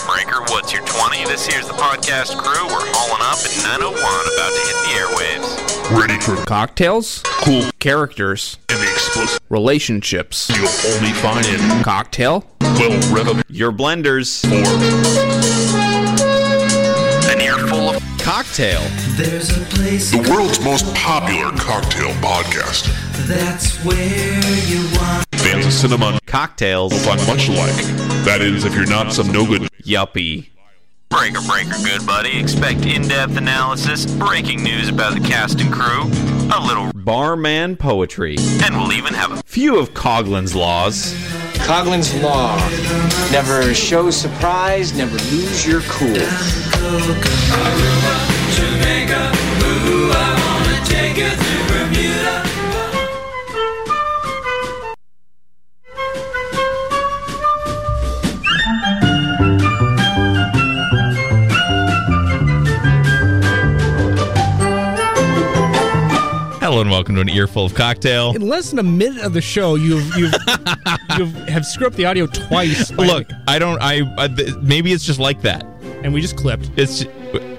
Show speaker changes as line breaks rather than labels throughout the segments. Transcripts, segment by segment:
It's your 20. This here's the podcast crew. We're hauling up at 901, about to hit the airwaves.
Ready for
Cocktails,
cool
characters,
and explosive
relationships.
you'll only find in
Cocktail,
well rhythm
Your blenders.
or
An earful of
Cocktail.
There's a place
the world's most popular cocktail podcast.
that's where you want.
Fans of cinema
Cocktails.
find much like. That is, if you're not some no good.
Yuppie.
breaker, breaker, good buddy. Expect in depth analysis, breaking news about the cast and crew, a little,
Barman poetry.
and we'll even have a
Few of Coglin's laws.
Coughlin's Law. Never show surprise, never lose your cool.
Hello and welcome to an earful of cocktail.
in less than a minute of the show, you've you've you've have screwed up the audio twice. by-
Look, I don't. I, I th- maybe it's just like that.
and we just clipped.
It's ju-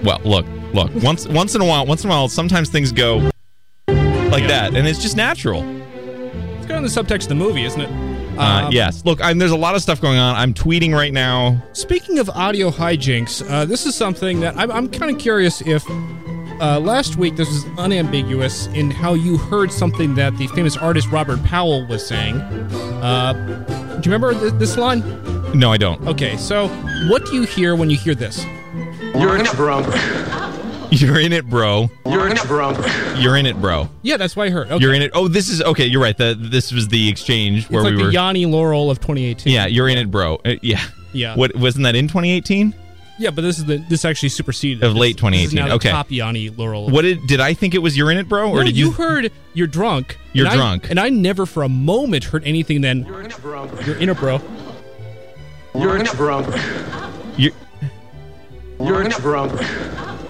well, look, look. Once once in a while, once in a while, sometimes things go like that, and it's just natural.
It's got in the subtext of the movie, isn't it?
Uh,
Um,
yes. Look, I'm, there's a lot of stuff going on. I'm tweeting right now.
Speaking of audio hijinks, uh, this is something that I'm, I'm kind of curious if uh, last week this was unambiguous in how you heard something that the famous artist Robert Powell was saying. Uh, do you remember th- this line?
No, I don't.
Okay, so what do you hear when you hear this?
You're in it, bro.
You're in it, bro.
You're in it, bro.
You're in it, bro.
Yeah, that's what I heard. Okay.
You're in it. Oh, this is okay. You're right. The, this was the exchange where
it's like
we
the
were.
Yanni Laurel of 2018.
yeah, you're in it, bro. Uh, yeah.
Yeah.
What wasn't that in 2018?
Yeah, but this is the this actually superseded
Of
it.
late
This- This is
2018,
now the
okay.
top Yanni Laurel.
What did did I think it was? You're in it, bro, or
No,
did
you, heard you're drunk.
You're
and I-
drunk.
and I never for a moment heard anything. Then
You're in it, bro.
you're in a bro.
You're in it, bro.
You're,
You're in it, bro.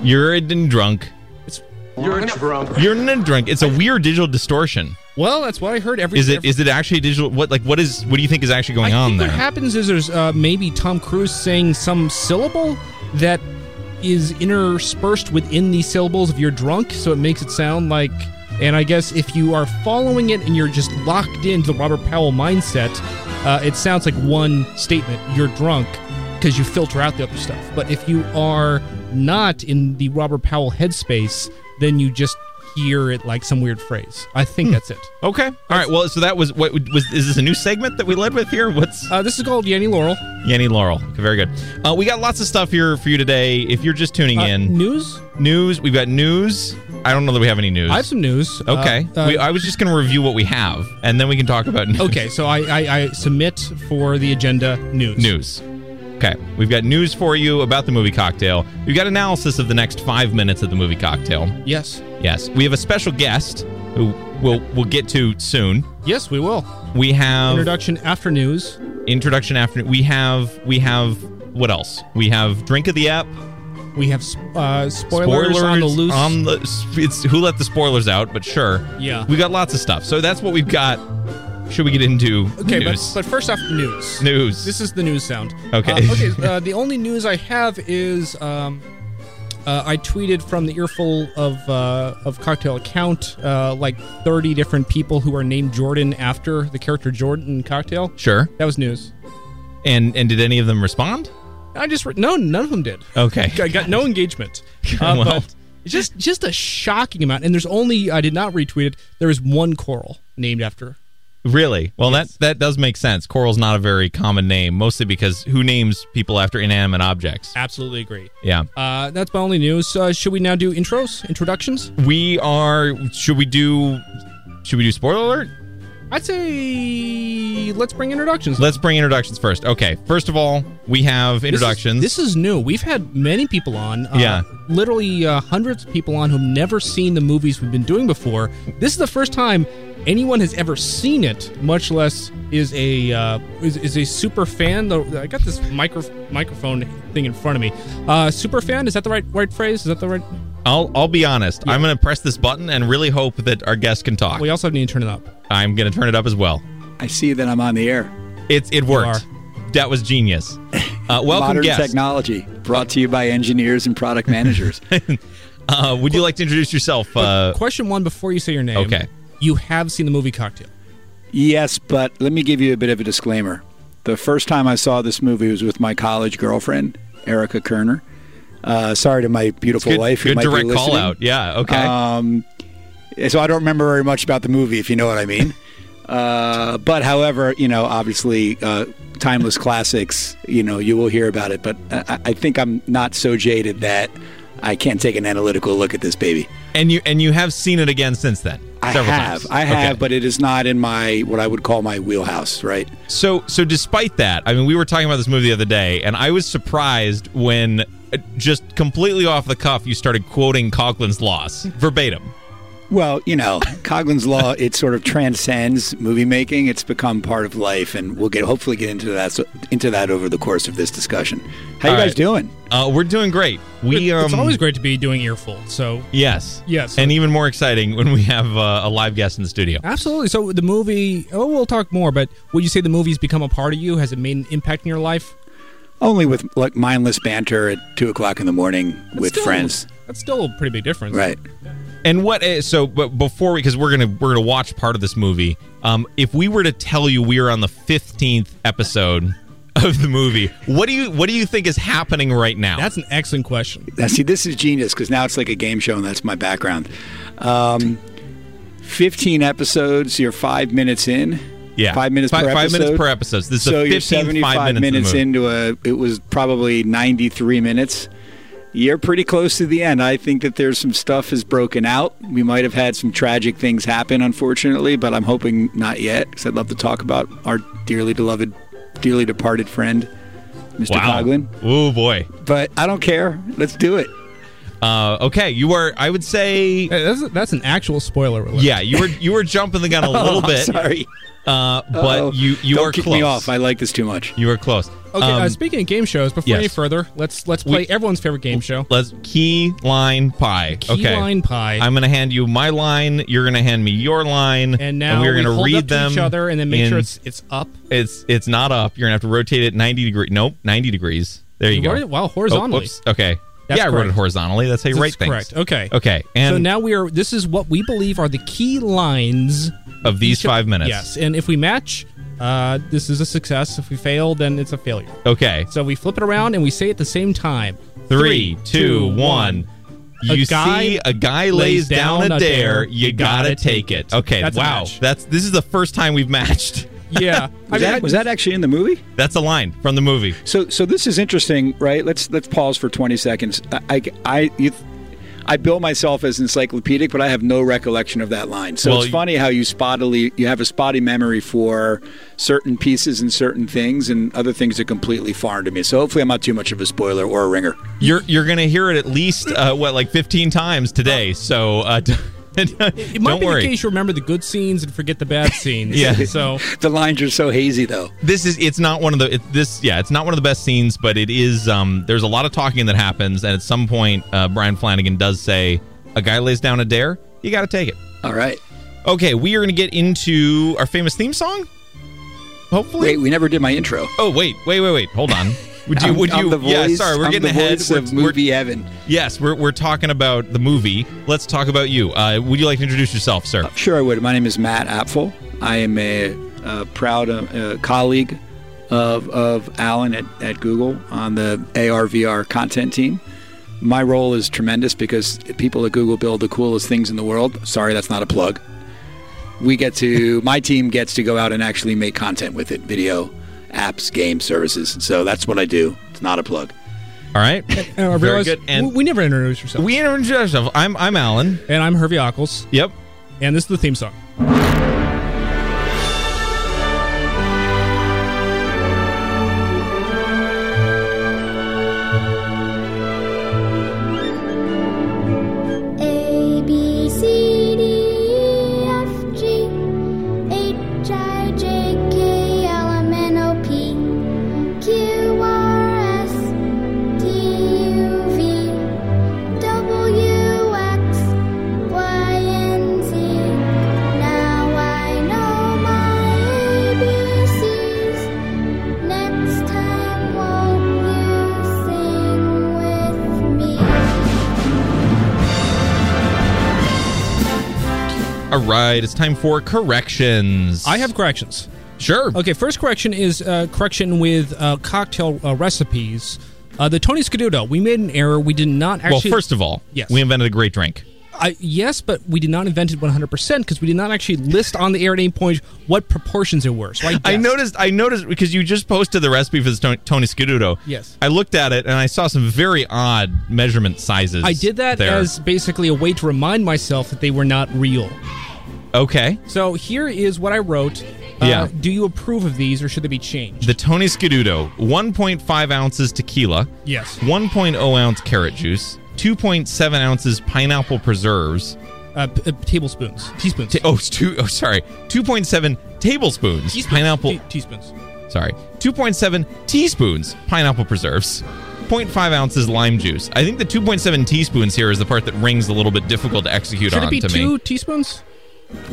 you're in drunk.
It's
You're in it, bro.
You're in a drunk. It's a weird digital distortion.
well, that's what I heard. Every
Is it?
every-
Is it actually digital? What like what is? What do you think is actually
I
going on
think
there?
what happens is there's uh, maybe Tom Cruise saying some syllable that is interspersed within the syllables of you're drunk, so it makes it sound like. And I guess if you are following it and you're just locked into the Robert Powell mindset, uh, it sounds like one statement: you're drunk, because you filter out the other stuff. But if you are not in the Robert Powell headspace, then you just hear it like some weird phrase. I
Hmm.
think that's it.
okay. All right. Well, so that was what was. Is this a new segment that we led with here? What's
Uh, this is called Yanni Laurel
Yanni Laurel? Okay, very good. Uh, we got lots of stuff here for you today. If you're just tuning
uh,
in,
news.
news. We've got news. I don't know that we have any news.
I have some news.
okay.
Uh, uh,
we, I was just going to review what we have, and then we can talk about news.
okay, so I, I, I submit for the agenda news.
news. Okay, we've got news for you about the movie Cocktail. We've got analysis of the next five minutes of the movie Cocktail.
Yes.
Yes, we have a special guest who we'll we'll get to soon.
Yes, we will.
We have
Introduction after news.
introduction after we have we have what else? We have drink of the app.
We have sp- uh, spoilers, on the loose.
on the- it's who let the spoilers out, but sure.
Yeah.
we got lots of stuff. So that's what we've got. Should we get into
okay, but,
news?
but first off, news.
news.
This is the news sound.
Okay.
Uh, okay. Uh, the only news I have is um, uh, I tweeted from the earful of uh, of cocktail account uh, like 30 different people who are named Jordan after the character Jordan in cocktail.
sure.
That was news.
And and did any of them respond?
I just re- no, none of them did.
Okay.
I got no engagement. Uh,
Well.
but just just a shocking amount. And there's only I did not retweet it. There is one coral named after.
Really? Well, that that does make sense. Coral's not a very common name, mostly because who names people after inanimate objects?
Absolutely agree.
Yeah.
Uh, that's my only news. Uh, should we now do intros, introductions?
We are. Should we do? Should we do spoiler alert?
I'd say let's bring introductions.
Let's bring introductions first. Okay. First of all, we have
This is-
introductions.
This is, new. We've had many people on. Uh,
Yeah.
Literally uh, hundreds of people on who've never seen the movies we've been doing before. This is the first time anyone has ever seen it, much less is a uh, is, is a super fan. Though I got this micro, microphone thing in front of me. Uh, super fan is that the right right phrase? Is that the right?
I'll I'll be honest. I'm gonna press this button and really hope that our guest can talk.
We also need to turn it up.
I'm gonna turn it up as well.
I see that I'm on the air.
It's it worked.
are.
That was genius. Uh, welcome
Modern
guest.
technology. Brought to you by engineers and product managers.
Uh, would you like to introduce yourself? Uh,
Question one before you say your name.
Okay.
You have seen the movie Cocktail.
yes, but let me give you a bit of a disclaimer. The first time I saw this movie was with my college girlfriend, Erica Kerner. Uh, sorry to my beautiful
good
wife. who
good
might be
direct call
listening. Uh, Um,
out. Yeah. Okay.
so I don't remember very much about the movie, if you know what I mean. uh, but however, you know, obviously, uh, timeless classics. You know, you will hear about it. But I, I think I'm not so jaded that I can't take an analytical look at this baby.
and you and you have seen it again since then.
I
several
have,
times.
I have,
Okay.
but it is not in my what I would call my wheelhouse, right?
So, so despite that, I mean, we were talking about this movie the other day, and I was surprised when, uh, just completely off the cuff, you started quoting Coughlin's Laws verbatim.
Well, you know, Coughlin's law it sort of transcends movie making. It's become part of life, and we'll get hopefully get into that so, into that over the course of this discussion. How you
All
guys
right.
doing?
Uh, we're doing great. We um,
it's always great to be doing earful. So
yes,
Yes.
and even more exciting when we have uh, a live guest in the studio.
absolutely. So the movie. Oh, we'll talk more. But would you say the movie's become a part of you? Has it made an impact in your life?
Only with like mindless banter at two o'clock in the morning with
Still-
friends,
That's still a pretty big difference.
right?
And what? uh, So, but before we, because we're gonna we're gonna watch part of this movie. Um, if we were to tell you we are on the fifteenth episode of the movie, what do you what do you think is happening right now?
That's an excellent question.
Now, see, this is genius because now it's like a game show, and that's my background. Um, Fifteen episodes. You're five minutes in.
yeah,
five minutes
Fi-
per
five
episode.
minutes per episode. This is
so
the
you're
15th,
75
five minutes,
minutes
of the movie.
into a. It was probably 93 minutes. You're pretty close to the end. I think that there's some stuff is broken out. We might have had some tragic things happen, unfortunately, but I'm hoping not yet because I'd love to talk about our dearly beloved, dearly departed friend, Mr.
Wow.
Coglin.
Oh boy.
But I don't care. Let's do it.
Uh, okay, you were. I would say.
Hey, That's, that's an actual spoiler alert.
Yeah, you were. You were jumping the gun a little
Oh, I'm
bit.
Sorry.
Uh, but
Uh-oh.
you you
Don't
are
kick
close.
me off. I like this too much.
you are close.
Okay. uh,
Um,
speaking of game shows, before
yes.
any further, let's let's play
We-
everyone's favorite game show.
let's key line pie.
Key
okay.
line pie.
I'm gonna hand you my line. You're gonna hand me your line,
and now
we're
we
gonna
hold
read
up to
them
each other and then make
in-
sure it's it's up.
it's it's not up. You're gonna have to rotate it 90 degrees. Nope, 90 degrees. There you
You
go.
wrote it- wow,
Oh,
horizontally.
whoops. Okay.
That's
yeah, I wrote it
correct.
horizontally. That's how you
That's
write things.
correct. Okay.
Okay. And
so now we are. This is what we believe are the key lines
of these five minutes.
Yes, and if we match, uh, this is a success. If we fail, then it's a failure.
Okay.
So we flip it around and we say it at the same time.
Three, two, one.
A
You
guy
see a guy lays down, a dare, you gotta take it. Okay,
That's a
wow.
match.
That's this is the first time we've matched.
Yeah,
Was, that, was that actually in the movie?
That's a line from the movie.
So, so this is interesting, right? Let's let's pause for twenty seconds. I, I, I- you, I bill myself as encyclopedic, but I have no recollection of that line. So
Well,
it's
you-
funny how you spottily you have a spotty memory for certain pieces and certain things, and other things are completely foreign to me. So hopefully, I'm not too much of a spoiler or a ringer.
You're you're gonna hear it at least uh, what like 15 times today. So uh, d-
it might
don't
be
worry.
the case you remember the good scenes and forget the bad scenes.
Yeah.
So
The lines are so hazy, though.
this is it's not one of the it, this yeah it's not one of the best scenes but it is um there's a lot of talking that happens and at some point uh, brian flanagan does say a guy lays down a dare you gotta take it
All right.
okay we are gonna get into our famous theme song hopefully
Wait, we never did my intro.
oh wait wait wait wait hold on would you
I'm-
would
I'm
you
the voice,
yeah sorry we're
I'm
getting
the
ahead
voice
we're,
of
we're-
movie Evan.
yes we're, we're talking about the movie let's talk about you uh would you like to introduce yourself sir
Sure, I would. My name is Matt Apfel. I am a, uh proud uh, uh, colleague of, of Alan at, at Google on the ARVR content team. My role is tremendous because people at Google build the coolest things in the world. Sorry, that's not a plug. We get to, my team gets to go out and actually make content with it video, apps, game services. So that's what I do. It's not a plug.
all right
I realized
very good and
we, we never introduced ourselves.
we introduce ourselves i'm i'm alan
and I'm Hervey Ockles,
yep
and this is the theme song.
A B C D E F G H I J K L M N O P Q R S T U V W X Y and Z. Now
All right, it's time for corrections.
I have corrections.
sure.
Okay, first correction is uh, correction with uh, cocktail uh, recipes. Uh, the Tony Scaduto, we made an error. We did not
Well,
actually.
first of all,
Yes.
we invented a great drink.
I, yes, but we did not invent it 100% because we did not actually list on the air at any point what proportions it were. So I,
I
guessed.
noticed. I noticed because you just posted the recipe for the Tony, Tony Scuduto.
Yes.
I looked at it and I saw some very odd measurement sizes.
I did that
there.
as basically a way to remind myself that they were not real.
okay.
So here is what I wrote. Uh,
Yeah.
Do you approve of these or should they be changed?
The Tony Scuduto: 1.5 ounces tequila.
Yes.
1.0 ounce carrot juice. 2.7 ounces pineapple preserves.
uh, p- uh, tablespoons. Teaspoons.
T- oh, it's two. Oh, sorry. 2.7 tablespoons
Teaspoons.
pineapple.
Te- teaspoons.
sorry. 2.7 teaspoons pineapple preserves. 0.5 ounces lime juice. I think the 2.7 teaspoons here is the part that rings a little bit difficult to execute
Should
on
it be
to
two
me.
teaspoons?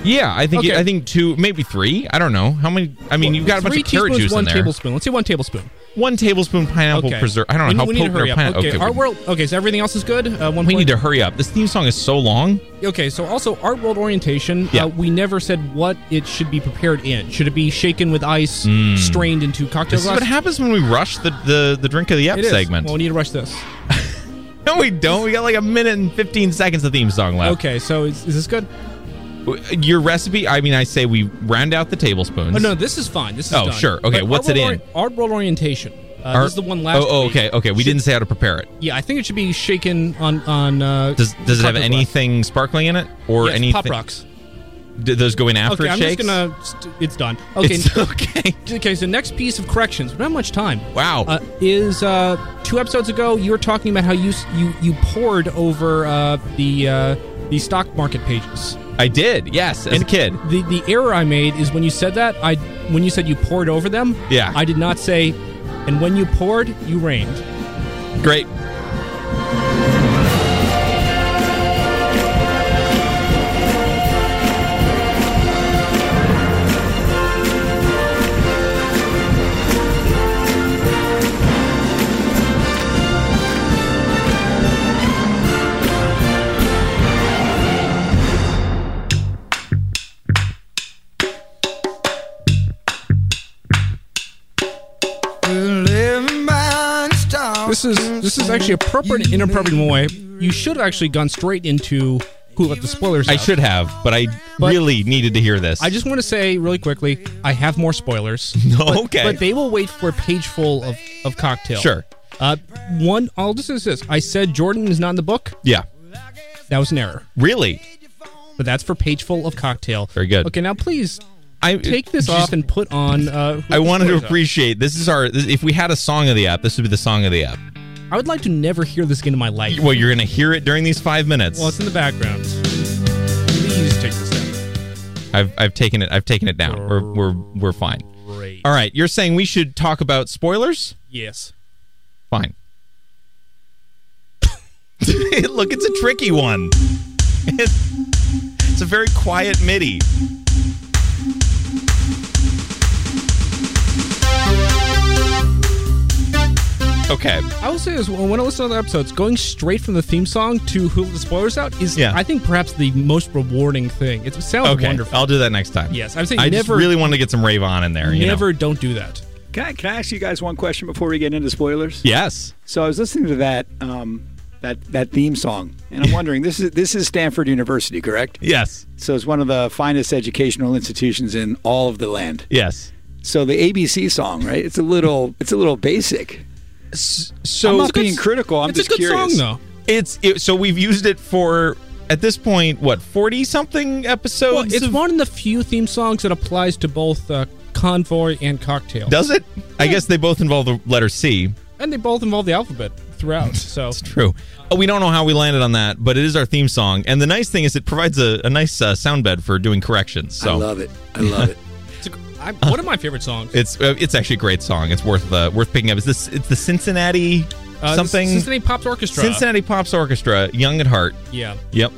Yeah, I think
Okay.
I think two, maybe three. I don't know how many. I mean, you've got a bunch
Three
of carrot
teaspoons,
juice
one
in there.
tablespoon. Let's say one tablespoon.
One tablespoon pineapple
okay.
preserve. I don't know how
we, we need to
potent
hurry
or
up.
pineapple.
okay, our
we,
world. Okay, so everything else is good. Uh, one
we
point-
need to hurry up. This theme song is so long.
Okay, so also art world orientation.
Yeah.
Uh, we never said what it should be prepared in. Should it be shaken with ice, strained into cocktail
Hmm. This is
glass?
what happens when we rush the the, the drink of the up
It is.
segment.
Well, we need to rush this.
no, we don't. We got like a minute and fifteen seconds of theme song left.
Okay, so is, is this good?
Your recipe. I mean, I say we round out the tablespoons.
Oh no, this is fine. This is
Oh,
done.
sure. Okay,
But
what's
art
it
world
in?
ori- art world orientation. Uh,
Our-
this is the one last.
Oh, oh
week.
okay, okay. We
Should-
didn't say how to prepare it.
Yeah, I think it should be shaken on on. Uh,
Does does it have
cocktail glass.
anything sparkling in it or
Yes,
anything?
pop rocks?
Do those go in after
Okay,
it
I'm
shakes?
just gonna. St- it's done. Okay,
It's okay.
Okay, so next piece of corrections. We don't have much time.
Wow.
Uh, is uh, two episodes ago you were talking about how you s- you you poured over uh, the uh, the stock market pages.
I did. Yes, as a kid.
The the error I made is when you said that I when you said you poured over them.
Yeah.
I did not say. And when you poured, you rained.
Great.
This is this is actually appropriate and inappropriate in a way. You should have actually gone straight into who let the spoilers.
I
out.
should have, but I
But-
really needed to hear this.
I just want to say really quickly, I have more spoilers.
No, okay.
But they will wait for a page full of, of cocktail.
Sure.
Uh, one, I'll just say this. I said Jordan is not in the book.
yeah.
That was an error.
Really.
But that's for page full of cocktail.
Very good.
Okay, now please
I
take this
just-
off and put on. Uh,
I wanted to
spoilers out.
appreciate this is our this, if we had a song of the app, this would be the song of the app.
I would like to never hear this again in my life.
Well, you're gonna hear it during these five minutes.
Well, it's in the background. Please take this down.
I've I've taken it I've taken it down. We're we're we're fine.
Great.
All right, you're saying we should talk about spoilers?
Yes.
Fine. Look, it's a tricky one. It's, it's a very quiet MIDI. Okay.
I will say is when I listen to other episodes, going straight from the theme song to who Let the spoilers out is,
Yeah.
I think, perhaps the most rewarding thing. It sounds
Okay.
wonderful.
I'll do that next time.
Yes, I'm saying
I just
never-
really wanted to get some rave on in there. You know?
Never don't do that.
Can I, can I ask you guys one question before we get into spoilers?
Yes.
So I was listening to that um, that that theme song, and I'm wondering this is this is Stanford University, correct?
Yes.
So it's one of the finest educational institutions in all of the land.
Yes.
So the ABC song, right? It's a little it's a little basic.
So
I'm not being critical. I'm
it's
just
a good
curious.
song,
It's it, so we've used it for at this point what forty something episodes.
though. Well, it's
of-
one of the few theme songs that applies to both uh, Convoy and Cocktail.
Does it? I guess they both involve the letter C.
and they both involve the alphabet throughout. So
It's true. Uh, We don't know how we landed on that, but it is our theme song. And the nice thing is, it provides a, a nice uh, sound bed for doing corrections. So
I love it. I love it.
it's a, I, one of my favorite songs.
it's uh, it's actually a great song. It's worth uh, worth picking up. It's this it's the Cincinnati
Uh, the
something
Cincinnati Pops Orchestra.
Cincinnati Pops Orchestra, Young at Heart.
Yeah.
Yep.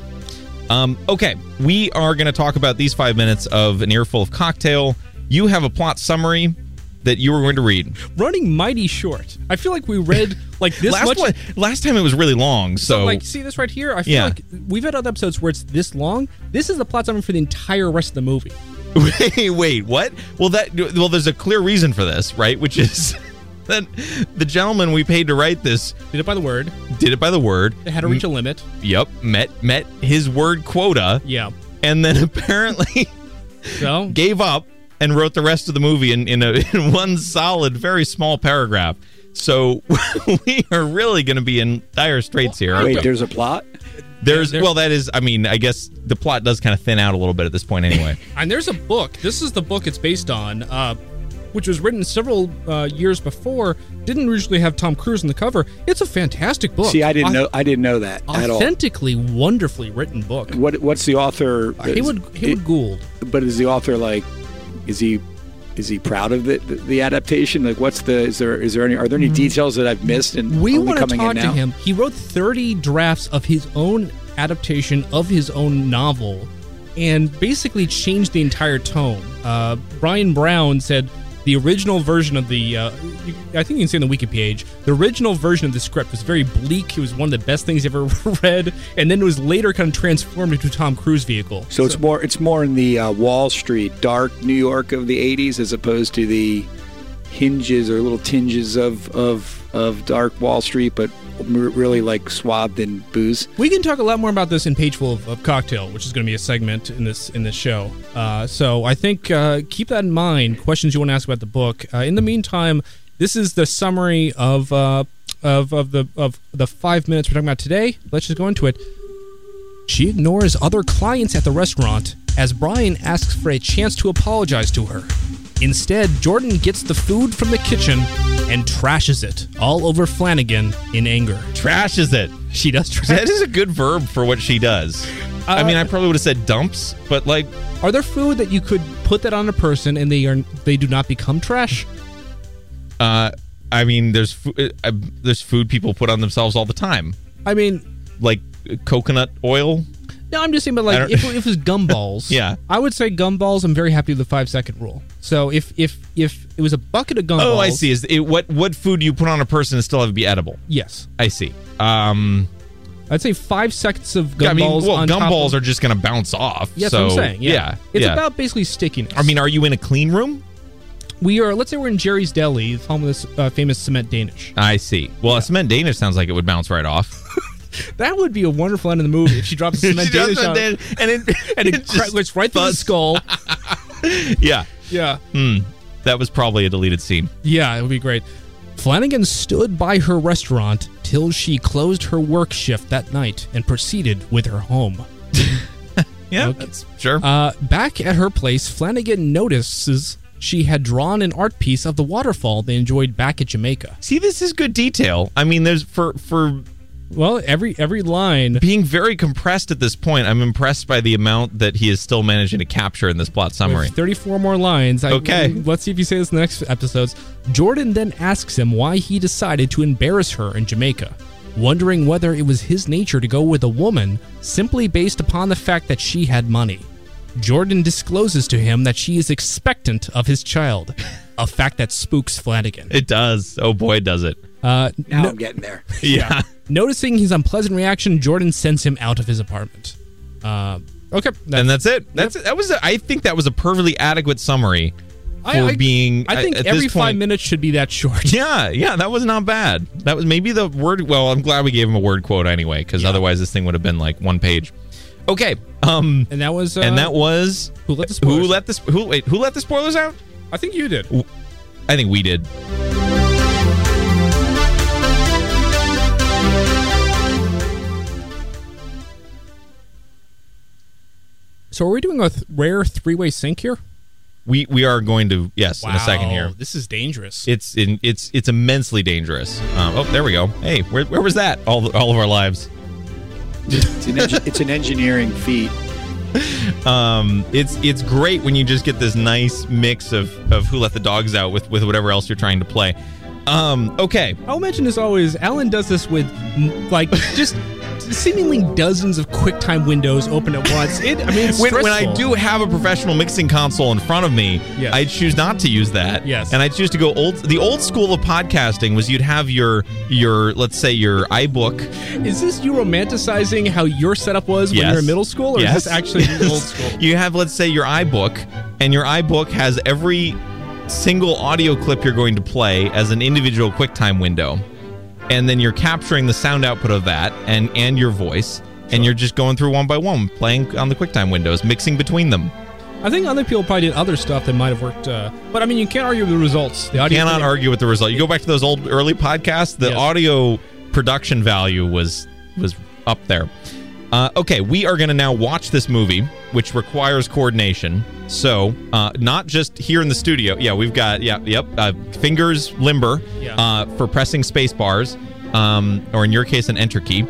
Um, okay, we are going to talk about these five minutes of an earful of cocktail. You have a plot summary. that you were going to read.
Running mighty short. I feel like we read like this
last
much.
one, last time it was really long, so
Like, see this right here? I feel
Yeah.
like we've had other episodes where it's this long. This is the plot summary for the entire rest of the movie.
wait, wait, what? Well, that well, there's a clear reason for this, right? Which is that the gentleman we paid to write this
Did it by the word.
did it by the word.
It had to
Mm-hmm.
reach a limit.
Yep, met met his word quota,
Yeah.
and then apparently
So
gave up and wrote the rest of the movie in in, a, in one solid, very small paragraph. So we are really going to be in dire straits here. aren't
Wait,
we?
there's a plot?
There's
There-
well, that is. I mean, I guess the plot does kind of thin out a little bit at this point, anyway.
And there's a book. This is the book it's based on, uh, which was written several uh, years before. Didn't originally have Tom Cruise on the cover. It's a fantastic book.
See, I didn't
Au-
know I didn't know that at all.
Authentically, wonderfully written book.
What what's the author?
Haywood Haywood Gould.
but is the author like is he is he proud of the, the, adaptation like what's the is there is there any are there any details that i've missed and
Mm-hmm. We
only
want to
coming
talk
in
to
now
him. He wrote 30 drafts of his own adaptation of his own novel and basically changed the entire tone. Uh, Brian Brown said the original version of the, uh, you- I think you can see on the wiki page, the original version of the script was very bleak. It was one of the best things he ever read. And then it was later kind of transformed into a Tom Cruise vehicle.
so it's more it's more in the uh, wall street dark new york of the 80s as opposed to the hinges or little tinges of of of dark wall street but r- really like swabbed in booze
We can talk a lot more about this in Page Full of, of Cocktail, which is going to be a segment in this in this show. Uh, so I think uh, keep that in mind. Questions you want to ask about the book. Uh, in the meantime, this is the summary of uh, of of the of the five minutes we're talking about today. Let's just go into it. She ignores other clients at the restaurant as Brian asks for a chance to apologize to her. Instead, Jordan gets the food from the kitchen and trashes it all over Flanagan in anger.
Trashes it.
She does trash.
That is a good verb for what she does. I mean, I probably would have said dumps, but like,
Are there food that you could put that on a person and they are they do not become trash?
uh, I mean, there's fu- uh, uh, there's food people put on themselves all the time,
I mean,
like uh, coconut oil.
no, I'm just saying, but
I
like
don't-
if, if it was gumballs,
Yeah.
I would say gumballs. I'm very happy with the five second rule. So if if if it was a bucket of gumballs,
Oh, I see. Is it, what what food do you put on a person and still have it be edible?
Yes,
I see. Um,
I'd say five seconds of gumballs.
I mean, well,
on top
gumballs
of-
are just going to bounce off.
Yeah, that's
so
what I'm saying. Yeah,
yeah,
it's
yeah.
about basically stickiness.
I mean, are you in a clean room?
we are. Let's say we're in Jerry's Deli, the home of this uh, famous cement Danish.
I see. Well, a cement Danish sounds like it would bounce right off.
That would be a wonderful end of the movie if she drops a cement
She does
Danish
that
on,
then, and it
and it cra- goes right through the
busts.
skull.
Yeah,
yeah.
that was probably a deleted scene.
Yeah, it would be great. Flanagan stood by her restaurant till she closed her work shift that night and proceeded with her home.
Yeah,
Okay.
that's- sure.
Uh, back at her place, Flanagan notices she had drawn an art piece of the waterfall they enjoyed back at Jamaica.
See, this is good detail. I mean, there's for for
Well, every every line.
being very compressed at this point. I'm impressed by the amount that he is still managing to capture in this plot summary.
With 34 more lines. I-
Okay.
let's see if you say this in the next episodes. Jordan then asks him why he decided to embarrass her in Jamaica, wondering whether it was his nature to go with a woman simply based upon the fact that she had money. Jordan discloses to him that she is expectant of his child, a fact that spooks Flanagan.
It does. Oh boy, does it.
Uh,
now
no-
i'm getting there
Yeah.
noticing his unpleasant reaction, Jordan sends him out of his apartment. Uh, okay, that's,
and that's it. That's that was. A, I think that was a perfectly adequate summary for
I- I-
being.
I think
at
every
this
five
point-
minutes should be that short.
Yeah, yeah, that was not bad. That was maybe the word. Well, I'm glad we gave him a word quote anyway, because otherwise this thing would have been like one page. Okay. Um.
And that was uh,
and that was
Who let the
who
spoilers-
let the sp- who wait who let the spoilers out?
I think you did.
I think we did.
So are we doing a th- rare three-way sync here?
We we are going to yes in a second here.
This is dangerous.
It's in it's it's immensely dangerous. Um, oh, there we go. Hey, where, where was that? All all of our lives.
it's an, engi- it's an engineering feat
Um, it's it's great when you just get this nice mix of of who let the dogs out with with whatever else you're trying to play. Um, okay,
I'll mention this always. Alan does this with mm, like just seemingly dozens of QuickTime windows open at once. It, I mean, it's
when, when I
stressful.
do have a professional mixing console in front of me,
Yes.
I choose not to use that.
Yes.
and I choose to go old. The old school of podcasting was you'd have your your let's say your iBook.
Is this you romanticizing how your setup was when you were in middle school, or is this actually
Yes.
old school?
You have let's say your iBook, and your iBook has every single audio clip you're going to play as an individual QuickTime window, and then you're capturing the sound output of that and and your voice. And you're just going through one by one, playing on the QuickTime windows, mixing between them.
I think other people probably did other stuff that might have worked, uh, but I mean, you can't argue with the results. The audio
cannot argue with the result. You go back to those old early podcasts, the
Yes.
audio production value was was up there. Uh, okay, we are going to now watch this movie, which requires coordination. So, uh, not just here in the studio. Yeah, we've got yeah, yep, uh, fingers limber
Yeah.
uh, for pressing space bars, um, or in your case, an enter key,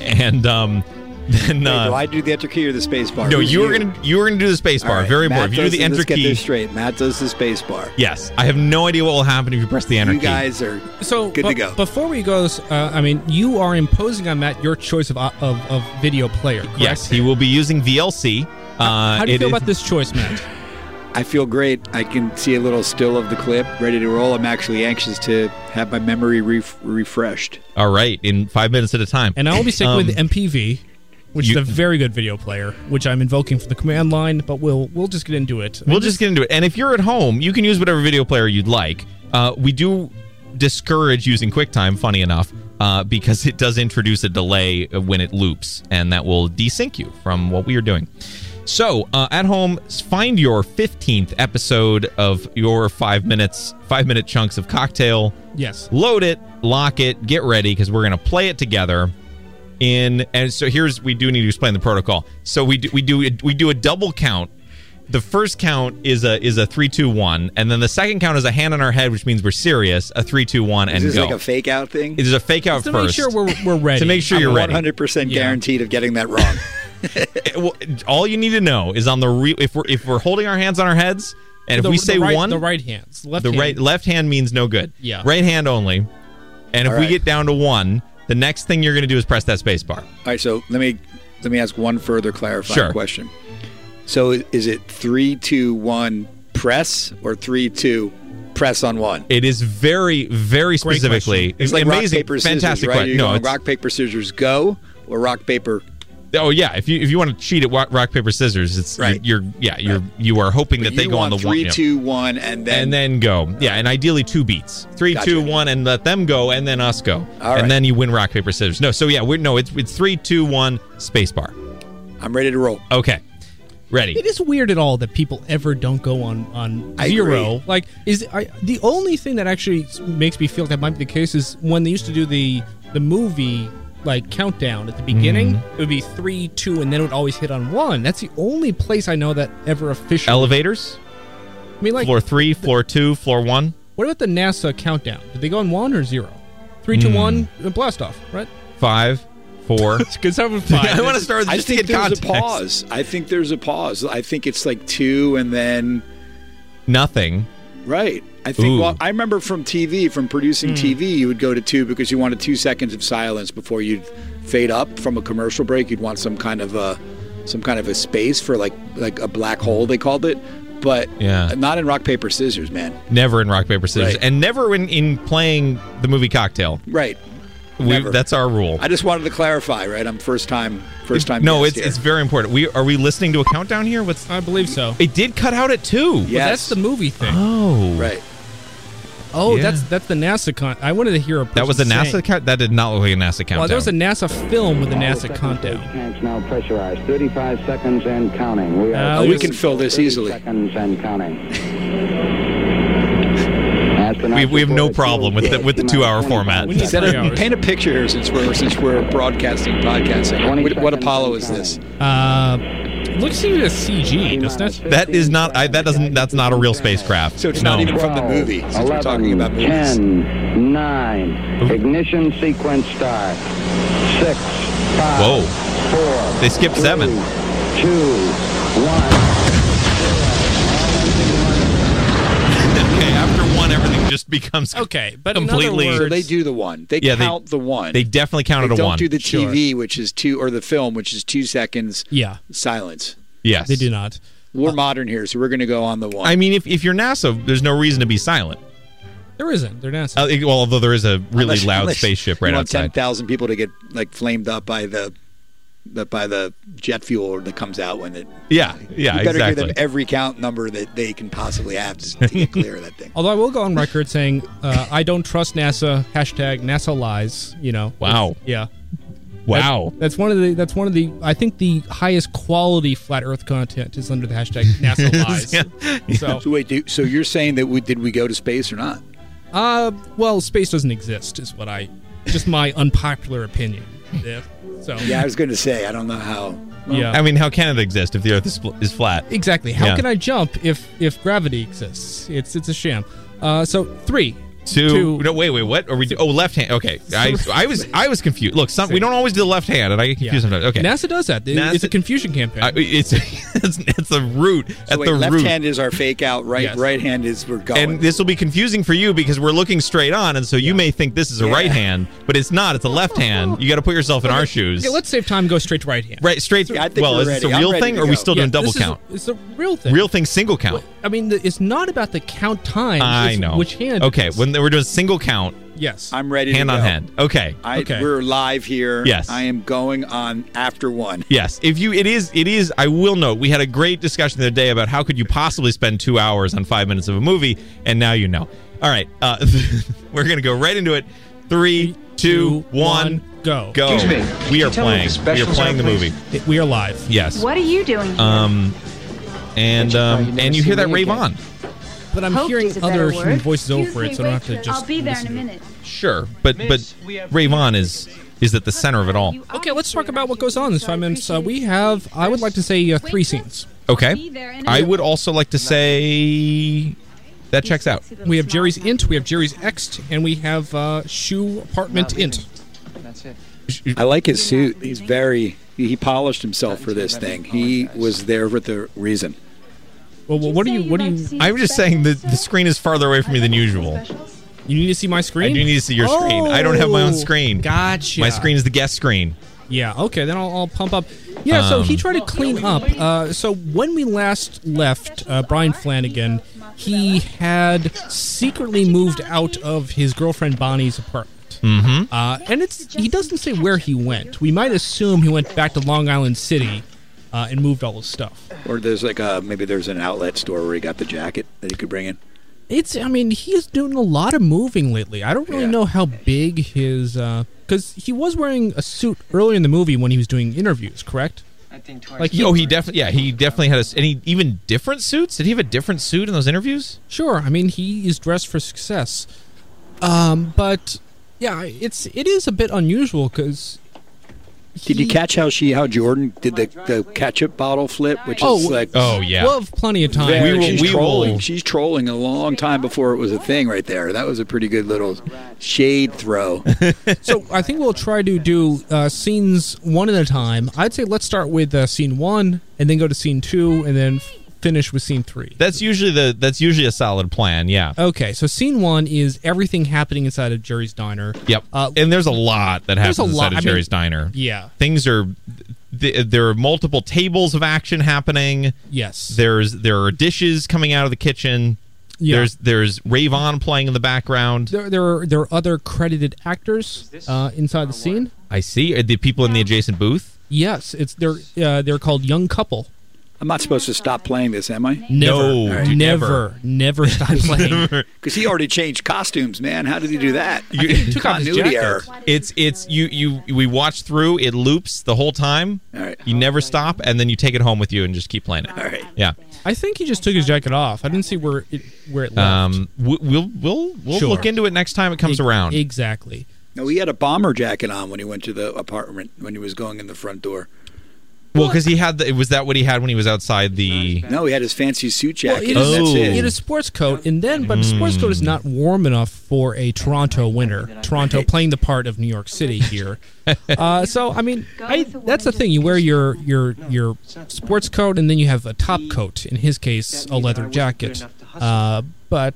and um, then.
Wait, do
Uh,
I do the enter key or the space bar?
no,
Who's
you were gonna you were gonna do the space
All
bar.
right,
Very
Matt
important. If you do
does-
the enter
let's get
key,
this straight. Matt does the space bar.
yes. I have no idea what will happen if you press the enter
You
key.
guys are
So
good to
but
go.
Before we go, uh, I mean, you are imposing on Matt your choice of uh, of, of video player. Correct?
Yes, he will be using VLC. Uh,
How do you
it
feel
is-
about this choice, Matt?
I feel great. I can see a little still of the clip, ready to roll. I'm actually anxious to have my memory ref refreshed.
All right, in five minutes at a time.
And I will be sticking with
Um,
MPV, which
you-
is a very good video player, which I'm invoking from the command line. But we'll we'll just get into it.
We'll just get into it. And if you're at home, you can use whatever video player you'd like. Uh, we do discourage using QuickTime, funny enough, uh, because it does introduce a delay when it loops, and that will desync you from what we are doing. So, uh, at home, s- find your 15th episode of your five minutes, five minute chunks of cocktail.
yes.
load it, lock it, get ready because we're gonna play it together. In and so here's we do need to explain the protocol. So we do we do we do a double count. The first count is a is a three two one, and then the second count is a hand on our head, which means we're serious. A three two one and
Is this
go.
like a fake out thing?
it is a fake out
To
first
make sure we're we're ready.
to make sure you're ready.
100% guaranteed of getting that wrong.
It- well, all you need to know is on the re- if we're if we're holding our hands on our heads, and if
The-
we
the
say
right-
one,
the right hands, left
the
hand.
right left hand means no good.
Yeah.
Right hand only. And if
All
we
right.
get down to one, the next thing you're going to do is press that space bar.
All right, so let me let me ask one further clarifying
Sure.
question. So i- is it three, two, one, press, or three, two, press on one?
It is very, very specifically.
It's like
amazing,
rock paper scissors,
fantastic
right?
question.
You're
No,
going
it's,
rock paper scissors go or rock paper.
oh yeah. If you if you want to cheat at wa- rock paper scissors, it's
Right.
you're, you're yeah you're you are hoping that they
you
go on
want
the one
three,
yeah.
two, one, and then
and then go yeah, and ideally two beats, three, two, one,
Gotcha.
and let them go, and then us go,
All
and
right.
then you win rock paper scissors. No, so yeah, we're no, it's it's three, two, one, space bar.
I'm ready to roll.
Okay, ready.
It is weird at all that people ever don't go on on
I
zero.
agree.
Like, is I, the only thing that actually s- makes me feel that might be the case is when they used to do the the movie like countdown at the beginning.
Mm-hmm.
It would be three, two, and then it would always hit on one. That's the only place I know that ever officially.
Elevators,
I mean, like,
floor three, floor two, floor one.
what about the NASA countdown? Did they go on one or zero? Three,
Hmm.
two, one, and blast off. Right?
five, four.
Because that was five.
I want to start with
I
just to
think
get
there's
context.
a pause. I think there's a pause. I think it's like two and then
Nothing.
right. I think.
Ooh. Hmm.
Well, I remember from TV, from producing TV, you would go to two because you wanted two seconds of silence before you'd fade up from a commercial break. You'd want some kind of a some kind of a space for like like a black hole they called it, but
Yeah.
not in rock paper scissors, man.
Never in rock paper scissors,
Right.
and never in, in playing the movie Cocktail.
Right.
We,
Never.
that's our rule.
I just wanted to clarify. Right. I'm first time. First time.
no,
guest
it's
here.
it's very important. We are we listening to a countdown here? What's
I believe so.
it did cut out at two.
Yeah.
That's the movie thing.
Oh,
right.
Oh,
Yeah.
that's that's the NASA con. I wanted to hear a.
That was a
person
NASA
sing.
count. That did not look like a NASA countdown.
Well, there was a NASA film with a NASA countdown.
Tanks now pressurized. 35 seconds and counting. We
Uh,
Oh, we can fill this easily.
seconds and counting.
we, we have no problem with the with the two hour format.
We need
Instead
three hours.
of paint a picture here, since we're since we're broadcasting podcasting. What, what Apollo is this?
Uh, looks like it's CG, doesn't it?
That is not. I, that doesn't. That's not a real spacecraft.
So it's
no.
not even from the movie. Since we're talking about movies.
10, 9, ignition sequence start. 6, 5,
Whoa!
4,
They skipped seven.
2, 1.
Okay, after one, everything just becomes
Okay, but in other
completely.
words-
So they do the one. They
Yeah, they-
count the one.
they definitely
They
counted a
don't
one.
do the
Sure.
TV, which is two, or the film, which is two seconds
Yeah,
silence.
yes,
they do not.
Uh,
We're modern here, so we're going to go on the one.
I mean, if, if you're NASA, there's no reason to be silent.
There isn't. They're NASA.
Uh, it- well, although there is a really
Unless-
loud
unless
spaceship right
you want
outside.
Ten thousand people to get like flamed up by the, the by the jet fuel that comes out when it.
yeah, yeah,
you better
exactly.
give them every count number that they can possibly have just to get clear of that thing.
Although I will go on record saying uh, I don't trust NASA. Hashtag NASA lies. You know.
Wow.
It's- yeah.
wow.
That's one of the. That's one of the. I think the highest quality flat Earth content is under the hashtag NASA lies. So,
So wait, do, so you're saying that we did we go to space or not?
uh, well, space doesn't exist, is what I. Just my unpopular opinion. Yeah. So.
Yeah, I was going to say I don't know how.
Yeah.
I mean, how can it exist if the Earth is, spl- is flat?
Exactly. How
Um, Yeah.
can I jump if if gravity exists? It's it's a sham. Uh, so three.
Two.
Two.
No, wait, wait. What are we? Do? Oh, left hand. Okay, I, I was, I was confused. Look, some, we don't always do the left hand, and I get
Yeah.
confused sometimes. Okay,
NASA does that. It-
NASA-
it's a confusion campaign.
I, it's, it's it's the root
So
at
wait,
the
left
root.
hand is our fake out. Right,
Yes.
right hand is we're going.
and this will be confusing for you because we're looking straight on, and so you may think this is a right hand, but it's not. It's a left hand. You got to put yourself in our shoes.
Okay, let's save time. and Go straight to right hand.
right straight.
I think
well,
we're
is this a
ready. I'm
real
ready
thing,
to
or are we
go.
still
Yeah,
doing double
this is-
count?
it's a real thing.
real thing, single count.
I mean, the, it's not about the count time.
I
it's
know.
Which hand? it
Okay,
is.
when they- we're doing single count,
yes.
I'm ready.
hand
to
on
go.
hand. Okay.
I,
Okay.
We're live here.
Yes.
I am going on after one.
Yes, if you, it is, it is. I will note we had a great discussion the other day about how could you possibly spend two hours on five minutes of a movie, and now you know. All right, uh, we're gonna go right into it. Three, two, one,
go.
go.
Excuse me, can
We
you
are
tell me
playing. We are
what the specials
playing
are,
the
please?
movie.
We are live.
Yes.
What are you doing here?
Um, and
Which you probably
um,
never
and you
see
hear that
me
rave
again.
on?
But I'm
Hope is
hearing
a better
other human
word.
voices
Excuse
over
me,
it, so I don't have to
waitress.
just.
I'll be there in a
listen to it.
minute.
Sure, but but
Miss, we have-
rave on is is at the center of it all.
You
Okay,
obviously
let's talk about
like
what
it,
goes on in this
so I
five minutes. Uh,
appreciate
we
it.
have, I would like to say, uh, three scenes.
Be
Okay.
there in a
I
minute.
would also like to say that checks out.
We have Jerry's Int, we have Jerry's Ext, and we have uh, Shoe Apartment Int.
That's it.
I like his suit. He's very. He polished himself for this thing. He was there for the reason.
Well, well, what do
Say
you? What do
like
you?
seeing
I'm just saying that the
specials, sir?
screen is farther away from me than
I like
usual.
specials.
You need to see my screen. Oh,
I do need to see your screen. I don't have my own screen.
Gotcha.
My screen is the guest screen.
Yeah. Okay. Then I'll, I'll pump up. Yeah. so he tried to clean up. Uh, so when we last left uh, Brian Flanagan, he had secretly moved out of his girlfriend Bonnie's apartment. Mm-hmm. Uh, and it's he doesn't say where he went. We might assume he went back to Long Island City uh, and moved all his stuff.
Or there's like a maybe there's an outlet store where he got the jacket that he could bring in.
It's. I mean, he's doing a lot of moving lately. I don't really
Yeah.
know how big his. Because he was wearing a suit earlier in the movie when he was doing interviews. Correct.
I think twice.
Like,
He- oh, he definitely. Yeah, he definitely had a. s- And he even different suits. Did he have a different suit in those interviews?
Sure, I mean he is dressed for success, um, but yeah, it's it is a bit unusual because
Did you catch how she how Jordan did the the ketchup bottle flip, which is
Oh,
like
Oh yeah.
we'll have plenty of time.
very-
we will-
she's
we will-
trolling. She's trolling a long time before it was a thing right there. That was a pretty good little shade throw.
so I think we'll try to do uh, scenes one at a time. I'd say let's start with uh, scene one, and then go to scene two, and then f- finish with scene three.
that's usually the. That's usually a solid plan. Yeah.
Okay, so scene one is everything happening inside of Jerry's diner.
Yep.
Uh,
and there's a lot that
there's
happens
a lot-
inside
I
of
mean-
Jerry's diner.
Yeah.
Things are. Th- there are multiple tables of action happening.
Yes.
There's there are dishes coming out of the kitchen.
Yeah.
There's there's Ravon playing in the background.
there, there are there are other credited actors uh, inside the scene.
I see. Are the people in the adjacent booth?
Yes, it's they're uh, they're called young couple.
I'm not supposed to stop playing this, am I?
No,
Never,
dude,
never, never stop playing.
Because he already changed costumes, man. How did he do that?
You,
took off his
Continuity
jacket.
error.
it's it's you you we watch through. It loops the whole time.
All right.
You never stop, and then you take it home with you and just keep playing it.
All right.
Yeah.
I think he just took his jacket off. I didn't see where it where it left.
Um. we- We'll we'll we'll
Sure.
look into it next time it comes
E-
around.
Exactly.
No, he had a bomber jacket on when he went to the apartment when he was going in the front door.
well, because he had the, was that what he had when he was outside the.
No, he had his fancy suit
Well,
jacket.
it is,
and that's
Oh. Mm.
it is sports coat, and then but the sports coat is not warm enough for a Toronto winter. Toronto playing the part of New York City here. Uh, so I mean, I, that's the thing. You wear your your your sports coat, and then you have a Um, top coat. In his case, a leather jacket. Uh, but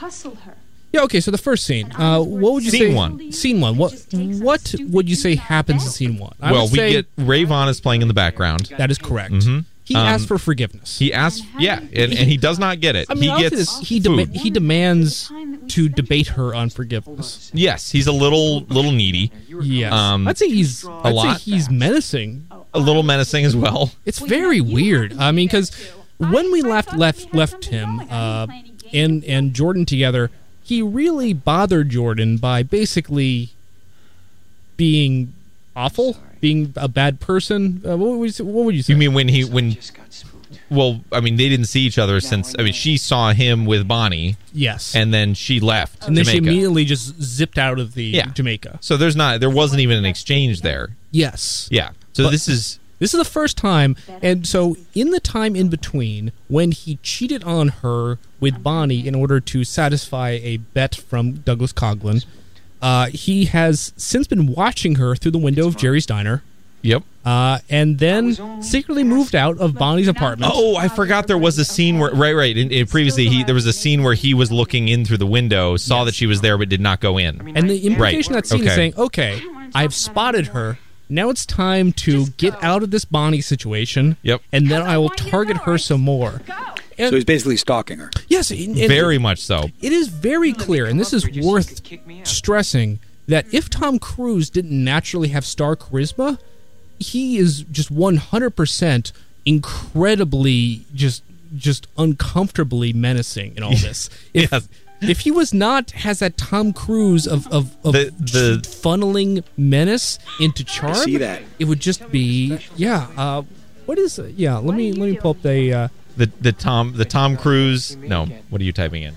Hustle her.
Yeah. Okay. So the first scene. Uh, what would you
Scene
say?
one.
Scene one. What What would you say happens in scene one? I
well,
would
we
say
get Ray Vaughn is playing in the background.
that is correct. He asks for forgiveness.
Um, He asks, yeah, and, and he does not get it.
I mean,
he
obviously
gets
this- he
food.
dema- he demands to debate her on forgiveness.
yes, he's a little little needy,
Yes.
Um,
I'd say he's a
lot.
he's menacing.
a little menacing as Oh, well.
It's very weird. I mean, because when we left left left him uh, and and Jordan together, he really bothered Jordan by basically being awful, being a bad person. Uh, what, would you, say- what would you say?
You mean when he when well, I mean they didn't see each other since I mean she saw him with Bonnie
yes?
and then she left
And then she
Jamaica.
immediately just zipped out of the
Yeah.
Jamaica.
so there's not there wasn't even an exchange there.
Yes.
Yeah. So
But-
this is
This is the first time, and so in the time in between, when he cheated on her with Bonnie in order to satisfy a bet from Douglas Coughlin, uh, he has since been watching her through the window of Jerry's diner,
Yep.
uh, and then secretly moved out of Bonnie's apartment.
Oh, I forgot there was a scene where right, right. In, in previously, he there was a scene where he was looking in through the window, saw that she was there, but did not go in.
And the implication
Right.
of that scene
Okay.
is saying, okay, I've spotted her. Now it's time to get out of this Bonnie situation.
Yep.
And then I will target her some more.
So he's basically stalking her.
Yes. and- and-
Very much so.
it is very clear, and this is worth stressing, that if Tom Cruise didn't naturally have star charisma, he is just 100% incredibly just just uncomfortably menacing in all this. If,
Yes.
if he was not has that Tom Cruise of of, of
The- the-
funneling menace into charm,
see that.
it would just be yeah. Uh, what is yeah? Let me let me pull up the. Uh,
The the Tom the Tom Cruise. No, what are you typing in?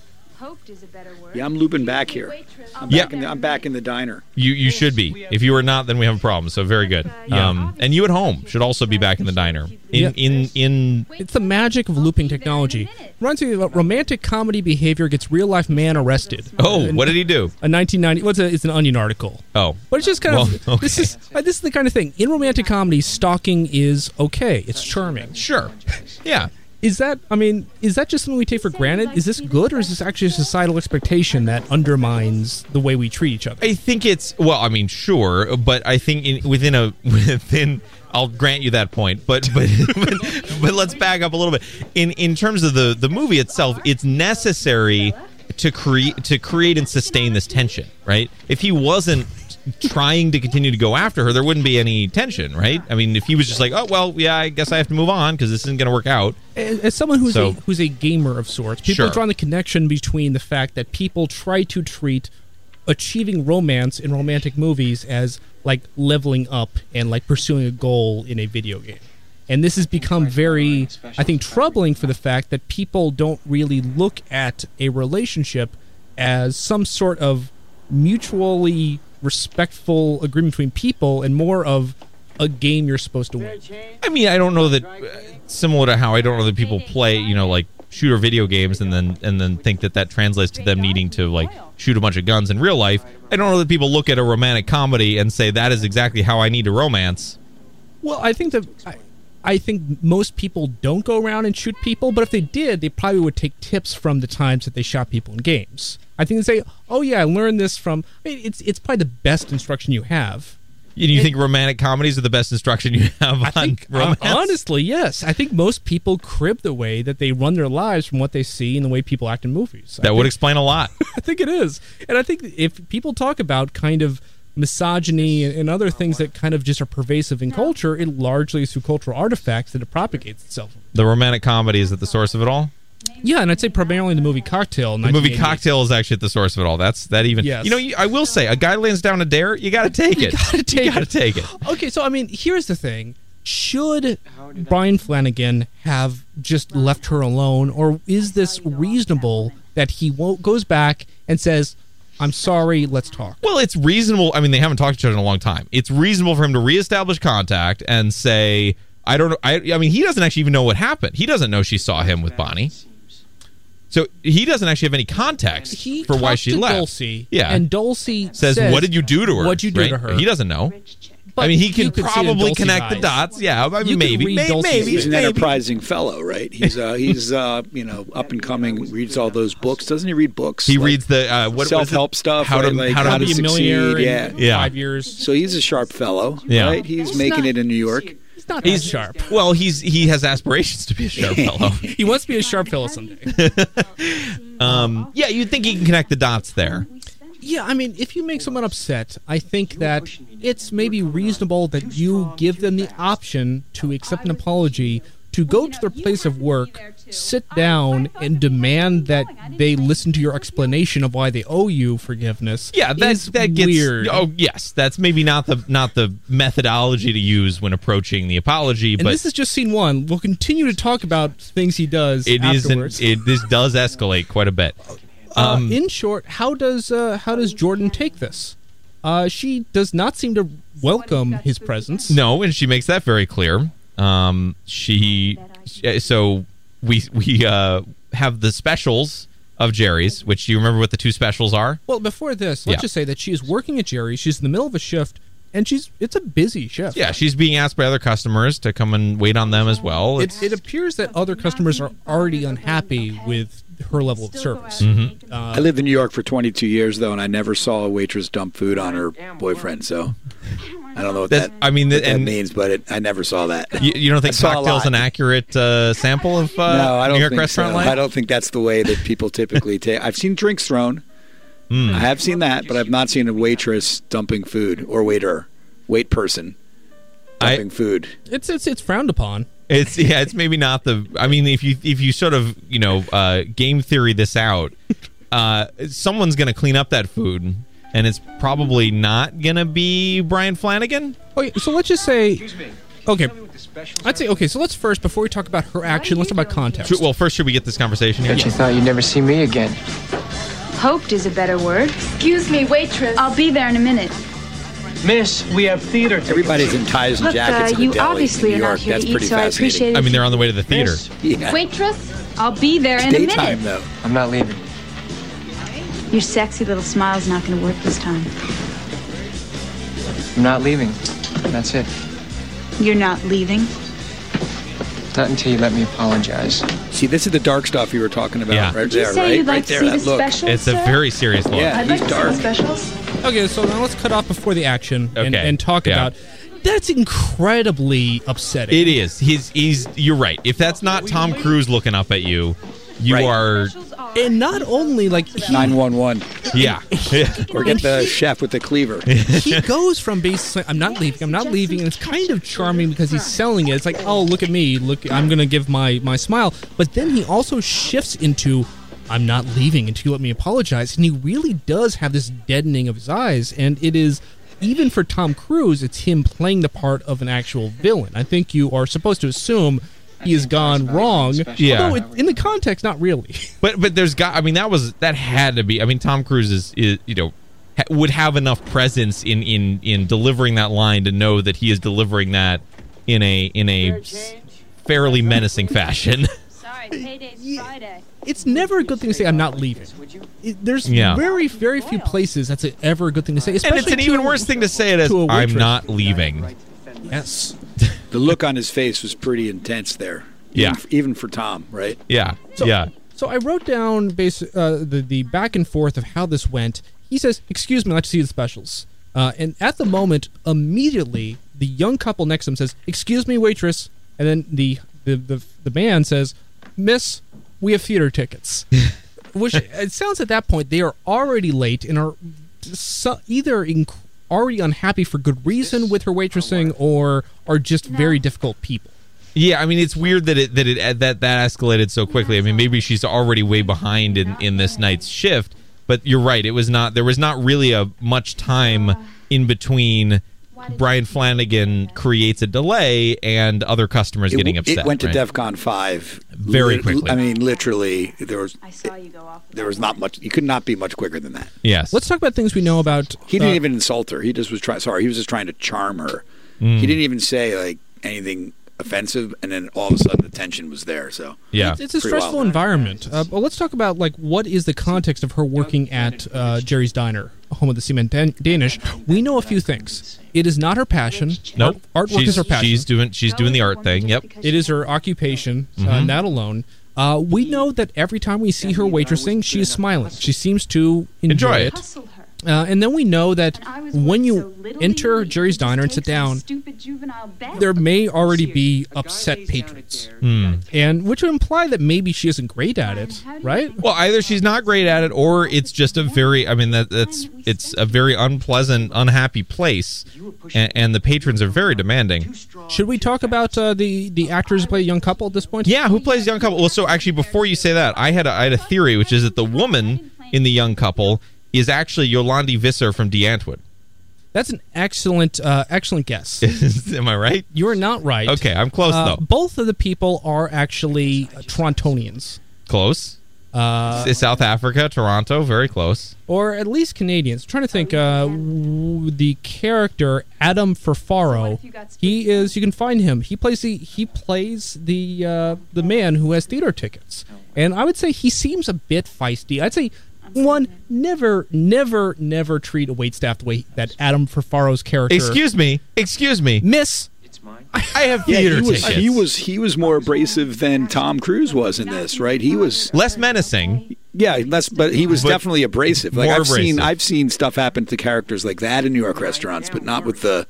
Yeah, I'm looping back here. I'm
Yeah.
back in the, I'm back in the diner.
You you should be. If you are not, then we have a problem. So very good.
Yeah.
Um, and you at home should also be back in the diner. In
Yeah.
in in.
It's the magic of looping technology. Reminds me of romantic comedy behavior gets real life man arrested. Uh,
Oh, what did he do?
A 1990. What's a? It's an Onion article.
Oh,
But it's just kind of
Well,
this
okay.
is uh, this is the kind of thing in romantic comedy. Stalking is okay. It's charming.
sure. Yeah.
Is that? I mean, is that just something we take for granted? Is this good, or is this actually a societal expectation that undermines the way we treat each other?
I think it's well. I mean, sure, but I think in, within a within, I'll grant you that point. But but, but but let's back up a little bit. In in terms of the the movie itself, it's necessary to create to create and sustain this tension, right? If he wasn't trying to continue to go after her, there wouldn't be any tension, right? I mean, if he was just like, oh well, yeah, I guess I have to move on because this isn't going to work out.
as, as someone who's
So-
a, who's a gamer of sorts, people
Sure.
have drawn the connection between the fact that people try to treat achieving romance in romantic movies as like leveling up and like pursuing a goal in a video game. And this has become very, I think, troubling for the fact that people don't really look at a relationship as some sort of mutually respectful agreement between people and more of a game you're supposed to win.
I mean, I don't know that uh, similar to how I don't know that people play, you know, like shooter video games and then and then think that that translates to them needing to like shoot a bunch of guns in real life. I don't know that people look at a romantic comedy and say that is exactly how I need to romance.
Well, I think that I, I think most people don't go around and shoot people, but if they did, they probably would take tips from the times that they shot people in games. I think they say, "Oh yeah, I learned this from." I mean, it's it's probably the best instruction you have.
You, you think romantic comedies are the best instruction you have
I
on
think uh,
romance?
honestly, yes. I think most people crib the way that they run their lives from what they see and the way people act in movies. I
that would explain a lot.
I think it is. And I think if people talk about kind of misogyny and, and other things that kind of just are pervasive in culture, it largely is through cultural artifacts that it propagates itself.
The romantic comedy is at the source of it all.
Yeah, and I'd say primarily the movie Cocktail.
The movie Cocktail is actually at the source of it all. That's that even.
Yes.
You know, you, I will say, a guy lands down a dare. You got to take it.
take
you gotta
it.
take it.
Okay, so I mean, here's the thing. Should Brian Flanagan have just left her alone, or is this reasonable that he won't, goes back and says, I'm sorry, let's talk?
Well, it's reasonable. I mean, they haven't talked to each other in a long time. It's reasonable for him to reestablish contact and say, "I don't know." I, I mean, he doesn't actually even know what happened. He doesn't know she saw him with Bonnie, so he doesn't actually have any context
He
for why
talked
she
to
left.
Dulcie,
yeah,
and Dulcie
says, "What did you do to her?"
What'd you do
right?
to her?
He doesn't know. I mean, he
you
can
could see it in
probably
Dulcie's
connect the
eyes.
dots. Yeah, I
You
mean,
could
maybe,
read
may-
Dulcie's
maybe,
He's an
maybe.
enterprising fellow, right? He's uh, he's uh, you know up and coming. Reads all those books. Doesn't he read books?
He
Like
reads the uh, what- what is it?
self-help stuff,
How to
right? Like,
how to,
how
How to be a
succeed,
millionaire
yeah.
in
Yeah.
five years.
So he's a sharp fellow,
Yeah.
right? He's making it in New York.
He's not
He's
as sharp.
Well, he's he has aspirations to be a sharp fellow.
He wants to be a sharp fellow someday.
Um, yeah, you'd think he can connect the dots there.
Yeah, I mean, if you make someone upset, I think that it's maybe reasonable that you give them the option to accept an apology, to go to their place of work, sit down, and demand that they listen to your explanation of why they owe you forgiveness.
Yeah, that
is
that gets
weird.
Oh yes, that's maybe not the not the methodology to use when approaching the apology,
and
but
this is just scene one. We'll continue to talk about things he does
it
afterwards.
not It um, this does escalate quite a bit.
Uh, in short, how does uh, how does Jordan take this? Uh, she does not seem to welcome his presence.
No, and she makes that very clear. Um, she she- so we we uh, have the specials of Jerry's, which do you remember what the two specials are?
Well, before this, let's
Yeah.
just say that she is working at Jerry's. She's in the middle of a shift, and she's it's a busy shift.
Yeah, she's being asked by other customers to come and wait on them as well.
It, it appears that other customers are already unhappy with her level of service.
Mm-hmm.
Uh,
I
Mm.
lived in New York for 22 years, though, and I never saw a waitress dump food on her boyfriend. So I don't know what
That's-
that.
I mean,
what
and-
that means, but it, I never saw that.
you, you don't think
I saw a
cocktail's
lot.
an accurate uh, sample of uh,
no, I don't
New York
think
restaurant
so.
life?
I don't think that's the way that people typically take. I've seen drinks thrown.
Hmm.
I have seen that, but I've not seen a waitress dumping food or waiter, wait person
I-
dumping food.
It's it's it's frowned upon.
It's yeah, it's maybe not the. I mean, if you if you sort of you know uh, game theory this out, uh, someone's gonna clean up that food, and it's probably not gonna be Brian Flanagan.
Okay, Oh, so let's just say. Okay, I'd say okay. So let's first, before we talk about her action, let's talk about context.
Should- Well, first should we get this conversation here?
But you thought you'd never see me again.
Hoped is a better word. Excuse me, waitress. I'll be there in a minute.
Miss, we have theater tickets.
Everybody's in ties and
Look,
jackets.
uh,
at a
you
deli
obviously
in
are
New York.
not here
That's
to eat,
pretty
so I
fascinating.
appreciate it.
I mean, they're on the way to the theater.
Miss,
Yeah.
Waitress, I'll be there in a minute.
Daytime though.
I'm not leaving.
Your sexy little smile's not going to work this time.
I'm not leaving. That's it.
You're not leaving.
Not until you let me apologize.
See, this is the dark stuff you were talking about
Yeah.
right
Did you
there,
say
right?
you'd like
right there,
to see
that
the
look.
specials,
It's a
sir?
very serious look.
Yeah,
I'd like
he's
to
dark.
see the specials.
Okay, so now let's cut off before the action and,
Okay,
and talk
yeah.
about. That's incredibly upsetting.
It is. He's he's. You're right. If that's not Tom Cruise looking up at you, you
Right.
are.
and not only like he,
911
Yeah. yeah.
or get the chef with the cleaver.
he goes from basically I'm not leaving, I'm not leaving, and it's kind of charming because he's selling it. It's like, oh look at me, look I'm gonna give my my smile. But then he also shifts into I'm not leaving until you let me apologize. And he really does have this deadening of his eyes, and it is even for Tom Cruise, it's him playing the part of an actual villain. I think you are supposed to assume he has gone wrong.
Yeah.
Although it, in the context, not really.
But but there's got. I mean, that was that had to be. I mean, Tom Cruise is, is you know ha- would have enough presence in in in delivering that line to know that he is delivering that in a in a s- fairly menacing fashion.
Sorry, payday's Friday.
it's never a good thing to say I'm not leaving. It- There's
Yeah.
very, very few places that's a, ever a good thing to say.
and
Especially
it's an
to-
even worse thing to say it as
to a
I'm
waitress.
not leaving.
Yes.
The look on his face was pretty intense there.
Yeah.
Even, f- even for Tom, right?
Yeah. yeah.
So I wrote down base, uh, the the back and forth of how this went. He says, "Excuse me, I'd like to see the specials." Uh, and at the moment, immediately, the young couple next to him says, "Excuse me, waitress," and then the the the, the man says, "Miss, we have theater tickets." Which it sounds at that point they are already late and are so, either inc- already unhappy for good reason with her waitressing or are just very difficult people.
Yeah, I mean it's weird that it that it that that escalated so quickly. I mean maybe she's already way behind in in this night's shift, but you're right. It was not there was not really a much time in between. Brian Flanagan creates a delay and other customers
It,
getting
w-
upset.
it went to
right?
DEFCON five
Very quickly.
I mean, literally, there was
I saw you go off.
there was not much. You could not be much quicker than that.
Yes.
Let's talk about things we know about.
He didn't
uh,
even insult her. He just was trying. Sorry, he was just trying to charm her.
Mm.
He didn't even say like anything offensive, and then all of a sudden the tension was there. So
yeah.
It's, it's a
Pretty wild.
stressful environment. Uh, but let's talk about like what is the context of her working at uh, Jerry's Diner. home of the Seaman Dan- Danish, we know a few things. It is not her passion.
Nope.
Art- artwork
she's,
is her passion.
She's doing she's doing the art thing. Yep.
It is her occupation,
Mm-hmm.
uh, not alone. Uh, we know that every time we see her waitressing, she is smiling. She seems to enjoy,
Enjoy
it.
it.
Uh, and then we know that when you enter Jerry's Diner and sit down, there may already be upset Hmm. patrons, and which would imply that maybe she isn't great at it, right?
Well, either she's not great at it, or it's just a very I mean that that's it's a very unpleasant, unhappy place, and, and the patrons are very demanding.
Should we talk about uh, the the actors who play a young couple at this point?
Yeah, who plays young couple? Well, so actually, before you say that, I had a, I had a theory, which is that the woman in the young couple is actually Yolandi Visser from DeAntwood.
that's an excellent uh, excellent guess.
Am I right?
You are not right.
Okay, I'm close
Uh,
though.
both of the people are actually uh, Torontonians,
Close. Uh, South Africa, Toronto, very close.
or at least Canadians. I'm trying to think, uh, w- the character Adam Ferfaro. He is. You can find him. He plays the he plays the uh, the man who has theater tickets, and I would say he seems a bit feisty. I'd say. One never, never, never treat a waitstaff the way that Adam Ferfaro's character.
Excuse me, excuse me.
Miss.
I have
Yeah,
theater
he was,
tickets.
he was he was more abrasive than Tom Cruise was in this, right? He was
less menacing.
yeah, less, but he was definitely abrasive. Like
more
I've seen
abrasive.
I've seen stuff happen to characters like that in New York restaurants, but not with the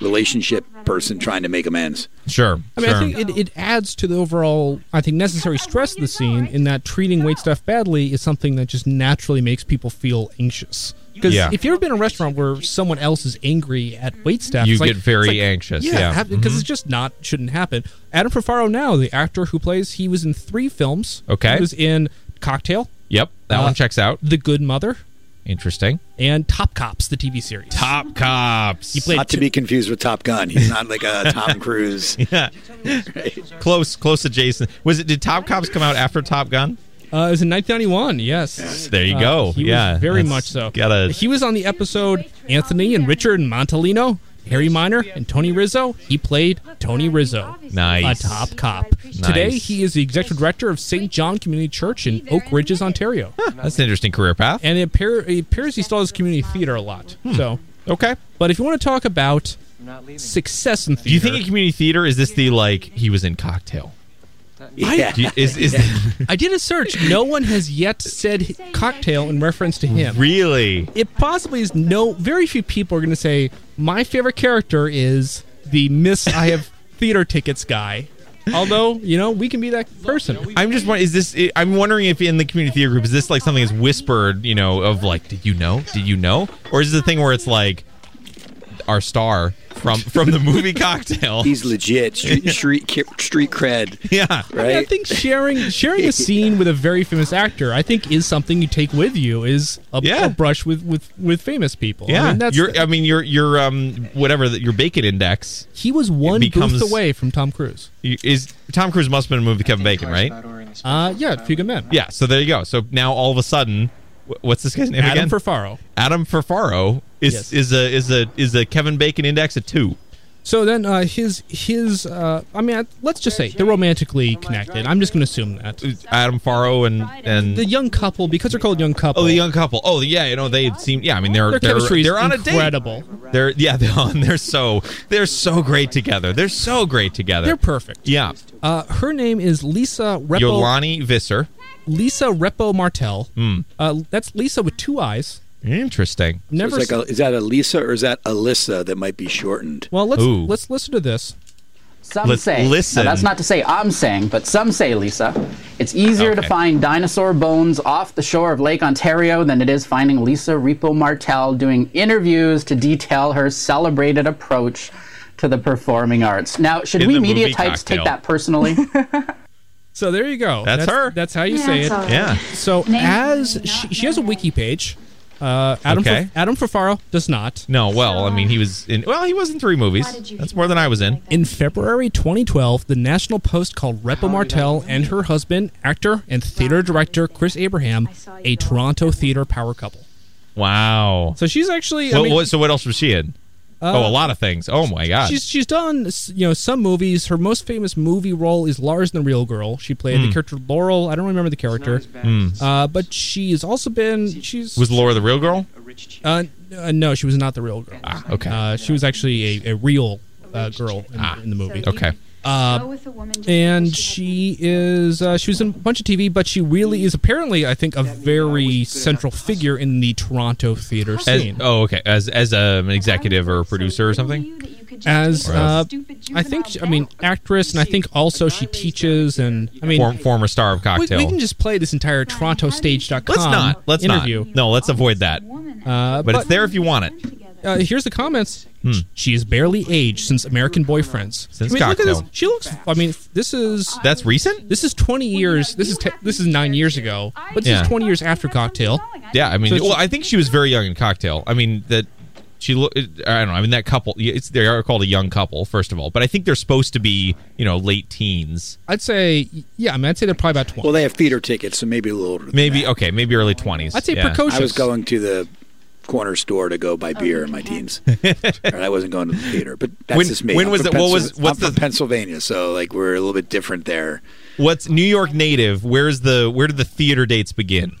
relationship person trying to make amends.
Sure.
I mean,
sure.
I think it, it adds to the overall, I think, necessary stress of the scene in that treating wait staff badly is something that just naturally makes people feel anxious. Because
Yeah.
if you've ever been in a restaurant where someone else is angry at wait staff,
You
it's like-
get very
it's like,
anxious,
Yeah,
yeah. Mm-hmm.
because it's just not shouldn't happen. Adam Perfaro now, the actor who plays, he was in three films.
Okay.
he was in Cocktail,
yep, that
Uh,
one checks out.
The Good Mother,
Interesting.
and Top Cops, the TV series.
Top cops.
he played
Not to
two-
be confused with Top Gun. He's not like a Tom Cruise.
close, close adjacent. Was it? Did Top Cops come out after Top Gun?
Uh, it was in 1991. Yes.
There you
Uh,
go.
he was
yeah,
very
that's
much so.
Gotta.
He was on the episode Anthony and Richard and Montalino, Harry Minor and Tony Rizzo. He played Tony Rizzo, a
Nice.
top cop. Today he is the executive director of St. John Community Church in Oak Ridges, Ontario,
that's an interesting career path.
and it, appear, it appears he still does community theater a lot.
Hmm.
So,
Okay.
but if you want to talk about success in theater,
Do you think in community theater is this the like he was in Cocktail?
Yeah.
Do you- is is
I did a search. No one has yet said cocktail in reference to him.
really?
it possibly is no very few people are going to say my favorite character is the miss i have theater tickets guy although you know we can be that person
I'm just wondering. Is this? I'm wondering if in the community theater group is this like something that's whispered? You know, of like, did you know? Did you know? Or is this a thing where it's like our star from from the movie Cocktail?
He's legit street street, ki- street cred,
yeah.
I, mean, I
right?
think sharing sharing a scene with a very famous actor i think is something you take with you is a,
Yeah.
a brush with with with famous people
Yeah,
I mean, that's
your I mean your your um whatever that your bacon index
he was one
becomes-
booth away from tom cruise
You- is Tom Cruise must have been a movie with Kevin Bacon, right?
uh yeah few good men
Yeah, so there you go. So now all of a sudden, wh- what's this guy's name
adam
again?
Ferfaro.
Adam Ferfaro is
Yes.
is a is a is a Kevin Bacon index a two.
So then, uh, his his uh, I mean, I- let's just say they're romantically connected. I'm just going to assume that
Adam Farrow and and
the young couple because they're called young couple.
oh the young couple. Oh yeah, you know they seem yeah. I mean they're
Their
they're
chemistry is
they're on
incredible.
a date. They're yeah they're on, they're so they're so great together. They're so great together.
They're perfect.
yeah.
Uh, her name is Lisa Repo.
Yolani Visser.
Lisa Repo Martel.
Hmm.
Uh, that's Lisa with two eyes.
Interesting.
So
Never.
it's like
s-
a, is that Elisa or is that Alyssa that might be shortened?
well, let's
Ooh.
let's listen to this.
Some
Let's
say.
listen.
Now, that's not to say I'm saying, but some say, Lisa, it's easier
Okay.
to find dinosaur bones off the shore of Lake Ontario than it is finding Lisa Repo Martel doing interviews to detail her celebrated approach to the performing arts. Now, should
In
we
the
media
movie
types
Cocktail.
take that personally?
So there you go.
That's her.
That's how you say it.
Yeah.
So as she, she has a wiki page. Uh, Adam
Okay.
Fer- Adam Ferfaro does not.
No, well, I mean, he was in. Well, he was in three movies. That's more than I was in.
In February 2012, the National Post called Repa Martel and her husband, actor and theater director Chris Abraham, a Toronto theater power couple.
Wow.
So she's actually, I
What-
mean, uh,
what- so what else was she in? oh, a lot of things. Oh my god.
she's she's done you know some movies. Her most famous movie role is Lars and the Real Girl. She played
Hmm.
the character Hmm. Laurel. I don't remember the character, uh, but Uh, she's also been she's
was Laura the real girl?
Uh, n- uh, no, she was not the real girl. Ah,
okay. Ah.
Uh, she was actually a, a real uh, girl in, in the movie.
Okay.
Uh, and she is uh, she was in a bunch of TV, but she really is apparently, I think, a very central figure in the Toronto theater
As,
scene.
oh, okay. As as um, an executive or a producer or something.
As
Or
uh,
as-
I think, she- I mean, actress, and I think also she teaches, and I mean,
Form, former star of
we,
cocktail.
we can just play this entire TorontoStage.com
let's not. Let's
interview.
not. No, let's avoid that.
Uh,
But it's there if you want it.
Uh, here's the comments. She is barely aged since American Boyfriends.
Since
I mean, look at this.
Cocktail.
She looks. I mean, this is
That's recent.
this is 20 years. This is te- this is nine years ago, but this
Yeah.
is 20 years after Cocktail.
Yeah, I mean,
So she-
well, I think she was very young in Cocktail. I mean that she look. I don't know. I mean that couple. It's they are called a young couple, first of all. But I think they're supposed to be, you know, late teens.
I'd say yeah. I mean, I'd say they're probably about 20.
Well, they have theater tickets, so maybe a little older. Than
Maybe
that.
okay, maybe early twenties.
I'd say
yeah.
precocious.
I was going to the corner store to go
Oh,
buy beer in my teens. and I wasn't going to the theater, but that's
When-
just me.
when
I'm
was
from
it- what
Pennsyl-
was- what's
I'm from
the-
Pennsylvania, so like we're a little bit different there.
What's New York native? Where's the where do the theater dates begin?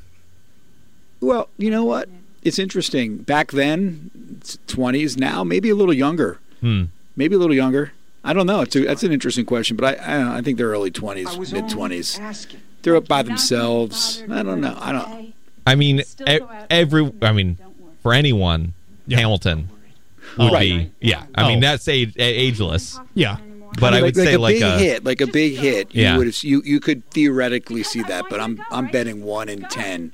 Well, you know what? It's interesting. Back then, it's 20s. Now, maybe a little younger.
Hmm.
Maybe a little younger. I don't know. It's a, that's an interesting question, but I I, don't know. I think they're early 20s, mid 20s. They're up by themselves. I don't know. I don't.
I mean, e- every. I mean, for anyone, Hamilton would be. Yeah, I mean
Oh.
that's age, ageless.
Yeah.
But I
like,
would
like
say
a
like uh,
big
a
hit, like a big hit. You
Yeah.
would have, you you could theoretically see that, but I'm I'm betting one in ten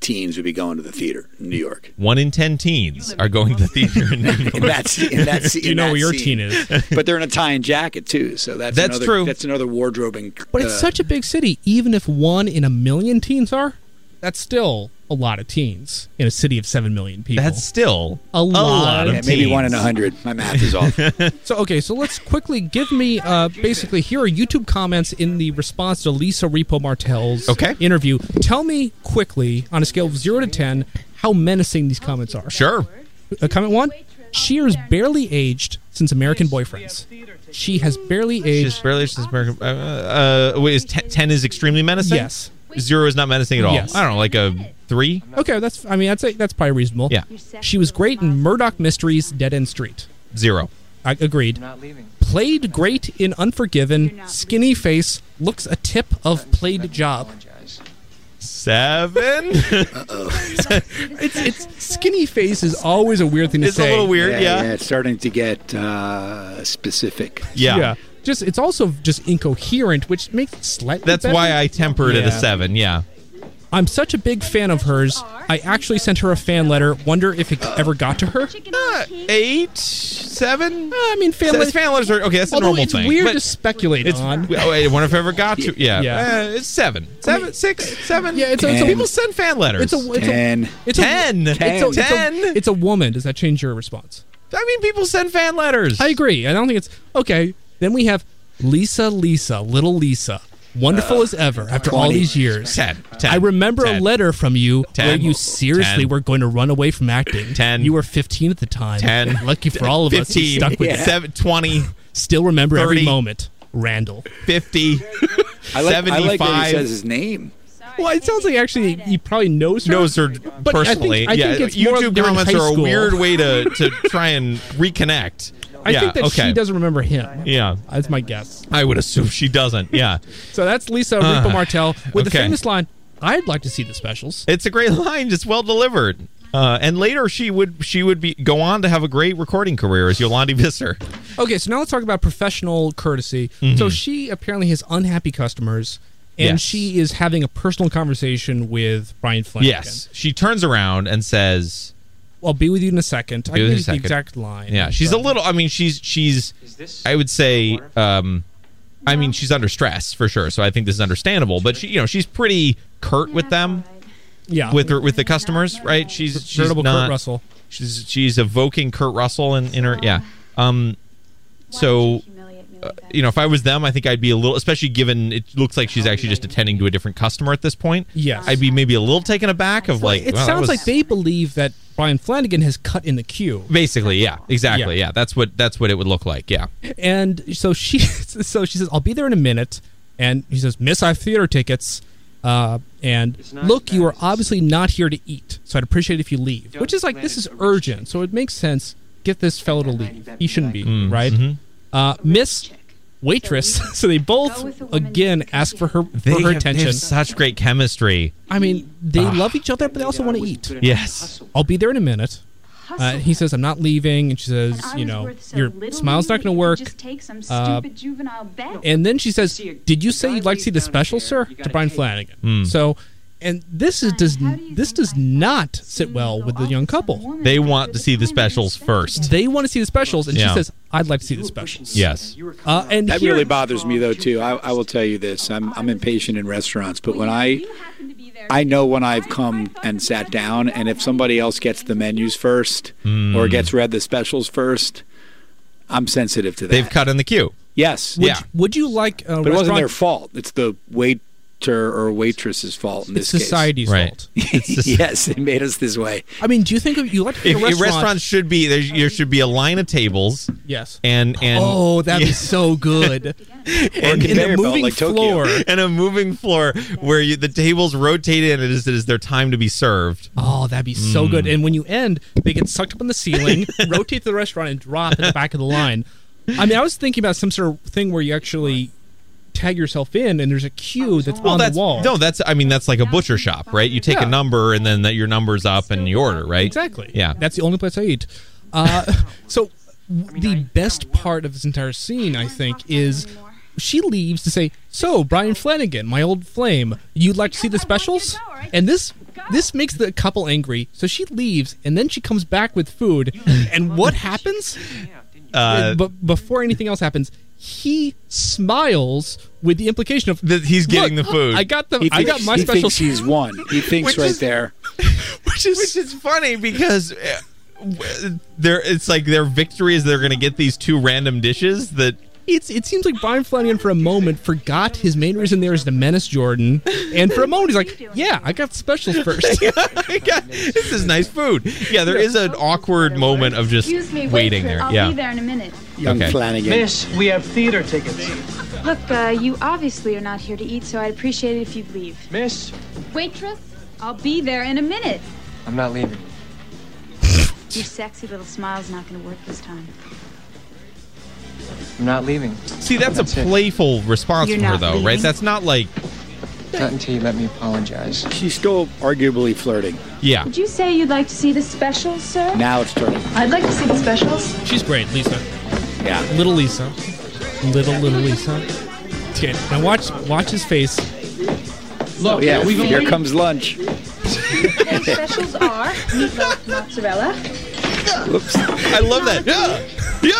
teens would be going to the theater in New York.
one in ten teens are going to the theater in New
In
York.
that scene, in that scene,
You
in
know
that
where your
scene.
teen is.
but they're in a tie and jacket too. So that's
That's
another,
true.
That's another wardrobing.
But it's
uh,
such a big city. Even if one in a million teens are, that's still a lot of teens in a city of seven million people.
That's still
A lot.
of
yeah, maybe
teens.
one in a hundred. My math is off.
So okay, so let's quickly give me uh, basically here are YouTube comments in the response to Lisa Repo Martel's
Okay.
interview. Tell me quickly on a scale of zero to ten how menacing these comments are.
Sure.
Uh, comment one: She is barely aged since American Boyfriends. She has barely
She's
aged.
barely she's American. Uh, uh, wait, is ten, ten is extremely menacing?
Yes.
Zero is not menacing at all.
Yes.
I don't know, like a three.
Okay, that's I mean that's that's probably reasonable.
Yeah.
She was great in Murdoch Mysteries, Dead End Street.
Zero.
I agreed. Played great in Unforgiven. Skinny face looks a tip of played job.
Seven.
It's, it's skinny face is always a weird thing to
it's a
say.
little weird.
yeah,
yeah.
it's starting to get uh, specific.
Yeah.
Just it's also just incoherent, which makes it slightly.
That's
better.
why I tempered it a
Yeah.
seven. Yeah.
I'm such a big fan of hers. I actually sent her a fan letter. Wonder if it ever got to her.
Uh, eight, seven.
Uh, I mean, fan
So
letters.
it's fan letters are okay. That's a
although
normal
it's
thing.
weird
but
to speculate
it's,
on.
Well, I wonder if I ever got to. Yeah,
Yeah.
Uh, it's seven, seven, six, seven.
Yeah, it's a-
it's a-
people send fan letters.
It's a it's a
Ten.
it's a,
Ten.
It's a, it's a, it's a-
Ten.
it's a woman. Does that change your response?
I mean, people send fan letters.
I agree. I don't think it's okay. Then we have Lisa, Lisa, little Lisa, wonderful as ever after all
20.
these years.
ten, ten.
I remember a
ten.
letter from you where
Ten.
you seriously
Ten.
were going to run away from acting.
Ten.
You were 15 at the time.
Ten.
Lucky for all of us, you
Fifteen,
stuck with it.
seven, twenty,
Still remember every
Thirty.
moment. Randall.
fifty,
I like, I like that he
seventy-five.
says his name.
Well, it sounds like actually he probably knows her.
knows her
But I think-
personally.
I
yeah,
think it's more
YouTube
they're in
comments
high
are a
school.
weird way to, to try and reconnect.
I
yeah,
think that
okay.
she doesn't remember him.
Yeah,
That's my guess.
I would assume she doesn't. Yeah,
So that's Lisa Ripa Martel with the
okay.
famous line, I'd like to see the specials.
it's a great line. It's well delivered. Uh, and later she would she would be go on to have a great recording career as Yolandi Visser.
Okay, so now let's talk about professional courtesy. So she apparently has unhappy customers, and
Mm-hmm. Yes.
she is having a personal conversation with Brian Flanagan.
Yes, she turns around and says,
I'll be with you in a second. I
Be with
can
you
give you
in a
the
second.
exact line.
"Yeah, she's a
but-
little. I mean, she's she's. I would say, um, I mean, she's under stress for sure. So I think this is understandable. But she, you know, she's pretty curt with them,
yeah
with her with the customers, right? She's she's
Veritable
not,
Kurt Russell.
She's she's evoking Kurt Russell in, in her yeah. Um, so uh, you know, if I was them, I think I'd be a little, especially given it looks like she's actually just attending to a different customer at this point.
Yes.
I'd be maybe a little taken aback of like.
It
wow, that
sounds
was-
like they believe that Brian Flanagan has cut in the queue,
basically yeah, exactly
Yeah.
yeah. That's what that's what it would look like yeah.
and so she so she says, "I'll be there in a minute," and he says, "Miss, I have theater tickets." Uh, and look, you are obviously not here to eat, so I'd appreciate it if you leave. Which is like,
plan
this
it
is urgent, so it makes sense. Get this fellow to leave. He shouldn't be,
Mm.
right?
Mm-hmm.
Uh, miss Waitress. So they both, again, ask for her,
They,
for her
have, Ah. they
attention.
have such great chemistry.
I mean, they love each other, but they also want to eat.
Yes.
I'll be there in a minute. Uh,
Hustle.
he says, I'm not leaving. And she says,
I
you
was
know,
worth so
your
little
smile's not
to
going
me,
to
you
work.
Just take some
Uh,
stupid juvenile bet.
and then she says, "Did you say you'd like to see the special, sir?" To Brian Flanagan.
Hmm.
So, and this is does this does not sit well with the young couple.
They want to see the specials first.
They want to see the specials, and she
Yeah.
says, "I'd like to see the specials."
Yes.
Uh, and
That
here-
really bothers me though too. I, I will tell you this: I'm I'm impatient in restaurants, but when I I know when I've come and sat down, and if somebody else gets the menus first or gets read the specials first, I'm sensitive to that.
They've cut in the queue.
yes,
Would, would you like? A
but it wasn't
restaurant-
their fault. It's the waiter or waitress's fault in
It's
this case.
society's
Right.
fault.
yes, it made us this way.
I mean, do you think of, you like to
If,
a restaurant?
restaurants should be there, there should be a line of tables
yes.
and and
oh, that'd be so good.
and,
in the
conveyor belt
moving
like Tokyo.
floor.
and a moving floor where you, the tables rotate in and it is, it is their time to be served.
Oh, that'd be so good.
Mm.
And when you end, they get sucked up on the ceiling, rotate to the restaurant, and drop at the back of the line. I mean, I was thinking about some sort of thing where you actually tag yourself in, and there's a queue that's on
Oh, that's
the wall.
no, that's I mean that's like a butcher shop, right? You take
Yeah.
a number and then that your number's up and you order, right?
exactly.
Yeah.
that's the only place I eat. Uh, so, w- the best part of this entire scene, I think, is she leaves to say, "So, Brian Flanagan, my old flame, you'd like to see the specials?" And this this makes the couple angry. So she leaves, and then she comes back with food. And what happens?
Uh,
but before anything else happens, he smiles with the implication of
That he's getting
"Look,
the food."
I got the
He
I got
thinks-
my
he
special.
thinks he's won. He thinks
Which
right
is-
there.
which is which is funny because uh, w- they're it's like their victory is they're going to get these two random dishes that
It's it seems like Brian Flanagan for a moment forgot his main reason there is to menace Jordan, and for a moment he's like, "Yeah, I got specials first.
this is nice food. Yeah, there is an awkward moment of just
Excuse me,
waiting
waitress.
there.
I'll
yeah.
be there in a minute.
Young
Okay.
Flanagan.
we have theater tickets.
Look, uh, you obviously are not here to eat, so I'd appreciate it if you'd leave.
Miss,
Waitress, I'll be there in a minute.
I'm not leaving.
Your sexy little smile's not going to work this time.
I'm not leaving.
See, that's,
That's
a
it.
playful response
You're
from her
not
though, right?
leaving?
That's not like
Not until you let me apologize.
She's still arguably flirting.
yeah.
Would you say you'd like to see the specials, sir?
Now it's turning.
I'd like to see the specials.
She's great, Lisa.
Yeah.
Little Lisa, little little Lisa. Okay, now watch watch his face.
Look, yeah,
we've
here
already-
comes lunch.
Today's specials are meatloaf mozzarella,
Whoops.
I love that. Yeah.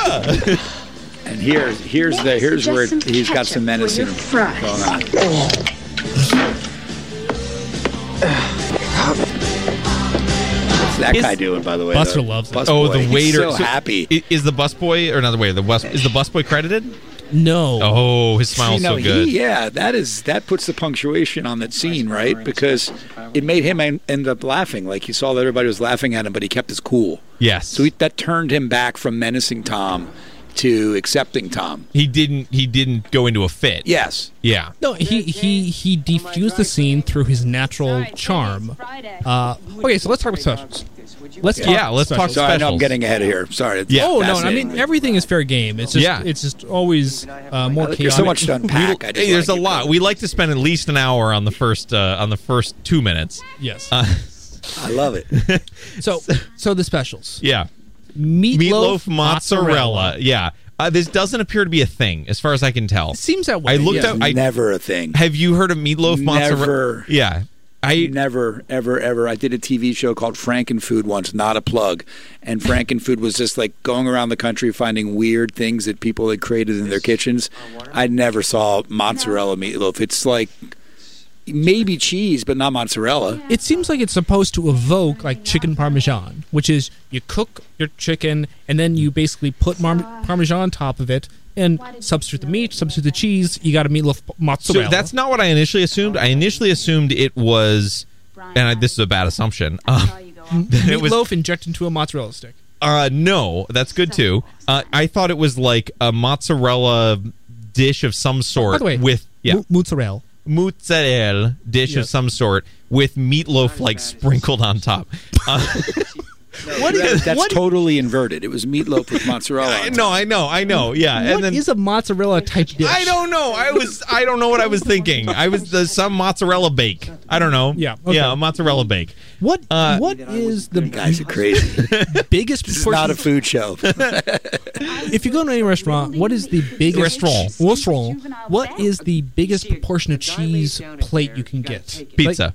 Yeah.
And here's here's the here's
Just
where
some
he's got
ketchup
some medicine
for your fries.
going on. What's that guy doing, by the way?
Buster
The
loves it.
busboy.
Oh, the
He's
waiter.
so happy.
i- Is the busboy or not the waiter? The bus is the busboy credited?
No,
Oh, his smile's
You know,
so good.
He, yeah, that is that puts the punctuation on that scene, right? Because it made him en- end up laughing. Like he saw that everybody was laughing at him, but he kept his cool.
yes.
So he, that turned him back from menacing Tom to accepting Tom.
he didn't. He didn't go into a fit.
Yes.
Yeah.
no, he he he defused the scene through his natural
Sorry,
charm.
today's Friday.
Uh, okay, so let's talk about specials. Let's talk
Yeah, let's talk
Sorry, I know I'm
Specials.
getting ahead of here. Sorry. It's
Yeah.
Oh no! I
fascinating.
mean, everything is fair game. It's just,
Yeah.
it's just always uh, more chaotic.
There's so much to unpack. I just
Hey, there's a
wanna keep
lot.
going.
We like to spend at least an hour on the first uh, on the first two minutes.
Yes.
Uh,
I love it.
so, so the specials.
Yeah.
Meatloaf,
Meatloaf mozzarella. Yeah. Uh, this doesn't appear to be a thing, as far as I can tell.
Seems that way.
I looked
Yeah,
up. I,
never a thing.
have you heard of meatloaf mozzarella?
Never.
Yeah. I
Never, ever, ever. I did a TV show called Frankenfood once, not a plug. And Frankenfood was just like going around the country finding weird things that people had created in their kitchens. I never saw mozzarella meatloaf. It's like maybe cheese, but not mozzarella.
It seems like it's supposed to evoke like chicken parmesan, which is you cook your chicken and then you basically put mar- parmesan on top of it and substitute the meat, substitute the cheese. You got a meatloaf
so
mozzarella.
that's not what I initially assumed. I initially assumed it was, and I, this is a bad assumption. Uh,
Saw you go off.
that it was
meatloaf injected into a mozzarella stick.
Uh, no, that's good too. Uh, I thought it was like a mozzarella dish of some sort
By the way,
with yeah.
mo- mozzarella.
mozzarella dish of some sort with meatloaf like sprinkled on top. Uh, what is
That's
what?
totally inverted. It was meatloaf with mozzarella. on
no, I know, I know. Yeah, and
What
then
is a mozzarella type dish?
I don't know. I was I don't know what I was thinking. I was the, some mozzarella bake. I don't know.
Yeah, okay.
yeah, a mozzarella bake.
What
Uh,
what is the
Guys are crazy.
biggest
This is
proportion-
not a food show.
if you go to any restaurant, what is the biggest
Restaurant.
Restaurant. What is the biggest proportion of cheese plate you can get?
Pizza.
Like,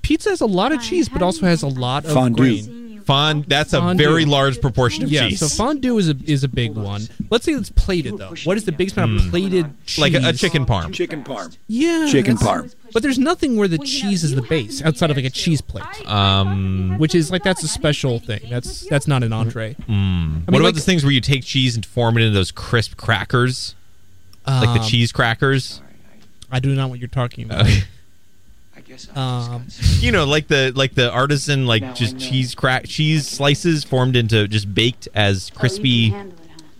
pizza has a lot of cheese, but also has a lot of
Fondue.
green.
Fond that's a
Fondue.
very large proportion of
Yeah,
cheese.
so fondue is a is a big one. Let's say it's plated though. What is the biggest
Hmm.
amount of plated cheese?
like a, a chicken parm.
Chicken parm.
Yeah,
Chicken
that's-
parm.
But there's nothing where the cheese is the base outside of like a cheese plate,
Um
which is like that's a special thing. That's that's not an entree.
Hmm. what about
like-
those things where you take cheese and form it into those crisp crackers? like the
Um,
cheese crackers?
I do not know what you're talking about.
Okay.
Um,
you know, like the like the artisan like just cheese crack cheese slices formed into just baked
Oh,
as crispy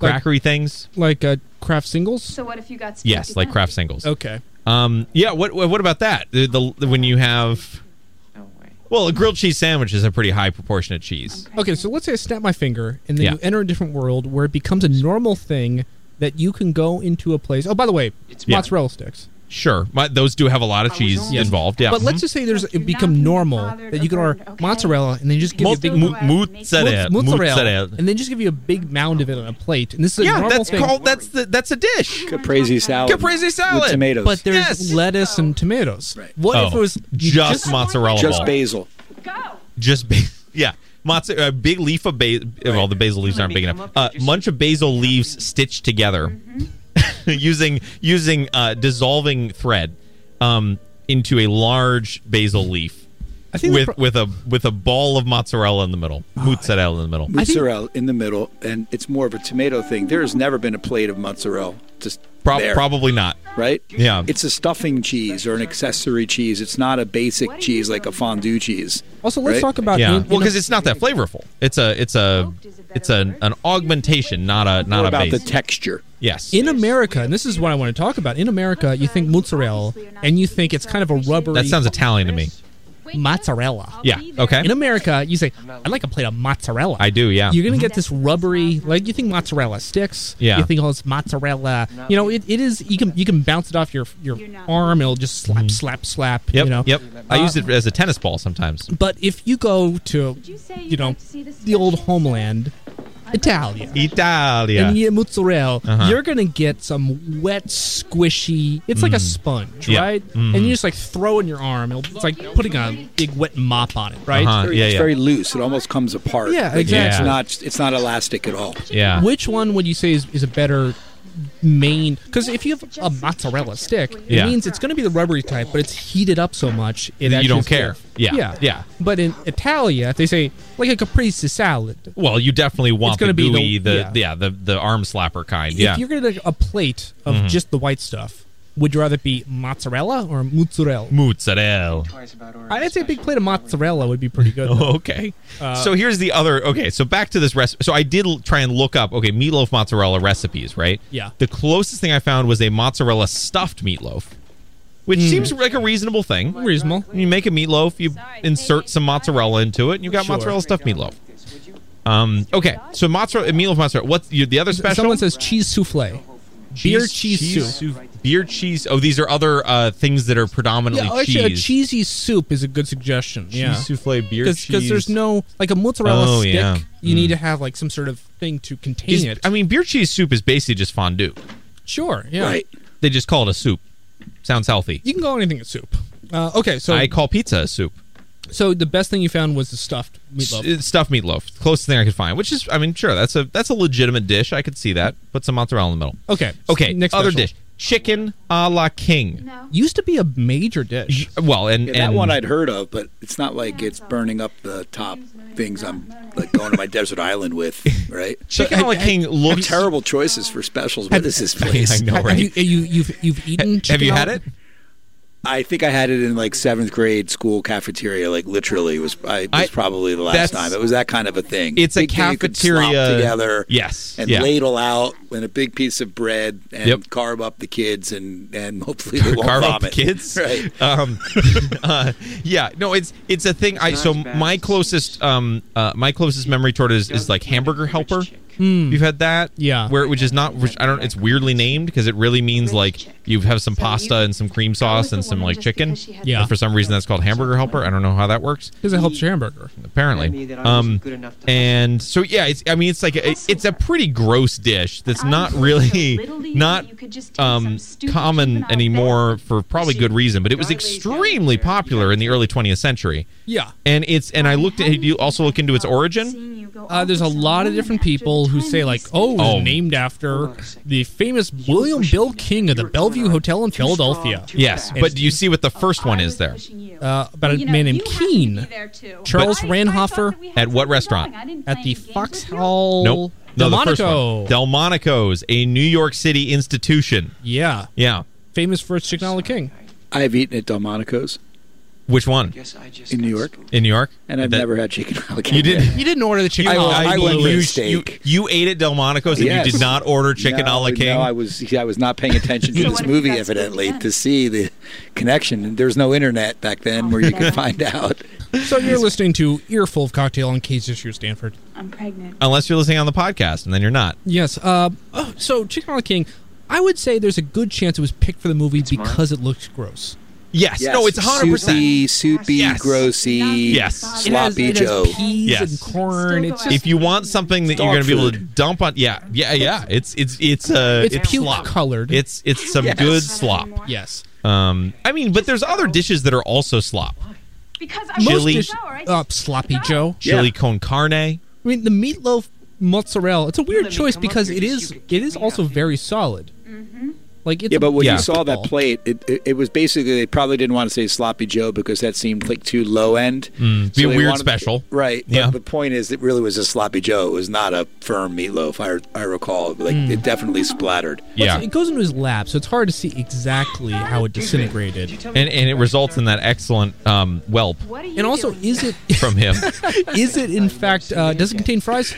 crackery things.
like uh, craft singles.
So what if you got stuck
Yes, like
again?
craft singles.
Okay.
Um, yeah. What what what about that? The, the, the- when you have, well, a grilled cheese sandwich is a pretty high proportion of cheese.
Okay, so let's say I snap my finger, and then
Yeah.
you enter a different world where it becomes a normal thing that you can go into a place. Oh, by the way, it's
Yeah.
mozzarella sticks.
Sure, my, those do have a lot of cheese involved. Yeah, Mm-hmm.
But let's just say there's it become normal that you can order mozzarella, and they just give you a
Mozz-
big
Mm-hmm. mo- mozzarella.
mozz- mozzarella,
Mozzarella.
and then just give you a big mound of it on a plate. And this is a
Yeah,
normal
that's
thing,
called that's the that's a dish.
Caprese salad.
Caprese salad.
With tomatoes.
but there's
Yes.
lettuce and tomatoes.
Right.
What if
Oh,
it was you
just, mozzarella
just
ball.
basil.
just ba- yeah Mozza- a big leaf of basil well the basil leaves aren't big enough a bunch of basil leaves stitched together using using uh, dissolving thread um, into a large basil leaf
I think the
with
pro- Ah,
with a with a ball of mozzarella in the middle mozzarella in the middle
Mozzarella in the middle, and it's more of a tomato thing. There has never been a plate of mozzarella just
Prob-
there,
probably not
right?
Yeah.
It's a stuffing cheese or an accessory cheese. It's not a basic cheese like a fondue cheese.
Also, let's
Right?
talk about
yeah
in-
well
in a-
because it's not that flavorful it's a it's a it's an, an augmentation not a not a
What
Uh,
about
base
the texture?
yes
In America, and this is what I want to talk about. In America, you think mozzarella, and you think it's kind of a rubbery
that sounds Italian to me
mozzarella.
yeah okay
In America, you say, "I'd like a plate of mozzarella."
I do yeah
You're gonna
Mm-hmm.
get this rubbery, like you think mozzarella sticks.
Yeah.
You think all this mozzarella. You know, it, it is. You can you can bounce it off your your arm. It'll just slap, slap, slap.
Mm-hmm. yep
You know. Uh,
yep I use it as a tennis ball sometimes
But if you go to,
Did you say you'd
you know,
like to see the
the old
special?
homeland, Italia.
Italia.
and you mozzarella,
Uh-huh.
you're gonna get some wet, squishy. It's like a sponge,
Mm. Yeah. Mm-hmm.
right? And you just like throw in your arm. It'll, it's like putting a big wet mop on it, right?
Uh-huh.
Very-
Yeah,
it's
yeah.
very loose. It almost comes apart.
Yeah,
Like,
exactly.
It's not. It's not elastic at all.
yeah.
Which one would you say is, is a better main? Because if you have a mozzarella stick, it
Yeah.
means it's going to be the rubbery type, but it's heated up so much it
That you
actually
don't
is
care.
stiff.
Yeah,
yeah,
yeah.
But in Italia, they say like a caprese salad.
well, you definitely want
It's
the
gonna be the-
gooey, the,
yeah.
yeah. the the arm slapper kind. Yeah. Mm-hmm.
If you're going to get a plate of just the white stuff, would you rather it be mozzarella or mozzarella?
Mozzarella.
I'd say a big plate of mozzarella would be pretty good. though.
Okay.
Uh,
so here's the other. Okay. So back to this recipe. So I did l- try and look up. Okay, meatloaf mozzarella recipes. Right.
Yeah.
The closest thing I found was a mozzarella stuffed meatloaf, which seems like a reasonable thing.
Hmm. Reasonable.
You make a meatloaf, you insert some mozzarella into it, and you got
Sure.
mozzarella stuffed meatloaf. Um. Okay. So mozzarella meatloaf mozzarella. What's you, the other special?
Someone says cheese souffle. beer cheese soup.
Beer cheese. Oh, these are other uh, things that are predominantly
Yeah, actually, a
cheese.
cheesy soup is a good suggestion. yeah.
Cheese souffle, beer
because there's no like a mozzarella
Oh,
stick.
yeah.
You need to have like some sort of thing to contain
Is-
it.
I mean, beer cheese soup is basically just fondue.
sure, yeah.
Right.
They just call it a soup. Sounds healthy.
You can call anything a soup. Uh, okay, so
I call pizza a soup.
so the best thing you found was the stuffed meatloaf.
S- uh, stuffed meatloaf, closest thing I could find. Which is, I mean, sure, that's a that's a legitimate dish. I could see that. Put some mozzarella in the middle.
Okay,
Okay.
next
other
special.
dish, chicken a la king.
Used to be a major dish.
Well, and,
Yeah,
and
that one I'd heard of, but it's not like it's burning up the top things I'm like going to my desert island with, right?
chicken a la king looks
Terrible choices for specials. What is this place?
I know,
Have you
right?
you you've, you've eaten?
Have
chicken
you
al-
had it?
I think I had it in like seventh grade school cafeteria. Like literally, was I it was
I-
probably the
that's-
last time. It was that kind of a thing.
It's a
Big thing you could slop
cafeteria-
together.
Yes,
and
yeah.
ladle out and a big piece of bread and
Yep.
carve up the kids and and hopefully they won't
carve up
vomit.
the kids.
right?
Um, uh, yeah, no, it's it's a thing. I so my closest um uh, my closest memory toward it is, is like hamburger helper. Hmm.
Hmm.
You've had that,
Yeah.
where which is not which I don't. It's weirdly named because it really means like you have some pasta and some cream sauce and some like chicken.
Yeah.
But for some reason that's called hamburger helper. I don't know how that works.
Because it helps your hamburger.
Apparently, um, and so yeah, it's, I mean, it's like a, it's a pretty gross dish that's not really not um, common anymore for probably good reason, but it was extremely popular in the early 20th century.
Yeah.
And it's and I looked at you also look into its origin.
Uh, there's a lot of different people who say like, "Oh, it was
Oh.
named after the famous William Bill King of the Bellevue Hotel in Philadelphia."
Yes, but do you see what the first one is there?
uh, about a man named Keene, Charles Ranhofer
At what restaurant?
at the Foxhall.
Nope. No, the first
Delmonico.
one. Delmonico's, a New York City institution.
yeah,
Yeah.
famous for its chicken a la king.
I have eaten at Delmonico's
Which one?
in New York,
In New York?
and I've
That-
never had chicken a la carte.
You didn't
You didn't order the chicken.
You,
I-
a la
I
king.
went
you,
with
you-
steak.
you ate at Delmonico's and
Yes.
you did not order chicken a
no,
la king.
No, I was I was not paying attention to this movie evidently to see the connection. And There's no internet back then where you could find out.
So you're listening to Earful of Cocktail on KZSU Stanford.
I'm pregnant.
Unless you're listening on the podcast, and then you're not.
Yes. Uh, oh, so Chicken a la King, I would say there's a good chance it was picked for the movie because it looked gross.
Yes. No, it's 100%.
soupy, soupy,
Yes.
grossy,
Yes.
It has,
sloppy
it
Joe.
has peas
Yes.
and corn. It's just
if you want something that you're
dog
going to be able to
food.
dump on, yeah, yeah, yeah. It's it's it's uh,
It's puke
slop.
colored.
It's it's some
Yes.
good slop.
yes.
Um, I mean, but there's other dishes that are also slop.
Because I
Most
was
Chili-
in the shower, I
Uh,
just-
sloppy Joe.
Chili con carne.
I mean, the meatloaf mozzarella. It's a weird choice because it is it is also very solid. Like it's
Yeah, but when
Yeah.
you saw that plate, it, it, it was basically they probably didn't want to say sloppy Joe because that seemed like too low end.
Hmm. be a
they
weird special.
right? but
Yeah.
The point is, it really was a sloppy Joe. It was not a firm meatloaf. I I recall, like it definitely splattered.
Hmm. Yeah,
it goes into his lap, so it's hard to see exactly how it disintegrated.
and and it results in that excellent um, whelp
What are you
And also,
doing?
is it
from him.
is it in fact uh, does it contain fries?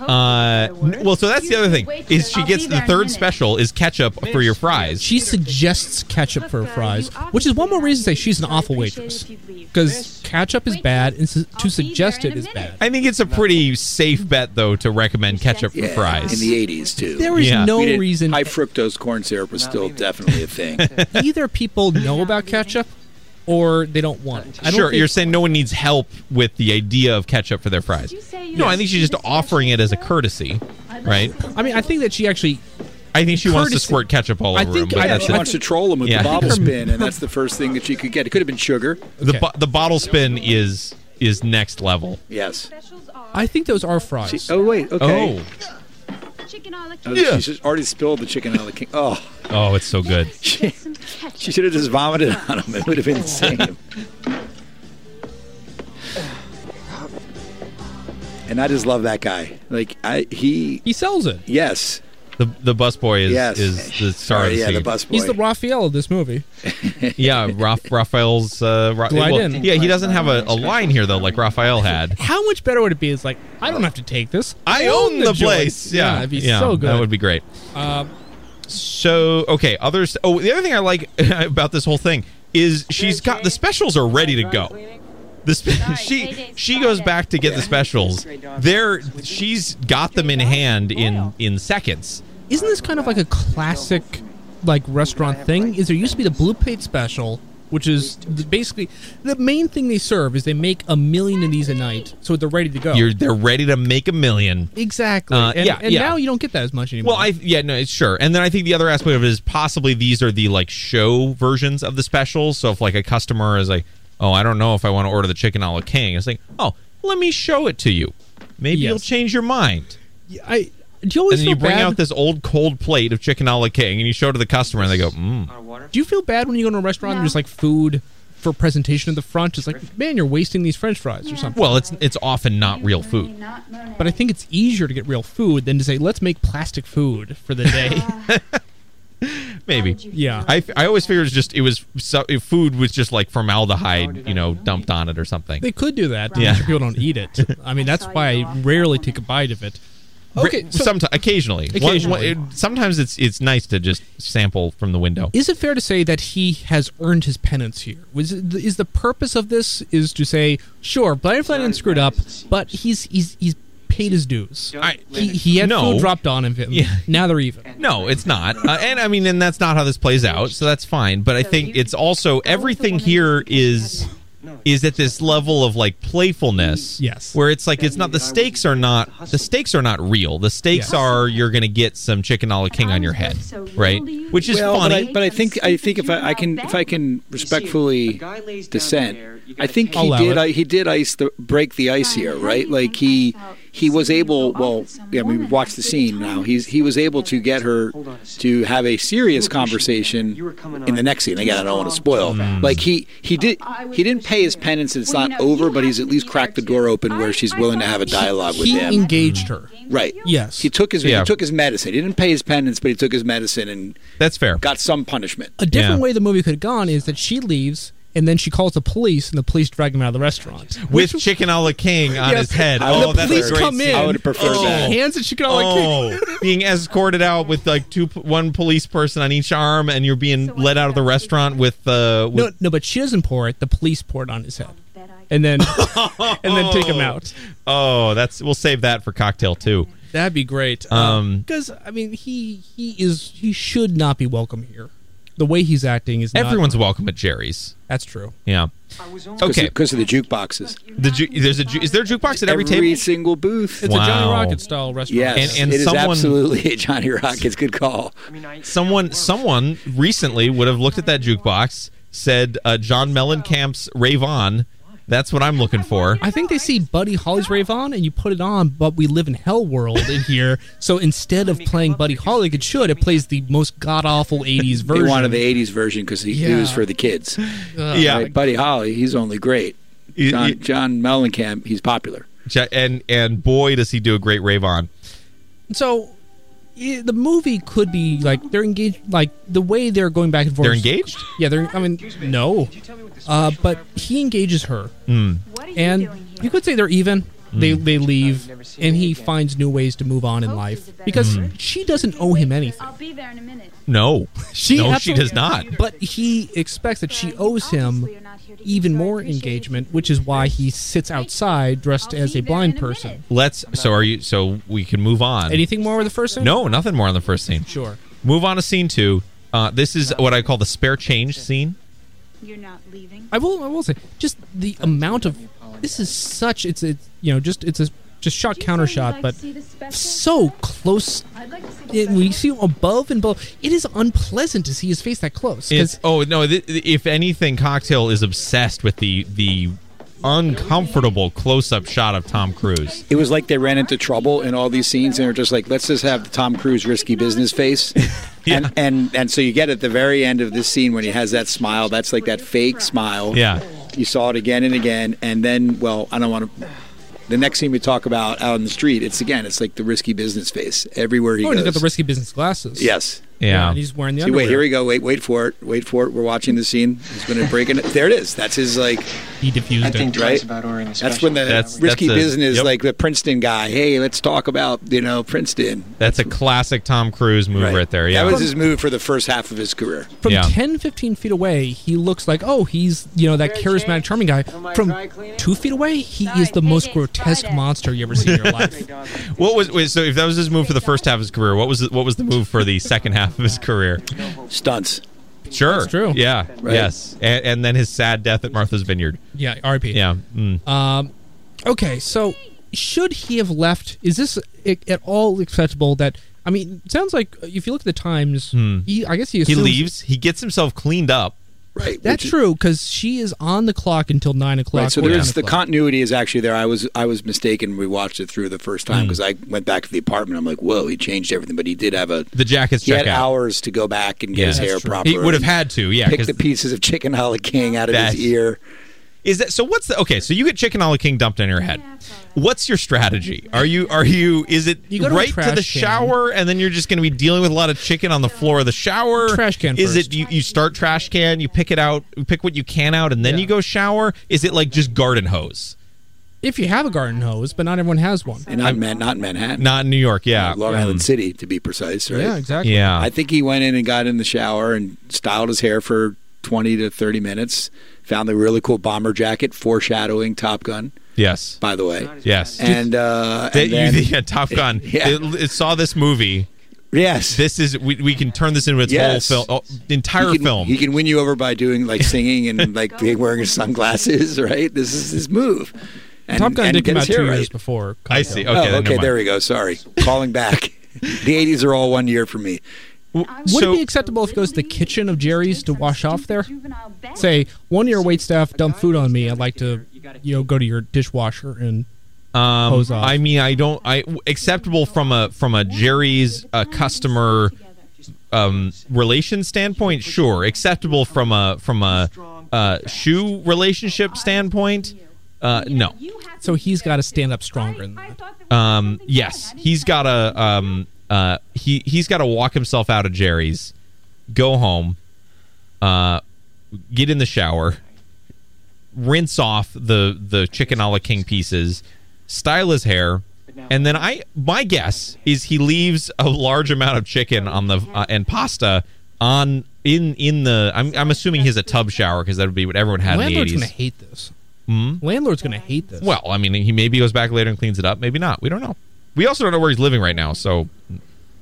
Uh, n- well, so that's the other thing is she
I'll
gets the
be there in a
third
minute.
special is ketchup for your fries.
She suggests ketchup for fries, which is one more reason to say she's an awful waitress because ketchup is bad, and su- to suggest it is bad.
I think it's a pretty safe bet though to recommend ketchup for
Yeah, in
fries.
the eighties too.
There is
Yeah.
no
We didn't-
reason
high fructose corn syrup was still definitely a thing.
either people know about ketchup or they don't want it. I don't
Sure,
think-
you're saying no one needs help with the idea of ketchup for their fries.
you say you
No, I
had
think she's just
this
offering it as a courtesy, right?
I mean, I think that she actually
I think she wants to
Courtesy.
squirt ketchup all
I
over him,
think
but
I-
Yeah,
that's
she
it.
wants to troll them with
Yeah.
the bobble spin, and that's the first thing that you could get. It could have been sugar.
the
okay.
bo- the bottle spin is is next level.
Yes.
Specials are
I think those are fries.
Oh wait. Okay.
Oh,
chicken a la
Oh,
king.
She's just already spilled the chicken out of the king. Oh,
oh, it's so good.
Get some ketchup.
she should have just vomited on him. It would have been the same. and I just love that guy. Like I, he,
he sells it.
yes,
The the busboy is
yes,
is the star
Sorry,
of the
yeah,
scene.
the bus boy.
He's the Raphael of this movie.
yeah, Raf- Raphael's. Uh, Ra-
Glide
well,
in.
yeah, he doesn't have a, a line here though, like Raphael had.
How much better would it be? It's like I don't have to take this.
I own the
joint.
place. Yeah,
it'd be
yeah,
so good.
That would be great.
Um,
So okay, others. Oh, the other thing I like about this whole thing is she's got the specials are ready to go. The spe- she she goes back to get the specials. There, she's got them in hand in in seconds.
isn't this kind of like a classic like restaurant thing? Is there used to be the blue plate special, which is th- basically the main thing they serve is they make a million of these a night, so they're ready to go.
You're they're ready to make a million.
exactly.
Uh,
and
yeah,
and
yeah.
now you don't get that as much anymore.
Well, I yeah no it's sure, and then I think the other aspect of it is possibly these are the like show versions of the specials. So if like a customer is like, oh, I don't know if I want to order the chicken a la king, it's like, oh, let me show it to you. Maybe
Yes.
you'll change your mind.
I do you always
and then
feel
you bring
bad?
out this old cold plate of chicken a la king and you show it to the customer and they go mm.
Do you feel bad when you go to a restaurant and
No.
there's like food for presentation at the front? It's like, man, you're wasting these French fries or something.
well it's it's often not real food
Not learning.
But I think it's easier to get real food than to say, let's make plastic food for the day.
Maybe.
Yeah.
I, I always figured it was just it was so, if food was just like formaldehyde, you know, dumped on it or something.
They could do that. to
Yeah.
make sure people don't eat it. I mean, that's why I rarely take a bite of it. Okay. So
sometimes occasionally. One- one-
Occasionally.
it- sometimes it's it's nice to just sample from the window.
is it fair to say that he has earned his penance here? Was it, is the purpose of this is to say, sure, Brian Flanagan screwed up, but he's he's he's paid his dues. he, he had
No.
food dropped on him.
Yeah.
Now they're even.
No, it's not. Uh, and I mean, and that's not how this plays out, so that's fine. But I think it's also everything here is is at this level of like playfulness.
Yes.
Where it's like it's not the stakes are not the stakes are not real. The stakes
Yes.
are you're going to get some chicken a la king on your head, right? Which is
Well, but I-
funny.
But I, think I think if I, I can if I can respectfully dissent, I think he
Allow
did
it.
I, he did ice the break the ice here, right? Like he he was able. Well, yeah, I mean, we watched the scene now. He's he was able to get her to have a serious conversation in the next scene. Again, I don't want to spoil. Mm. Like he he did he didn't pay his penance. It's not over, but he's at least cracked the door open where she's willing to have a dialogue with
He
him.
engaged her.
Mm-hmm.
Right.
Yes.
He took his
Yeah.
he took his medicine. He didn't pay his penance, but he took his medicine and
that's fair.
Got some punishment.
A different way the movie could have gone is that she leaves and then she calls the police and the police drag him out of the restaurant.
with chicken a la king on
Yes.
his head.
And
Oh,
the
that's
police
a great
come
scene.
in. I would've preferred
oh.
that. Hands at chicken a la
oh. being escorted out with like two, one police person on each arm, and you're being led out of the restaurant with uh,
No,
with
no, but she doesn't pour it. The police pour it on his head, and then and then take him out.
Oh, that's we'll save that for cocktail too.
That'd be great.
Um,
Because I mean, he he is he should not be welcome here. The way he's acting is not-
Everyone's welcome at Jerry's.
That's true.
Yeah.
Because
Okay.
of, 'cause of the jukeboxes.
The ju- there's a ju- is there a jukebox at every,
Every
table?
single booth.
It's a Johnny Wow. Rocket
style
Yes,
And- and
it is
someone-
absolutely a Johnny Rockets. Good call.
Someone someone recently would have looked at that jukebox, said uh, John Mellencamp's Rave On. That's what I'm looking for.
I think they see Buddy Holly's Rave on, and you put it on. But we live in Hell World in here, so instead of playing Buddy Holly, it should it plays the most god awful '80s
They
version.
wanted the '80s version because he, he was
Yeah.
for the kids.
Ugh.
Yeah.
Like Buddy Holly, he's only great.
You-
John,
you-
John Mellencamp, he's popular.
Ja- And and boy does he do a great Rave On.
So i- the movie could be like they're engaged, like the way they're going back and forth.
They're engaged?
Yeah, they're. I mean, no. Uh, but he engages her,
Mm.
and you could say they're even.
Hmm.
They they leave, and he finds new ways to move on in life because
Hmm.
she doesn't owe him anything.
No, no, she
absolutely-
does not.
But he expects that she owes him even more engagement, which is why he sits outside dressed as a blind person.
Let's. So are you? So we can move on.
Anything more with the first scene?
No, nothing more on the first scene.
Sure.
Move on to scene two. Uh, this is what I call the spare change scene.
I will. I will say, just the amount of this is such. It's a you know just it's a just shot counter shot, but so close. It, when you see him above and below, it is unpleasant to see his face that close. 'cause
It's, oh no! Th- th- if anything, Cocktail is obsessed with the the uncomfortable close up shot of Tom Cruise.
It was like they ran into trouble in all these scenes and were just like, let's just have the Tom Cruise risky business face. and, and and so you get at the very end of this scene when he has that smile, that's like that fake smile.
Yeah.
You saw it again and again. And then, well, I don't want to. The next scene we talk about out on the street, it's again, it's like the risky business face everywhere he
oh, and
goes.
he's got the risky business glasses.
Yes.
Yeah, and he's wearing the
See, wait,
underwear.
here we go. Wait, wait for it. Wait for it. We're watching the scene. He's going to break it. There it is. That's his like.
He diffused
I think
it.
right.
twice
About
about
ordering
ordering a
that's
special.
when the
That's-
risky
that's a-
business,
yep.
like the Princeton guy. Hey, let's talk about you know Princeton.
That's a classic Tom Cruise move right, there. Yeah,
That was his move for the first half of his career.
From
Yeah.
ten, fifteen 10, 15 feet away, he looks like, oh, he's, you know, that charismatic, charming guy. From two feet away, he is the most grotesque monster you ever see in your life.
What was wait, so? If that was his move for the first half of his career, what was what was the move for the second half of his career?
Stunts.
Sure.
That's true.
Yeah.
Right.
Yes. And, and then his sad death at Martha's Vineyard.
Yeah, RIP.
Yeah. Mm.
Um, okay, so should he have left? Is this i- at all acceptable that, I mean, it sounds like uh, if you look at the times, he, I guess he
Hmm. He
assumes,
leaves. He gets himself cleaned up.
Right.
That's true, because she is on the clock until 9 o'clock.
Right, so
or
there
10
is the
o'clock.
continuity is actually there. I was I was mistaken. We watched it through the first
Mm.
time because I went back to the apartment. I'm like, whoa, he changed everything, but he did have a
The jackets
He had
check out.
hours to go back and get
Yeah.
his
That's
hair
true.
proper.
He would have
and
had to, yeah,
pick
'cause-
the pieces of chicken a la king out of
That's-
his ear.
Is that so? What's the okay? So you get chicken a la king dumped on your head. What's your strategy? Are you are you? Is it
You go to a
right to
trash
the
can.
shower and then you're just going to be dealing with a lot of chicken on the floor of the shower?
Trash can
Is
first.
it you, you start trash can, you pick it out, you pick what you can out, and then you go shower? Is it like just garden hose?
If you have a garden hose, but not everyone has one.
And not, Man- not Manhattan.
Not in New York, yeah.
Long
Mm.
Island City, to be precise, right?
Yeah, exactly.
Yeah.
I think he went in and got in the shower and styled his hair for 20 to 30 minutes. Found the really cool bomber jacket, foreshadowing Top Gun,
Yes.
by the way.
Yes.
And, uh,
That
and
you-
then-
yeah, Top Gun.
Yeah.
It, it saw this movie.
Yes.
This is we, we can turn this into its
Yes.
whole film, oh, entire
he can,
film.
He can win you over by doing like singing and like wearing his sunglasses, right? This is his move. And,
Top Gun
and
did come
gets
out two
here
years
right.
before.
I see. Okay,
Oh,
then never
okay,
mind.
there we go. Sorry, calling back. the '80s are all one year for me.
Would
So-
it be acceptable if it goes to the kitchen of Jerry's to wash off there? Say, one of your wait staff dumped food on me. I'd like to, you know, go to your dishwasher and
Um,
Hose off.
I mean, I don't. I acceptable from a from a Jerry's uh, customer um, relation standpoint. Sure, acceptable from a from a uh, shoe relationship standpoint. Uh, no.
so he's got to stand up stronger. Than that.
Um, yes, he's got to um, uh, he he's got to walk himself out of Jerry's, go home, uh, get in the shower, rinse off the the chicken a la king pieces, style his hair, and then I my guess is he leaves a large amount of chicken on the uh, and pasta on in in the I'm I'm assuming he has a tub shower because that would be what everyone had in the
Landlord's
eighties. Hmm?
gonna hate this. Landlord's gonna hate this.
Well, I mean, he maybe goes back later and cleans it up. Maybe not. We don't know. We also don't know where he's living right now. So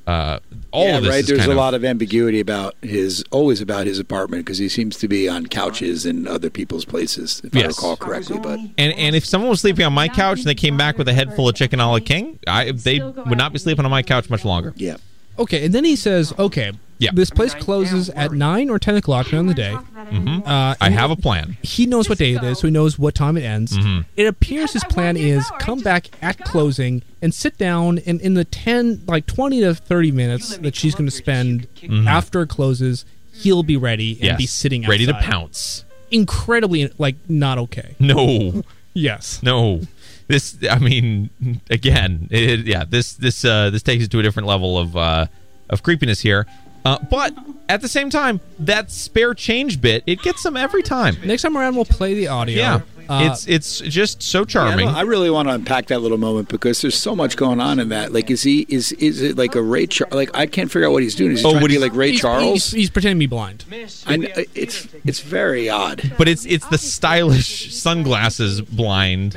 uh, all
yeah,
of this
right.
is
There's
kind
a
of-
lot of ambiguity about his always about his apartment because he seems to be on couches in other people's places, if I
Yes.
recall correctly. But
And and if someone was sleeping on my couch and they came back with a head full of chicken a la king, I they would not be sleeping on my couch much longer.
yeah,
Okay, and then he says, "Okay,
Yeah.
this place closes at nine or ten o'clock during the day." Uh,
I have a plan.
he knows what day it is, so he knows what time it ends.
Mm-hmm.
It appears his plan is come back at closing and sit down, and in the ten, like twenty to thirty minutes that she's going to spend after it closes, he'll be ready and
Yes.
be sitting outside.
ready to pounce.
Incredibly, like not okay.
No,
Yes.
no. This I mean, again, it, yeah. This this uh, this takes it to a different level of uh, of creepiness here. Uh, but at the same time, that spare change bit it gets them every time.
Next time around, we'll play the audio.
Yeah,
Uh,
it's it's just so
Yeah, I
charming.
don't- I really want to unpack that little moment because there's so much going on in that. Like, is he is is it like a Ray? Char- like, I can't figure out what he's doing. Is he
Oh,
trying
what
to be
he's-
like Ray
he's-
Charles?
He's, he's pretending to be blind.
I kn- it's it's very odd.
but it's it's the stylish sunglasses blind,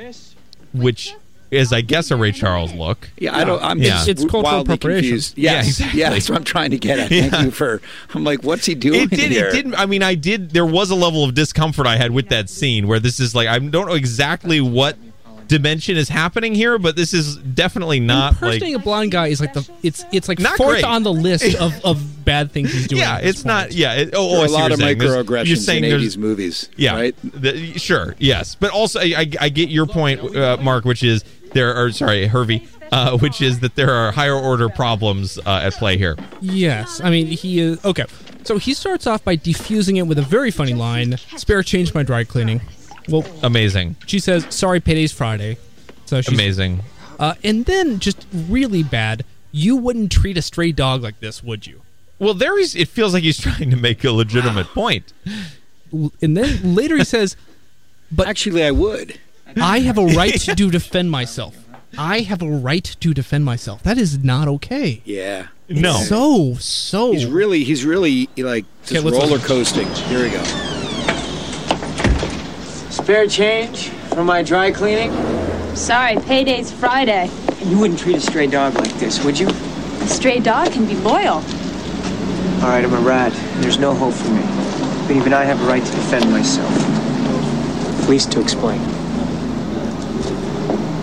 which is I guess a Ray Charles look.
Yeah, I don't. I'm
Yeah.
just
It's- it's cultural
wildly
appropriation.
confused.
Yeah,
Yes.
exactly.
Yeah, that's what I'm trying to get at. Thank you for. I'm like, what's he doing?
It did.
here?
It didn't. I mean, I did. There was a level of discomfort I had with that scene where this is like I don't know exactly what dimension is happening here, but this is definitely not like.
Impersonating a blind guy is like the it's it's like
Not
fourth
great.
on the list of, of bad things he's doing.
Yeah,
at this
it's not.
point.
Yeah. It, oh,
There
oh,
are
I
a
see
lot
what you're
of
saying. There's-
microaggressions
You're saying
in
there's
80s movies,
Yeah.
right?
The- sure. Yes. But also, I, I, I get your point, uh, Mark, which is there are, sorry, Hervey, uh, which is that there are higher order problems uh, at play here.
Yes, I mean he is okay. So he starts off by defusing it with a very funny line: "Spare change my dry cleaning." Well,
Amazing.
she says, "Sorry, payday's Friday." So she's,
Amazing.
Uh, and then just really bad. You wouldn't treat a stray dog like this, would you?
Well, there is, it feels like he's trying to make a legitimate point.
L- And then later he says,
Actually, I would.
"I have a right to defend myself. I have a right to defend myself. That is not okay."
Yeah.
No.
So so
He's really, he's really like just
let's
roller
listen.
coasting. Here we go.
Spare change for my dry cleaning?
Sorry, payday's Friday.
You wouldn't treat a stray dog like this, would you?
A stray dog can be loyal.
All right, I'm a rat. There's no hope for me. But even I have a right to defend myself. Please to explain.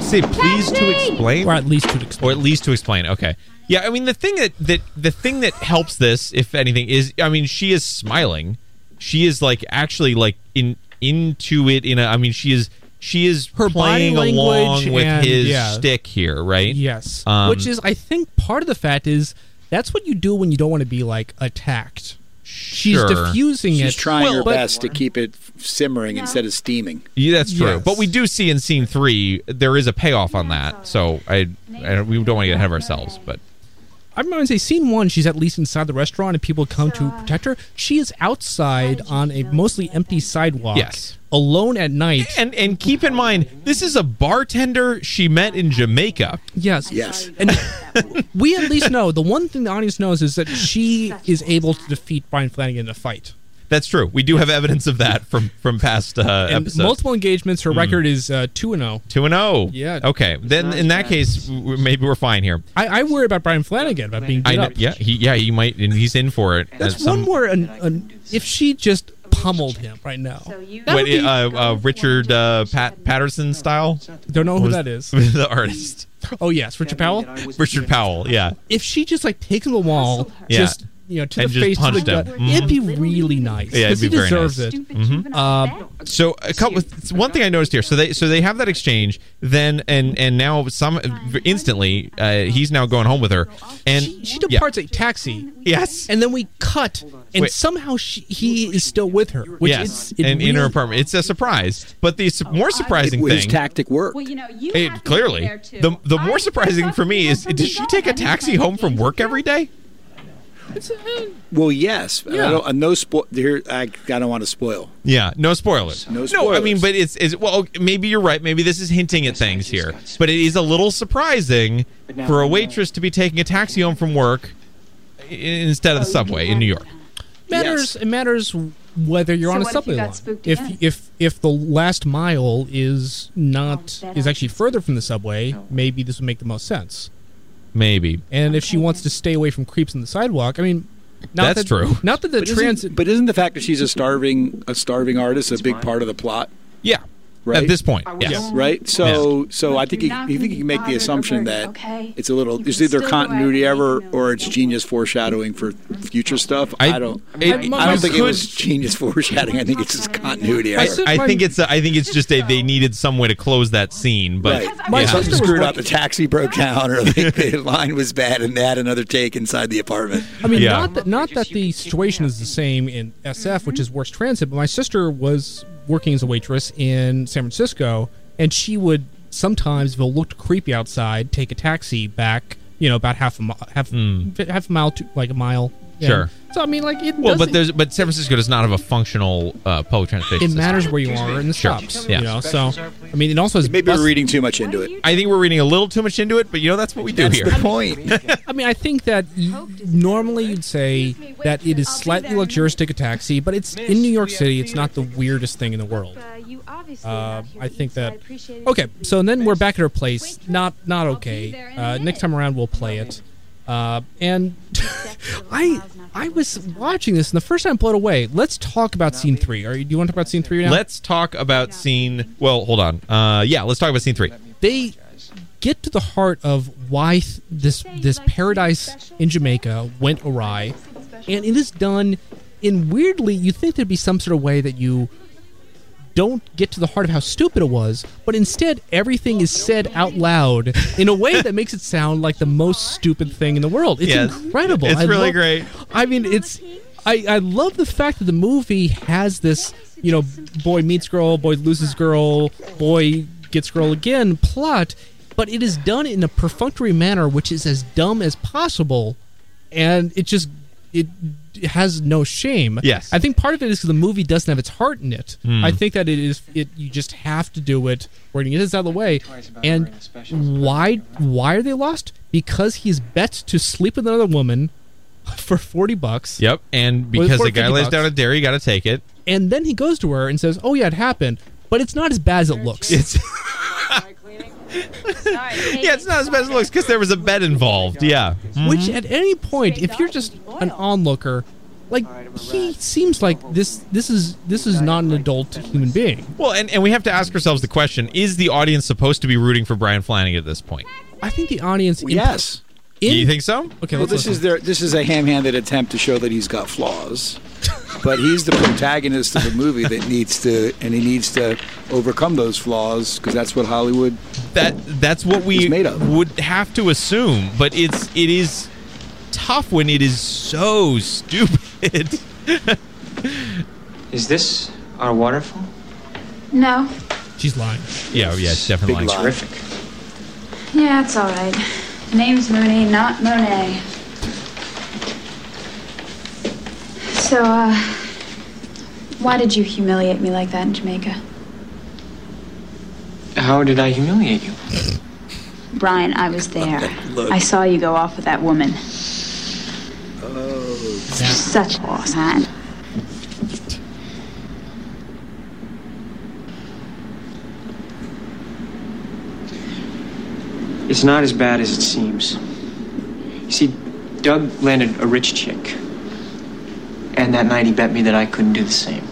Say, please to explain.
or at least to explain.
or at least to explain. Okay. Yeah, I mean the thing that that the thing that helps this, if anything, is I mean she is smiling. She is like actually like in into it in a. I mean she is she is
Her body
playing along
language
with
and-
his
yeah.
stick here, right?
Yes,
Um,
which is I think part of the fact is that's what you do when you don't want to be like attacked. She's
Sure.
diffusing it.
She's trying her
but-
best to keep it simmering instead of steaming.
Yeah, that's true.
Yes.
But we do see in scene three there is a payoff on that. So I, I we don't want to get ahead of ourselves. But
I remember when say scene one, she's at least inside the restaurant and people come to protect her. She is outside on a mostly empty sidewalk.
Yes.
Alone at night.
and and keep in mind this is a bartender she met in Jamaica.
Yes.
Yes.
And we at least know the one thing the audience knows is that she is able to defeat Brian Flanagan in a fight.
That's true. We do have evidence of that from from past uh,
And
episodes. Mm-hmm.
multiple engagements, her record is uh, 2 and 0.
Two and zero.
Yeah.
Okay. Then in that case, w- maybe we're fine here.
I, I worry about Brian Flanagan about being
I
beat
know.
up.
Yeah. He, yeah. He might. And he's in for it.
That's
at some-
one word. An, an, if she just pummeled him right now, that
What,
would be,
uh, uh, Richard uh, Pat- Patterson style.
don't know who
was-
that is.
the artist.
Oh yes, Richard Powell.
Richard Powell. Yeah.
If she just just like takes him to the wall,
Yeah.
just you know, to
And
the
just
face, to the
punched him.
gut, it'd be really nice.
Yeah, it'd
'cause he
be very
deserves
nice.
it.
Uh,
So a couple. One thing I noticed here. So they so they have that exchange. Then and and now some instantly uh, he's now going home with her. And
She
yeah.
departs a taxi.
Yes.
and then we cut, and
Wait.
somehow she, he is still with her, which
yes,
is it
and in her
really-
apartment, it's a surprise. But the su- more surprising
His
thing,
tactic worked.
well, you know, you
it,
have to
clearly,
be there too.
the the more
I
surprising for me is, did she take a taxi home from work every day?
Well, yes.
Yeah.
I don't, uh, no spoil. Here, I, I don't want to spoil.
Yeah, no spoilers.
No
I mean,
spoilers.
but it's is well, okay, maybe you're right. Maybe this is hinting at things here, but it is a little surprising for a waitress to be taking a taxi home from work i- instead of
Oh,
the subway in New York.
matters
Yes.
it matters whether you're
So
on a
what if
subway
you got
line.
spooked
if
again?
if if the last mile is not
Oh, that Oh,
is
I-
actually further from the subway, maybe this would make the most sense.
Maybe.
And if she wants to stay away from creeps on the sidewalk, I mean, not
That's
that,
true.
Not that the
But
transit.
isn't, but isn't the fact that she's a starving a starving artist a big part of the plot?
Yeah.
Right.
At this point, yes.
Yeah.
Right. So so I think you, you think you can make the assumption that it's a little it's either continuity error or it's genius foreshadowing for future stuff. I, don't.
it-
I
you
don't think it
could-
was genius foreshadowing. I think it's just continuity error.
I said-
I think it's. A, I think it's just a. They needed some way to close that scene, but
Right.
My
Yeah.
sister
Something
was
screwed up.
working-
The taxi broke down, or the, the line was bad, and they had another take inside the apartment.
I mean,
Yeah.
not that not that the situation is the same in SF, which is worse transit. But my sister was working as a waitress in San Francisco, and she would sometimes, if it looked creepy outside, take a taxi back. You know, about half a mi- half half a mile to like a mile. Yeah.
Mm. Sure.
So I mean, like it.
well, but
doesn't-
there's. But San Francisco does not have a functional uh, public transportation.
it
system.
matters where you are in the
Sure.
stops.
Yeah.
You know, so I mean, it also is
Maybe
bus-
we're reading too much into it.
I think we're reading a little too much into it, but you know that's what we do
That's
here.
the point.
I mean, I think that y- normally you'd say that it is slightly luxurious to take a taxi, but it's in New York City. It's not the weirdest thing in the world.
Uh, you obviously are
Uh,
not here
I
to
think
eat, so I
that.
appreciate it.
Okay, so then we're back at her place. Not not okay. Uh, next time around we'll play it. Uh, and I I was watching this, and the first time I'm blown away. Let's talk about scene three. Are you, do you want to talk about scene three now?
Let's talk about scene. Well, hold on. Uh, yeah, let's talk about scene three.
they get to the heart of why th- this this paradise in Jamaica went awry, and it is done in weirdly. You think there'd be some sort of way that you don't get to the heart of how stupid it was, but instead everything is said out loud in a way that makes it sound like the most stupid thing in the world. It's
Yes.
incredible.
It's
I
really
love-
great.
I mean, it's. I, I love the fact that the movie has this, you know, boy meets girl, boy loses girl, boy gets girl again plot, but it is done in a perfunctory manner, which is as dumb as possible, and it just it has no shame.
Yes.
I think part of it is because the movie doesn't have its heart in it. I think that it is it you just have to do it. We're gonna get this out of the way. And why why are they lost? Because he's bet to sleep with another woman for 40 bucks.
Yep. And
Well,
because
for
the guy
50
lays down a
bucks.
dare, you got to take it.
And then he goes to her and says, Oh, yeah, it happened. But it's not as bad as it looks.
It's yeah, it's not as bad as it looks because there was a bet involved. Yeah.
Which,
Mm-hmm.
at any point, if you're just an onlooker, like he seems like this. This is this is not an adult human being.
Well, and, and we have to ask ourselves the question: Is the audience supposed to be rooting for Brian Flanagan at this point?
I think the audience. in-
yes.
in-
Do you think so?
Okay,
Well,
let's
this
listen.
is their this is a ham-handed attempt to show that he's got flaws, but he's the protagonist of the movie that needs to and he needs to overcome those flaws because that's what Hollywood.
That that's what we
It's made up.
would have to assume. But it's it is tough when it is so stupid.
Is this our waterfall?
No.
She's lying.
Yeah, yeah, it's definitely
Big
lying.
terrific.
Yeah, it's all right. Name's Mooney, not Monet. So, uh, why did you humiliate me like that in Jamaica?
How did I humiliate you?
Brian, I was there. I saw you go off with that woman.
Oh.
You're such a boss, man.
It's not as bad as it seems. You see, Doug landed a rich chick. And that night he bet me that I couldn't do the same.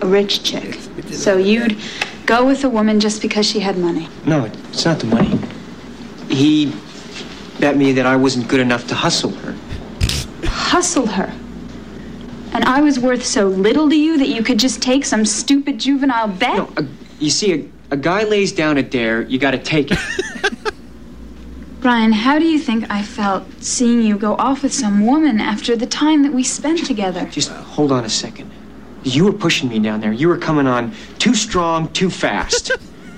A rich chick. So you'd go with a woman just because she had money.
No, it's not the money. He bet me that I wasn't good enough to hustle her.
Hustle her. And I was worth so little to you that you could just take some stupid juvenile bet?
You see, a, a guy lays down a dare, you gotta take it.
Brian, how do you think I felt seeing you go off with some woman after the time that we spent together?
Just hold on a second. You were pushing me down there. You were coming on too strong, too fast.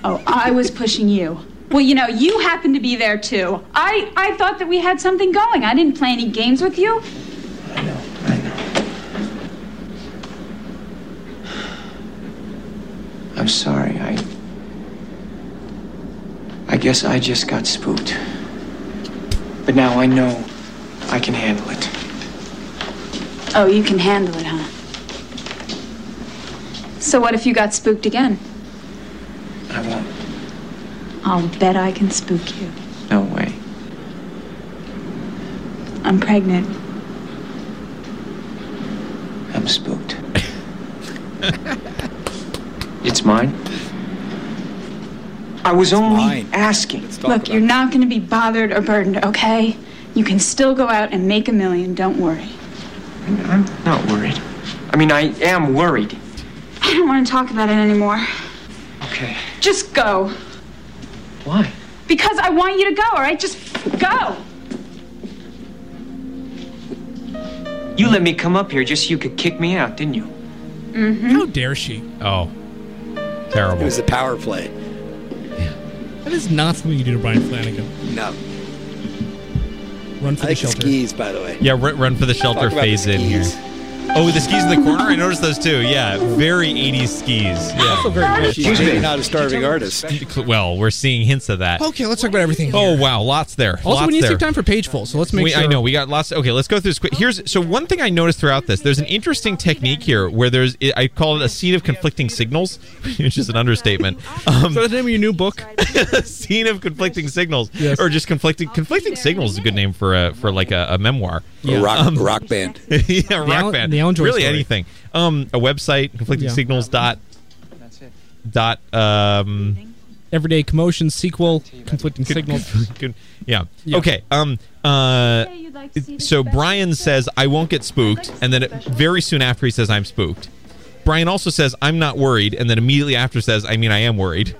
Oh, I was pushing you. Well, you know, you happened to be there too. I I thought that we had something going. I didn't play any games with you.
I'm sorry. I. I guess I just got spooked. But now I know I can handle it.
Oh, you can handle it, huh? So what if you got spooked again?
I won't.
I'll bet I can spook you.
No way.
I'm pregnant.
I'm spooked. it's mine. I was only asking.
Look, you're not going to be bothered or burdened, okay? You can still go out and make a million, don't worry.
I'm not worried. I mean, I am worried.
I don't want to talk about it anymore.
Okay.
Just go.
Why?
Because I want you to go, all right? Just go.
You let me come up here just so you could kick me out, didn't you?
How dare she?
Oh, terrible.
It was the power play.
That is not something you do to Brian Flanagan.
No.
Run for the
I like
shelter.
skis, by the way.
Yeah, run, run for the shelter
Talk about the
phase in here.
skis.
Oh, the skis in the corner? I noticed those too. Yeah, very 80s skis. Yeah.
Also very rich.
She's maybe not a starving artist.
Well, we're seeing hints of that.
Okay, let's talk about everything.
Oh,
here.
wow. Lots there.
Also,
lots
we need
there.
some time for page full, so let's make
We-
sure. Oh.
I know we got lots. Okay, let's go through this quick. Here's so one thing I noticed throughout this. There's an interesting technique here where there's I call it a scene of conflicting signals, which is an understatement. Um,
Is that the name of your new book?
scene of conflicting signals,
Yes.
or just conflicting conflicting signals is a good name for a for like a, a memoir.
A rock, a rock band.
yeah, rock
Alan-
band.
the Alan Joyce
really
story.
anything. Um, a website conflicting
Yeah.
signals dot
That's it.
dot um
Everyday Commotion sequel, conflicting signals.
Good- yeah. Okay. Um. Uh. So Brian says I won't get spooked, and then it, very soon after he says I'm spooked. Brian also says I'm not worried, and then immediately after says I mean I am worried.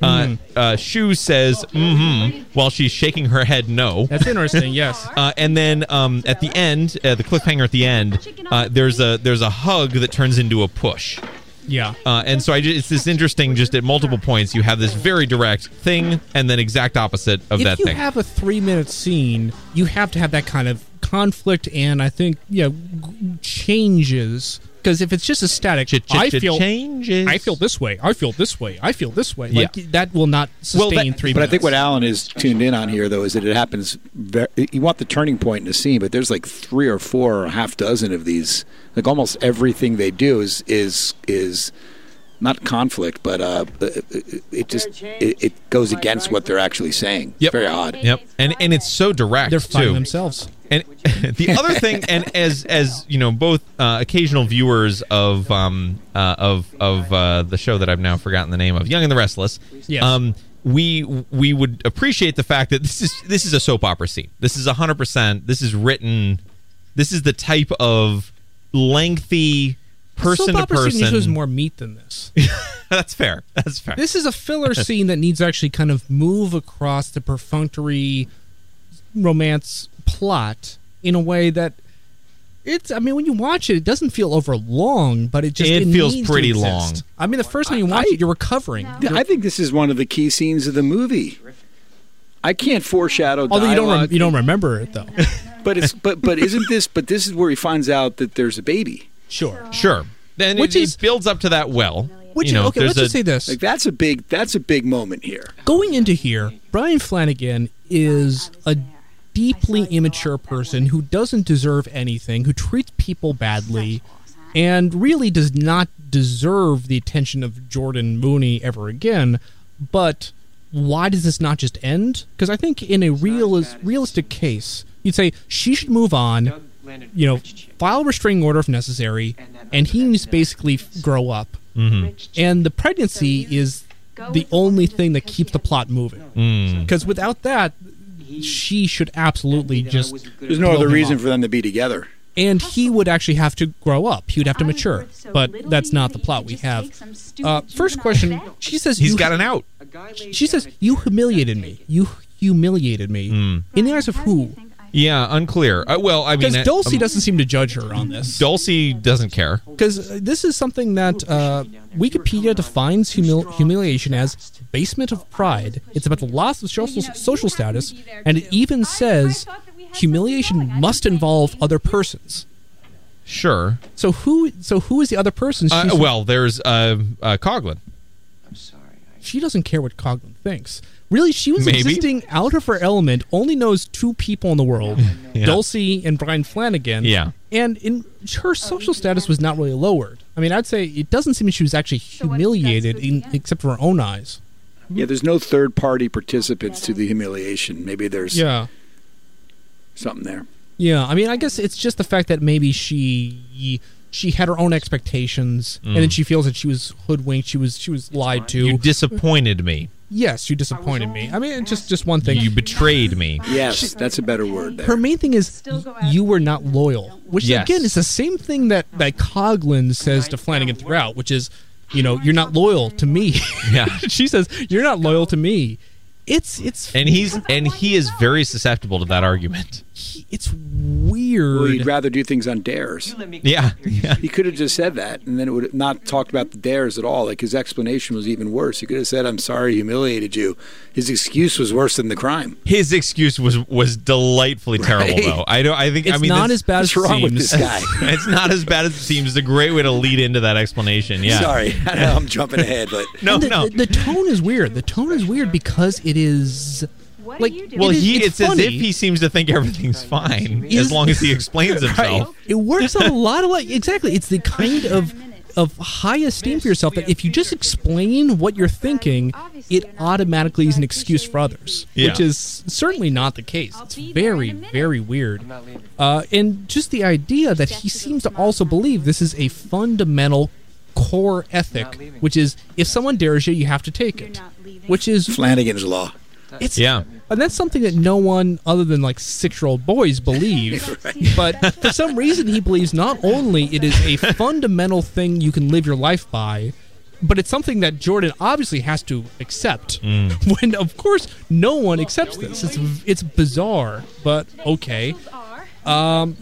Hmm.
Uh, uh, Shu says mm-hmm while she's shaking her head no.
That's interesting. Yes.
Uh, and then um, at the end, uh, the cliffhanger at the end, uh, there's a there's a hug that turns into a push.
Yeah.
Uh, and so I just, it's this interesting, just at multiple points, you have this very direct thing and then exact opposite of
if
that
you
thing.
have a three-minute scene, you have to have that kind of conflict, and I think yeah, g- changes. Because if it's just a static, I feel
changes.
I feel this way. I feel this way. I feel this way. Like
Yeah.
that will not sustain
Well, that-
three.
But I
minutes.
think what Alan is tuned in on here, though, is that it happens. Very, you want the turning point in a scene, but there's like three or four or a half dozen of these. Like almost everything they do is is is not conflict, but uh, it, it just it, it goes against what they're actually saying.
Yep.
Very odd.
Yep, and and it's so direct
they're fighting
too.
themselves.
And the other thing, and as as you know, both uh, occasional viewers of um uh, of of uh, the show that I've now forgotten the name of, Young and the Restless,
Yes.
um, we we would appreciate the fact that this is this is a soap opera scene. This is hundred percent. This is written. This is the type of lengthy person
Soap
to
opera scene
person.
usually has more meat than this.
That's fair. That's fair.
this is a filler scene that needs to actually kind of move across the perfunctory romance plot in a way that It's. I mean, when you watch it, it doesn't feel over long, but it just
It feels
needs
pretty
to exist.
long.
I mean, the first time you watch it, you're recovering.
I think this is one of the key scenes of the movie. I can't foreshadow.
Although you don't rem-
dialogue.
you don't remember it though.
but it's but but isn't this? But this is where he finds out that there's a baby.
Sure.
Sure. Then
Which
it, it
is-
builds up to that well.
Which
you know,
okay,
there's
let's just
a-
say this.
Like that's a big that's a big moment here.
Going into here, Brian Flanagan is a deeply immature person who doesn't deserve anything, who treats people badly, and really does not deserve the attention of Jordan Mooney ever again. But why does this not just end? Because I think in a real realistic case, you'd say she should move on, you know, file restraining order if necessary, and he needs to basically grow up. And the pregnancy is the only thing that keeps the plot moving. Because without that, she should absolutely just.
There's no other
blow him
reason
off.
for them to be together.
And he would actually have to grow up. He would have to mature.
worth so
But
little
that's
to you
not
that
the
you
plot
could
we
just
have.
take some stupid
Uh, first
juvenile
question.
fact.
She says
He's
you-
got an out.
She says you humiliated me. You humiliated me.
Hmm.
In the eyes of who?
Yeah, unclear. Uh, well, I mean,
Because
uh,
Dulcie
um,
doesn't seem to judge her on this.
Dulcie doesn't care.
because this is something that uh, Wikipedia defines humil- humiliation as basement of pride. It's about the loss of social, social status, and it even says humiliation must involve other persons.
Sure.
So who? So who is the other person?
Uh,
She's-
well, there's uh, uh, Coglin.
she doesn't care what Coglin thinks. Really, she was
Maybe.
existing out of her element. Only knows two people in the world:
Yeah.
Dulcie and Brian Flanagan.
Yeah.
and in her social status was not really lowered. I mean, I'd say it doesn't seem she was actually humiliated, in, except for her own eyes.
Yeah, there's no third party participants to the humiliation. Maybe there's
Yeah,
something there.
yeah. I mean, I guess it's just the fact that maybe she she had her own expectations, and then she feels that she was hoodwinked. She was she was lied to.
You Mm. disappointed me.
yes, you disappointed me. I mean, just just one thing.
You betrayed me.
Yes, that's a better word
her
there.
main thing is you were not loyal, which
Yes.
again is the same thing that that Coglin says to Flanagan throughout, which is, you know, you're not loyal to me.
Yeah.
she says you're not loyal to me. It's it's
And he's and he is very susceptible to that argument.
it's weird.
Well, he'd rather do things on dares.
Yeah. yeah.
He could have just said that, and then it would have not talked about the dares at all. Like his explanation was even worse. He could have said, "I'm sorry, humiliated you." His excuse was worse than the crime.
His excuse was was delightfully terrible
Right.
though. I don't I think
it's
I mean
not
this-
as bad as
What's
it
wrong
seems.
with this guy?
it's not as bad as it seems. It's a great way to lead into that explanation. Yeah.
Sorry, I know I'm jumping ahead, but
No,
the,
no.
the, the tone is weird. The tone is weird because it is
What
like
are you doing?
well,
it is-
he
it's
it's, as
funny.
if he seems to think everything's fine
Is-
as long as he explains himself.
It works on a lot of like exactly. It's the kind of of high esteem for yourself that if you just explain what you're thinking, it automatically is an excuse for others,
Yeah.
which is certainly not the case. It's very very weird. Uh, and just the idea that he seems to also believe this is a fundamental core ethic, which is if someone dares you, you have to take it, which is
Flanagan's law.
it's
Yeah.
and that's something that no one other than like six year old boys believe. But for some reason, he believes not only it is a fundamental thing you can live your life by, but it's something that Jordan obviously has to accept.
Mm.
When, of course, no one accepts this. It's, it's bizarre, but okay. Um,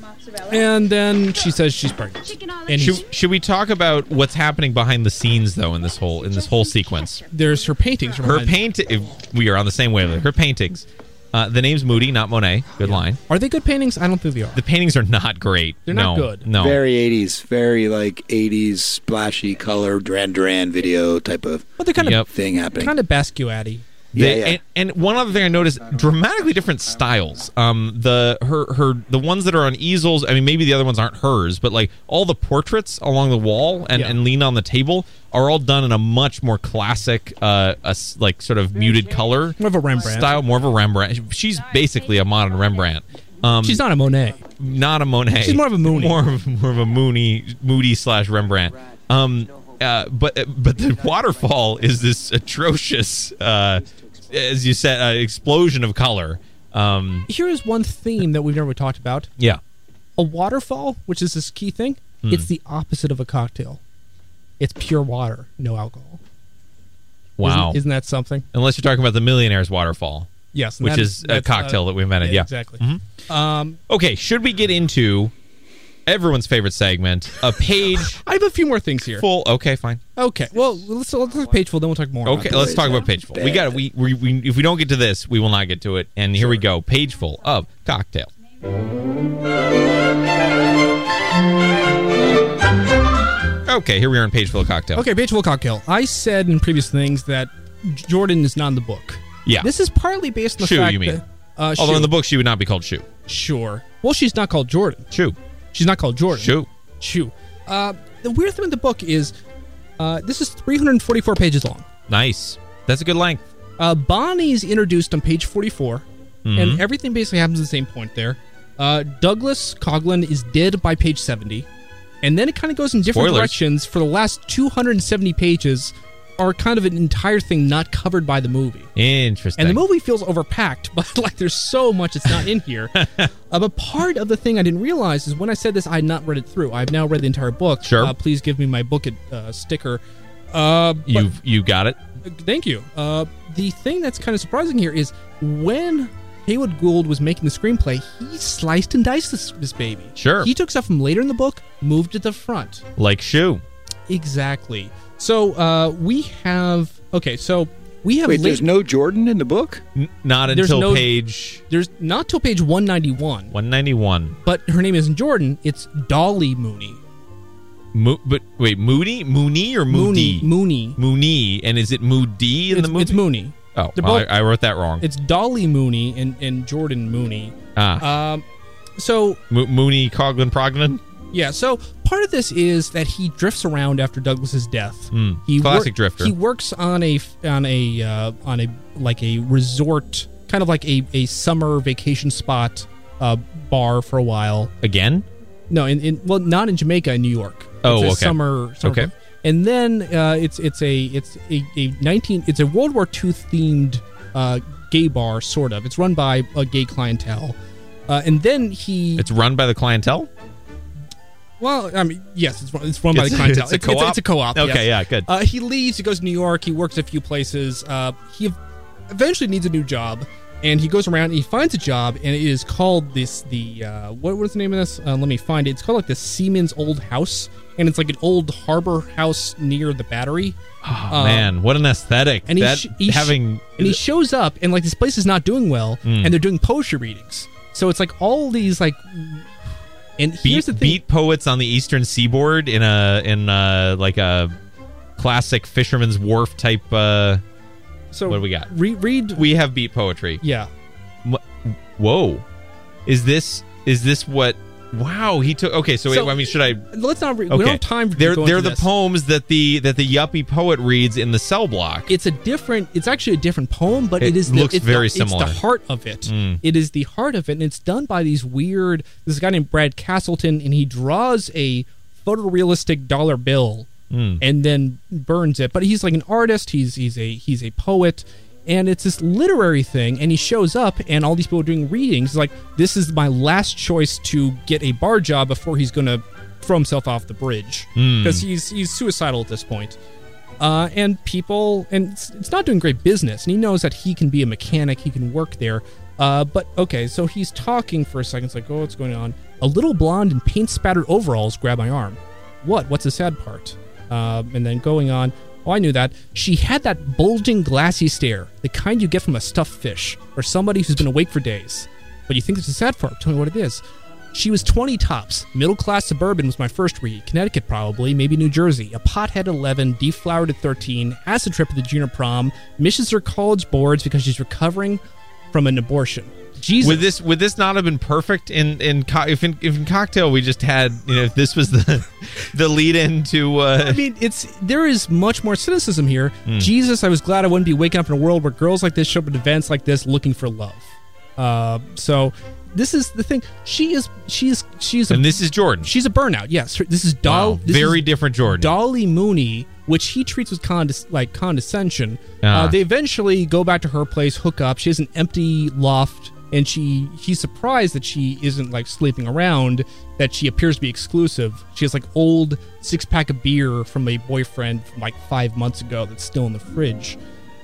and then she says she's pregnant. And he's-
Should, should we talk about what's happening behind the scenes though in this whole in this whole sequence?
there's her paintings. From
Her
behind.
paint if we are on the same wavelength. Her paintings. Uh, the name's Moody, not Monet. Good line.
Are they good paintings? I don't think they are.
The paintings are not great.
They're not
No,
good.
No.
Very 80s, very like 80s splashy color Duran Duran video type of
But they're kind
Yep.
of
thing happening.
kind of Basquiat-y.
They-
Yeah, yeah.
And, and one other thing I noticed: dramatically different styles. Um, the her her the ones that are on easels. I mean, maybe the other ones aren't hers, but like all the portraits along the wall and,
Yeah.
and leaned on the table are all done in a much more classic, uh, a s like sort of muted color,
More of a Rembrandt.
style, more of a Rembrandt. She's basically a modern Rembrandt. Um,
She's not a Monet.
not a Monet.
She's more of a Mooney.
More of, more of a Mooney, Moody slash Rembrandt. Um, uh, but but the waterfall is this atrocious, uh, as you said, uh, explosion of color. Um,
here is one theme that we've never talked about
yeah,
a waterfall which is this key thing
Hmm.
it's the opposite of a cocktail it's pure water no alcohol
wow.
isn't, isn't that something
Unless you're talking about the Millionaire's Waterfall,
yes and
which
that-
is a
that's,
cocktail
uh,
Mm-hmm. that we invented. Yeah,
exactly
Okay, should we get into? everyone's favorite segment, a page.
I have a few more things here.
Full. Okay, fine.
Okay. Well, let's let's talk page full, then we'll talk more.
Okay, let's talk about Pageful. We got we, we we if we don't get to this, we will not get to it. And here we go. Pageful of cocktail. Okay, here we are in Pageful of cocktail.
Okay, Bageville Cocktail. I said in previous things that Jordan is not in the book.
Yeah.
This is partly based on the
shoe.
fact
You mean?
that uh,
Although
Shu.
in the book she would not be called shoe.
Sure. Well, she's not called Jordan.
Shoe.
She's not called Jordan.
Shoe.
Shoo. Uh, the weird thing in the book is uh, this is 344 pages long.
Nice. That's a good length.
Uh, Bonnie's introduced on page 44,
Mhm.
and everything basically happens at the same point there. Uh, Douglas Coughlin is dead by page 70, and then it kind of goes in different
Spoilers.
directions for the last 270 pages are kind of an entire thing not covered by the movie.
Interesting.
And the movie feels overpacked, but like there's so much that's not in here. uh, but part of the thing I didn't realize is when I said this, I had not read it through. I've now read the entire book.
Sure.
Uh, please give me my book uh, sticker. Uh, but-
You've you got it.
Thank you. Uh, the thing that's kind of surprising here is when Haywood Gould was making the screenplay, he sliced and diced this, this baby.
Sure.
He took stuff from later in the book, moved to the front.
Like shoe.
Exactly. So uh, we have. Okay, so we have.
Wait,
late-
there's no Jordan in the book?
N- not
There's
until
no-
page
there's not till page 191,
one ninety one.
but her name isn't Jordan. It's Dolly Mooney.
Mo- but wait, Moody, Mooney or Moody?
Mooney. Mooney.
Mooney, and is it Moody in
It's,
the movie?
it's Mooney.
Oh,
They're
well, I,
both-
I wrote that wrong.
It's Dolly Mooney and, and Jordan Mooney.
ah,
Um, so
Mo- Mooney, Coglin, Proglin.
Yeah, so part of this is that he drifts around after Douglas's death. He
Hmm. Classic drifter.
He works on a on a uh, on a like a resort, kind of like a, a summer vacation spot uh, bar for a while.
Again?
No, in, in well, not in Jamaica, in New York.
Oh,
It's a
okay.
Summer, summer
Okay.
place. And then uh, it's it's a it's a, a nineteen it's a World War II themed uh, gay bar sort of. It's run by a gay clientele. Uh, and then he
It's run by the clientele?
well, I mean, yes, it's run, it's run by the
It's-
clientele.
it's a co-op?
It's, a co-op. yes.
Okay, yeah, good.
Uh, he leaves. He goes to New York. He works a few places. Uh, he ev- eventually needs a new job, and he goes around and he finds a job, and it is called this the uh, what was the name of this? Uh, let me find it. It's called like the Seaman's Old House, and it's like an old harbor house near the Battery.
Oh, man, what an aesthetic.
Uh, And he,
that
sh- he sh-
having Hmm.
and he shows up and like this place is not doing well, and they're doing poetry readings. So it's like all these like. And
beat,
here's the thing.
beat poets on the eastern seaboard in a in a, like a classic fisherman's wharf type uh
so
what do we got?
Re- read.
we have beat poetry.
yeah.
Wh- Whoa. Is this is this what Wow, he took Okay, so,
So-
I mean, should I
Let's not. Re-
Okay.
We don't have time. For
they're
going
they're
through
the
this.
poems that the that the yuppie poet reads in the cell block.
It's a different. It's actually a different poem, but
It
it is
looks
the, it's
very
the,
similar. Mm.
It's the heart of it. It is the heart of it, and it's done by these weird. This guy named Brad Castleton, and he draws a photorealistic dollar bill,
Mm.
and then burns it. But he's like an artist. He's he's a he's a poet. And it's this literary thing, and he shows up, and all these people are doing readings. He's like, this is my last choice to get a bar job before he's gonna throw himself off the bridge
Mm.
because he's he's suicidal at this point uh, and people and it's, it's not doing great business and he knows that he can be a mechanic he can work there uh, but okay so he's talking for a second it's like oh what's going on a little blonde in paint spattered overalls grab my arm what what's the sad part um, and then going on oh i knew that she had that bulging glassy stare the kind you get from a stuffed fish or somebody who's been awake for days but you think it's a sad part tell me what it is she was 20 tops. Middle class suburban was my first read. Connecticut, probably, maybe New Jersey. A pothead at 11, deflowered at 13, has a trip to the junior prom, misses her college boards because she's recovering from an abortion. Jesus.
Would this would this not have been perfect in in co- if in, if in cocktail we just had you know if this was the the lead in to uh,
I mean, it's there is much more cynicism here.
Hmm.
Jesus, I was glad I wouldn't be waking up in a world where girls like this show up at events like this looking for love. Uh, so this is the thing. She is she is she is a
and this is Jordan.
She's a burnout. Yes, Her- this is Doll.
Wow,
this
very
is
different Jordan.
Dolly Mooney, which he treats with condes- like condescension.
Ah.
Uh, they eventually go back to her place, hook up. She has an empty loft, and she he's surprised that she isn't like sleeping around. That she appears to be exclusive. She has like old six pack of beer from a boyfriend from like five months ago that's still in the fridge.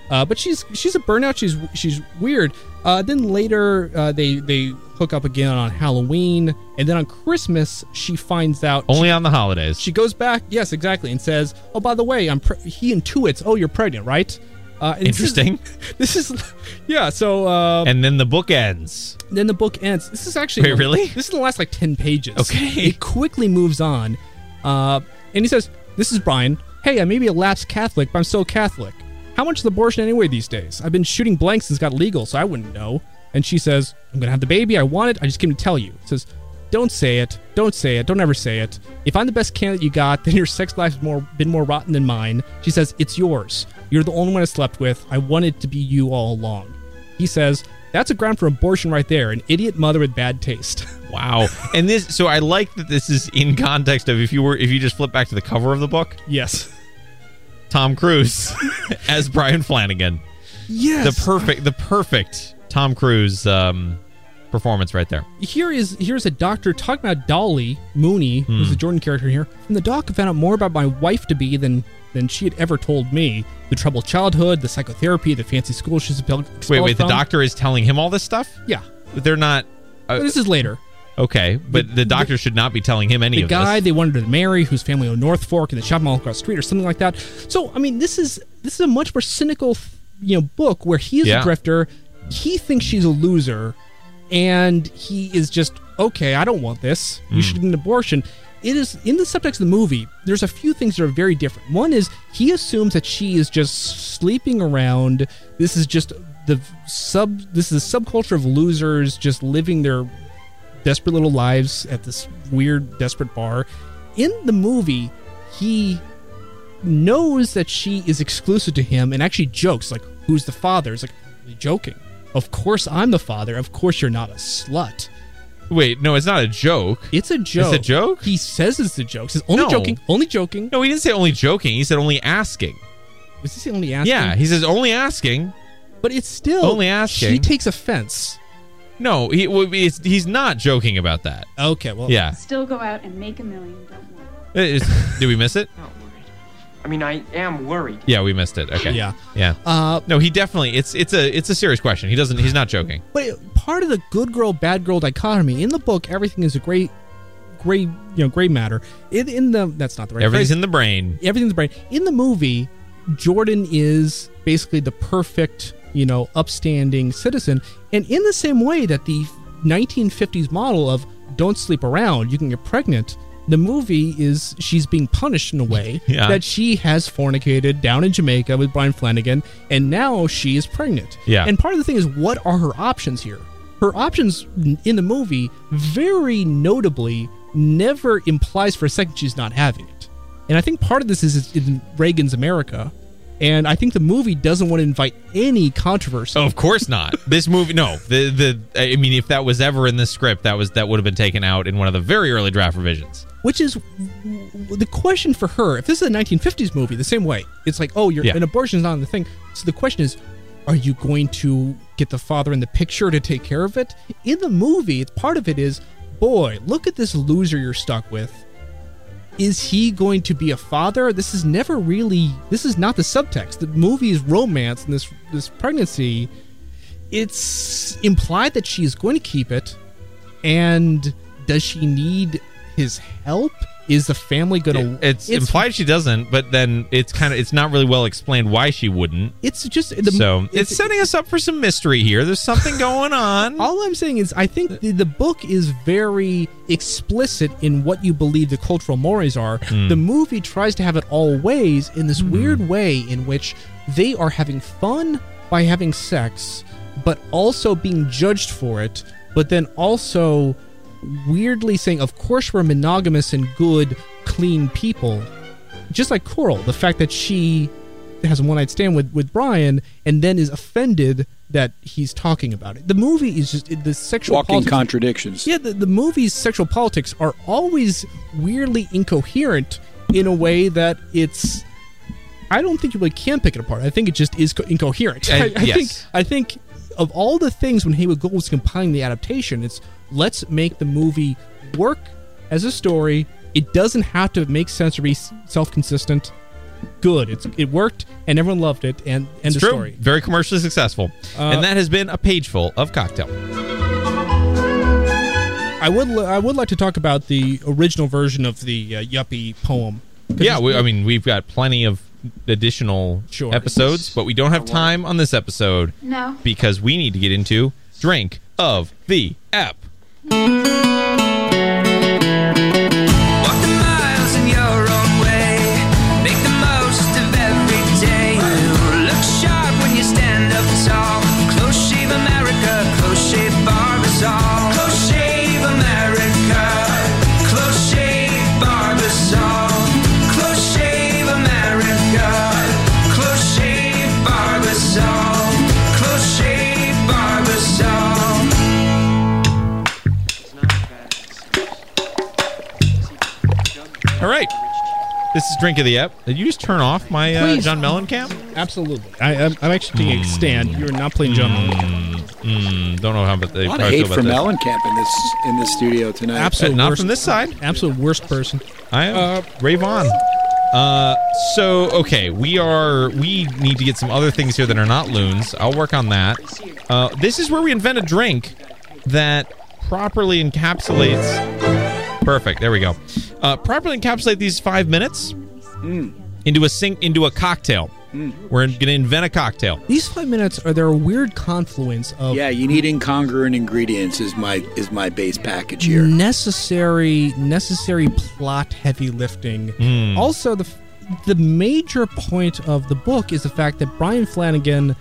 Uh, but she's she's a burnout. She's she's weird. Uh, then later uh, they they hook up again on Halloween, and then on Christmas she finds out
Only on the holidays.
she goes back, yes, exactly, and says, "Oh, by the way, I'm." Pre-, he intuits, "Oh, you're pregnant, right?" Uh, and this is-
Interesting.
This is, yeah. So uh,
and then the book ends.
then the book ends. This is actually
Wait, really?
This is the last like ten pages.
Okay.
it quickly moves on, uh, and he says, "This is Brian. Hey, I may be a lapsed Catholic, but I'm still Catholic. How much is abortion anyway these days? I've been shooting blanks since it got legal, so I wouldn't know." And she says, "I'm gonna have the baby. I want it. I just came to tell you." He says, "Don't say it. Don't say it. Don't ever say it. If I'm the best candidate you got, then your sex life's more been more rotten than mine." She says, "It's yours. You're the only one I slept with. I wanted to be you all along." He says, That's a ground for abortion right there. An idiot mother with bad taste.
Wow. and this so I like that this is in context of if you were if you just flip back to the cover of the book,
yes.
Tom Cruise as Brian Flanagan. The
Yes.
perfect the perfect Tom Cruise um performance right there.
here is here's a doctor talking about Dolly Mooney, who's
Hmm.
the Jordan character here. And the doc found out more about my wife to be than than she had ever told me. The troubled childhood, the psychotherapy, the fancy school she's expelled.
Wait, wait, the
from.
doctor is telling him all this stuff?
Yeah.
They're not uh,
This is later.
okay, but the, doctor should not be telling him any
the
of
guy
this.
they wanted to marry, whose family owned North Fork and the shop mall across the street, or something like that. So, I mean, this is this is a much more cynical, you know, book where he is
Yeah.
a drifter. He thinks she's a loser, and he is just okay. I don't want this.
Mm.
You should get an abortion. It is in the subtext of the movie. There's a few things that are very different. One is he assumes that she is just sleeping around. This is just the sub. This is a subculture of losers just living their desperate little lives at this weird, desperate bar. In the movie, he knows that she is exclusive to him and actually jokes, like, who's the father? It's like, "You're joking. Of course I'm the father. Of course you're not a slut.
Wait, no, it's not a joke.
It's a joke.
a joke?
He says it's a joke. He says, only
No.
joking, only joking.
No, he didn't say only joking. He said only asking.
Was this the only asking?
Yeah, he says only asking.
But it's still.
Only asking.
She takes offense.
No, he well, it's, he's not joking about that.
Okay, well.
Yeah.
Still go out and make a million. Don't worry.
It is- did we miss it?
Not worried. I mean, I am worried.
Yeah, we missed it. Okay.
Yeah.
Yeah.
Uh,
no, he definitely it's it's a it's a serious question. He doesn't he's not joking.
But part of the good girl bad girl dichotomy in the book, everything is a great, gray, you know, gray matter. In, in the that's not the right.
Everything's
phrase.
in the brain.
everything's brain. In the movie, Jordan is basically the perfect, you know, upstanding citizen, and in the same way that the 1950s model of "don't sleep around, you can get pregnant." The movie is she's being punished in a way
Yeah.
that she has fornicated down in Jamaica with Brian Flanagan, and now she is pregnant.
Yeah.
And part of the thing is, what are her options here? Her options n- in the movie very notably never implies for a second she's not having it. And I think part of this is it's in Reagan's America. And I think the movie doesn't want to invite any controversy.
Oh, of course not. This movie no. The the I mean if that was ever in this script, that was that would have been taken out in one of the very early draft revisions.
which is w- w- the question for her. If this is a 1950s movie, the same way, it's like, oh, you're,
Yeah.
an abortion's not on the thing. So the question is, are you going to get the father in the picture to take care of it? In the movie, it's part of it is, boy, look at this loser you're stuck with. Is he going to be a father? This is never really. This is not the subtext. The movie's romance and this this pregnancy. It's implied that she is going to keep it. And does she need his help? Is the family gonna?
It's, implied she doesn't, but then it's kind of it's not really well explained why she wouldn't.
It's just the,
so it's, setting us up for some mystery here. There's something going on.
all I'm saying is I think the, the book is very explicit in what you believe the cultural mores are. The movie tries to have it all ways in this weird way in which they are having fun by having sex, but also being judged for it, but then also weirdly saying, of course we're monogamous and good, clean people. Just like Coral, the fact that she has a one night stand with, with Brian and then is offended that he's talking about it. The movie is just the sexual
Walking
politics-
contradictions.
yeah, the, the movie's sexual politics are always weirdly incoherent in a way that it's. I don't think you really can pick it apart. I think it just is co- incoherent.
Uh,
I, I
yes.
think I think of all the things when Haywood Gold was compiling the adaptation, it's let's make the movie work as a story. It doesn't have to make sense or be self consistent. Good. It's it worked and everyone loved it and end
it's
of
true.
story. Uh,
Very commercially successful. and that has been a page full of cocktail.
I would li- I would like to talk about the original version of the uh, yuppie poem. 'Cause
Yeah,
it's-
we, I mean, we've got plenty of additional
Sure.
episodes, but we don't have time on this episode.
No.
Because we need to get into Drink of the App.
miles in your own way. Make the most of every day. Look sharp when you stand up tall. Close shave America, close shave Barbasol. Close shave America, close shave Barbasol. Close shave America, close shave Barbasol. Close shave Barbasol.
All right. This is Drink of the App. Did you just turn off my uh,
Please.
John Mellencamp?
Absolutely. I, I'm, I'm actually taking a stand. You're not playing John Mellencamp.
Mm, don't know how about they
A lot of
probably
hate
feel
from
about that.
Mellencamp in this in this studio tonight.
Absolute
Not
worst.
from this side.
Absolute worst person.
I am Ray Vaughn. Uh, so okay, we are. We need to get some other things here that are not loons. I'll work on that. Uh, this is where we invent a drink that properly encapsulates. Perfect. There we go. Uh, properly encapsulate these five minutes into a sing into a cocktail. We're going to invent a cocktail.
These five minutes are there a weird confluence of
Yeah, you need incongruent ingredients is my is my base package here.
necessary necessary plot heavy lifting.
Hmm.
Mm.
Also, the f- the major point of the book is the fact that Brian Flanagan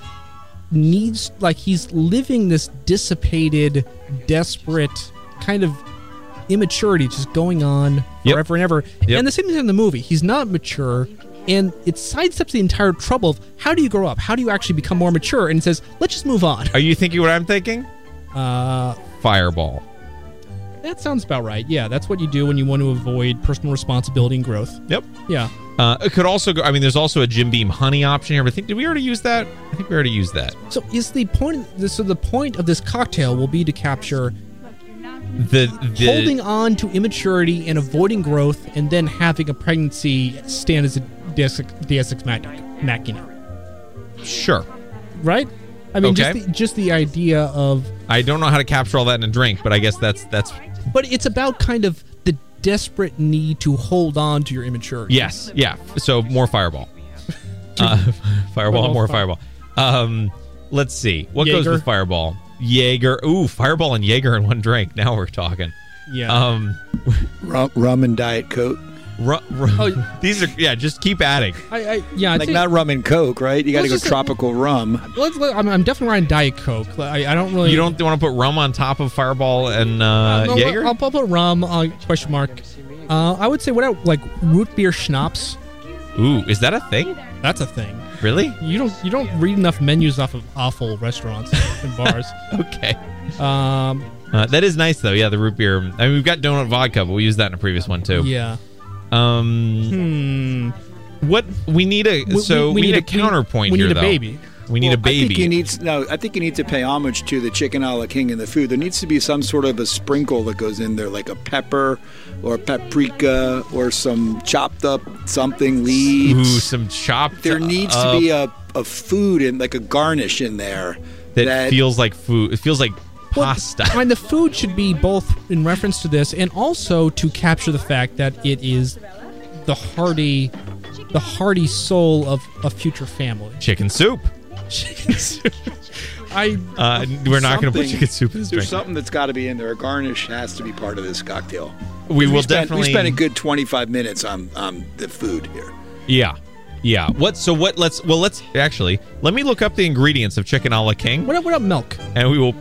needs like he's living this dissipated, desperate kind of immaturity just going on forever and ever.
Yep.
And the same thing in the movie. He's not mature. And it sidesteps the entire trouble of how do you grow up? How do you actually become more mature? And it says, let's just move on.
Are you thinking what I'm thinking?
Uh,
Fireball.
That sounds about right. Yeah, that's what you do when you want to avoid personal responsibility and growth.
Yep.
Yeah.
Uh, it could also go. I mean, there's also a Jim Beam honey option here. But I think did we already use that? I think we already used that.
So is the point? So the point of this cocktail will be to capture
The, the
holding on to immaturity and avoiding growth, and then having a pregnancy stand as a deus, deus ex machina- machina,
sure.
right? I mean,
Okay.
just the, just the idea of,
I don't know how to capture all that in a drink, but I guess that's that's
but it's about kind of the desperate need to hold on to your immaturity.
yes, yeah. So more fireball, uh, fireball,
Fireball,
more
fire-
fireball. Um, let's see what goes
Jaeger.
with fireball. Jaeger, ooh, fireball and Jaeger in one drink. Now we're talking.
Yeah.
Um,
Rum, rum and diet coke.
ru- ru-
Oh,
these are yeah. Just keep adding.
I, I yeah, I
like
think-
not rum and coke, right? You got to
Let's
go
just say-
tropical rum.
Let's, let, I'm, I'm definitely riding Diet Coke. I, I don't really.
You don't want to put rum on top of fireball and uh,
No,
Jaeger.
I'll, I'll put rum. Uh, question mark. Uh, I would say what I, like root beer schnapps.
Ooh, is that a thing?
That's a thing.
Really?
You don't you don't read enough menus off of awful restaurants and bars.
Okay.
Um,
Uh, that is nice though. Yeah, the root beer. I mean, we've got donut vodka, but we used that in a previous one too.
yeah.
Um, what we need a
Hmm. We-
so we,
we- we
need,
need
a,
a- we-
counterpoint.
we
here,
need a
though.
baby.
We need a
Well, I think
baby.
you need no. I think you need to pay homage to the chicken a la king in the food. There needs to be some sort of a sprinkle that goes in there, like a pepper or paprika or some chopped up something leaves.
Ooh, some uh, chopped.
there needs to be a, a food and like a garnish in there
that, feels like food. It feels like pasta.
I mean, the food should be both in reference to this and also to capture the fact that it is the hearty, the hearty soul of a future family.
chicken soup.
I
Uh, we're not going to put
something-
chicken soup in this
There's
drink.
something that's got to be in there. A garnish has to be part of this cocktail.
We will
spent,
definitely.
We spent a good 25 minutes on on the food here.
yeah, yeah. What? So what? Let's. Well, let's actually. Let me look up the ingredients of chicken a la king,
What up? What up? Milk.
and we will.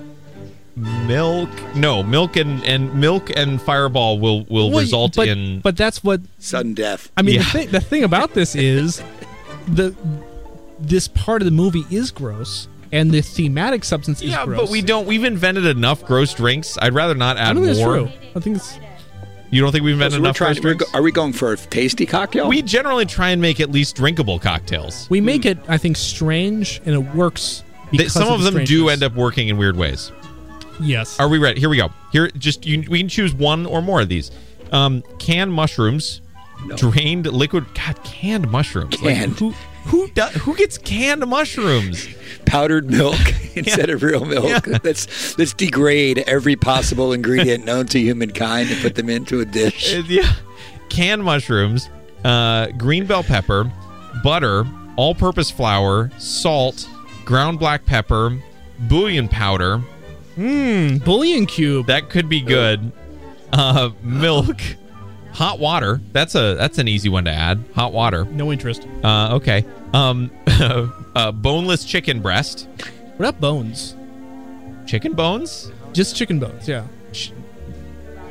Milk? No, milk and and milk and fireball will will
Well,
result
but,
in.
But that's what
Sudden death.
I mean,
Yeah.
the, thing, the thing about this is the this part of the movie is gross, and the thematic substance is
yeah,
gross.
but we don't. We've invented enough gross drinks. I'd rather not
I
add
don't think that's
more.
true. I think it's
You don't think we've invented
So we're
enough
trying-
gross
we're
drinks?
go- are we going for a tasty cocktail?
We generally try and make at least drinkable cocktails.
we make it. I think strange, and it works.
Hmm. They,
Because
some of
the
them do end
strangeness.
up working in weird ways.
Yes.
Are we ready? Here we go. Here, just you, we can choose one or more of these. Um, canned mushrooms, drained liquid. God, canned mushrooms. Like,
Canned.
who, Who does? Who gets canned mushrooms?
Powdered milk instead of real milk. Let's let's degrade every possible ingredient known to humankind and put them into a dish.
Uh, yeah. Canned mushrooms, uh, green bell pepper, butter, all purpose flour, salt, ground black pepper, bouillon powder. Mmm.
Bouillon cube.
That could be good. Uh, milk. Hot water. That's a that's an easy one to add. Hot water.
No interest.
Uh, okay. Um, uh, boneless chicken breast.
What about bones?
Chicken bones?
Just chicken bones, yeah.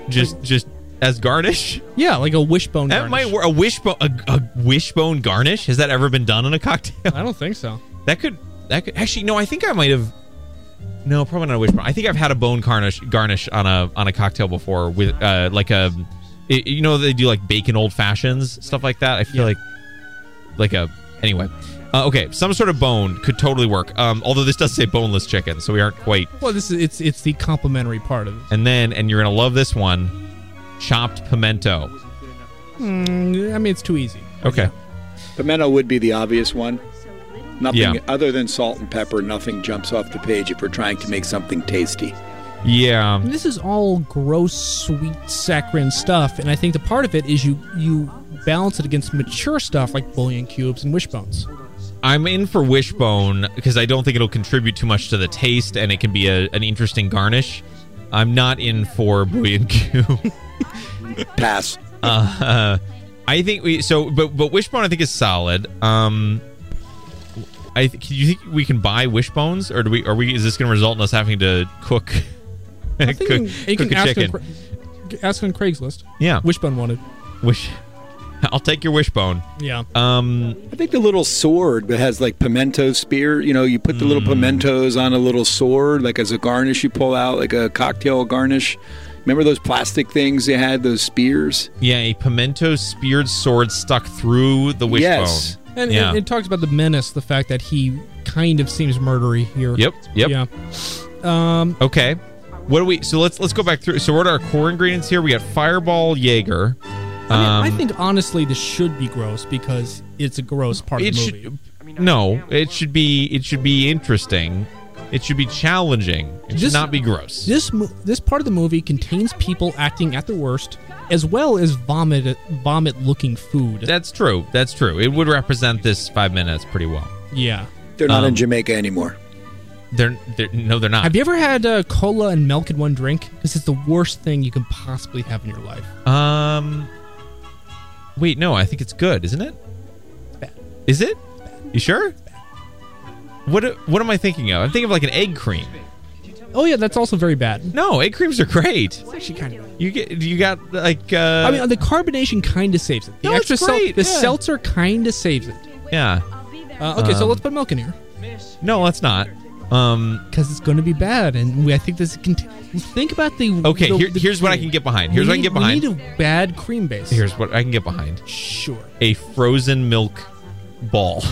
Just just as garnish.
Yeah, like a wishbone
That
garnish.
might work. A wishbone, a, a wishbone garnish. Has that ever been done in a cocktail?
I don't think so.
That could. That could actually. No, I think I might have. No, probably not a wishbone. I think I've had a bone garnish garnish on a on a cocktail before with uh, like a. it- you know they do like bacon old fashions stuff like that. I feel like like a anyway. Uh, okay, some sort of bone could totally work. Um, although this does say boneless chicken, so we aren't quite.
Well, this is it's it's the complimentary part of it.
And then, and you're gonna love this one, chopped pimento.
Mm, I mean, it's too easy.
Okay.
Pimento would be the obvious one. Nothing
Yeah.
other than salt and pepper, nothing jumps off the page if we're trying to make something tasty.
Yeah.
And this is all gross, sweet, saccharine stuff, and I think the part of it is you you balance it against mature stuff like bouillon cubes and wishbones.
I'm in for wishbone because I don't think it'll contribute too much to the taste, and it can be a, an interesting garnish. I'm not in for bouillon cube.
Pass.
Uh, I think we so, but but wishbone I think is solid. Um, I th- do you think we can buy wishbones, or do we? Are we? Is this going to result in us having to cook?
I think you can- you
cook
can
a
ask
chicken.
on, Cra- ask on Craigslist.
Yeah.
wishbone wanted.
Wish. I'll take your wishbone.
Yeah.
Um,
I think the little sword that has like pimento spear. You know, you put the little
Mm.
pimentos on a little sword, like as a garnish. You pull out like a cocktail garnish. Remember those plastic things they had? Those spears.
Yeah, a pimento speared sword stuck through the wishbone.
Yes.
And
yeah.
it, it talks about the menace, the fact that he kind of seems murdery here.
Yep, yep.
Yeah. Um,
Okay. What do we? So let's let's go back through. So what are our core ingredients here? We got Fireball Jaeger.
I, mean,
Um,
I think honestly this should be gross because it's a gross part
it
of the
should.
movie.
no, it should be it should be interesting. It should be challenging. It should
This-
not be gross.
This mo- this part of the movie contains people acting at their worst, as well as vomit vomit looking food.
That's true. That's true. It would represent this five minutes pretty well.
Yeah.
They're not
Um,
in Jamaica anymore.
They're, they're no, they're not.
Have you ever had uh, cola and milk in one drink? This is the worst thing you can possibly have in your life.
Um. Wait, no. I think it's good, isn't it? Is it? You sure? What What am I thinking of? I'm thinking of like an egg cream.
Oh yeah, that's also very bad.
No, egg creams are great.
It's actually kind of.
You get you got like uh,
I mean, the carbonation kind of saves it. The
No, it's
extra sel-
great,
the
yeah.
seltzer kind of saves it.
yeah.
Uh, okay, so
Um,
let's put milk in here
No, let's not. Um.
because it's going to be bad, and we, I think this can. think about the.
Okay.
the-
here,
the
here's what I
cream.
can get behind. Here's
We
what I can get
need-
behind.
We need a bad cream base.
Here's what I can get behind.
Sure.
A frozen milk ball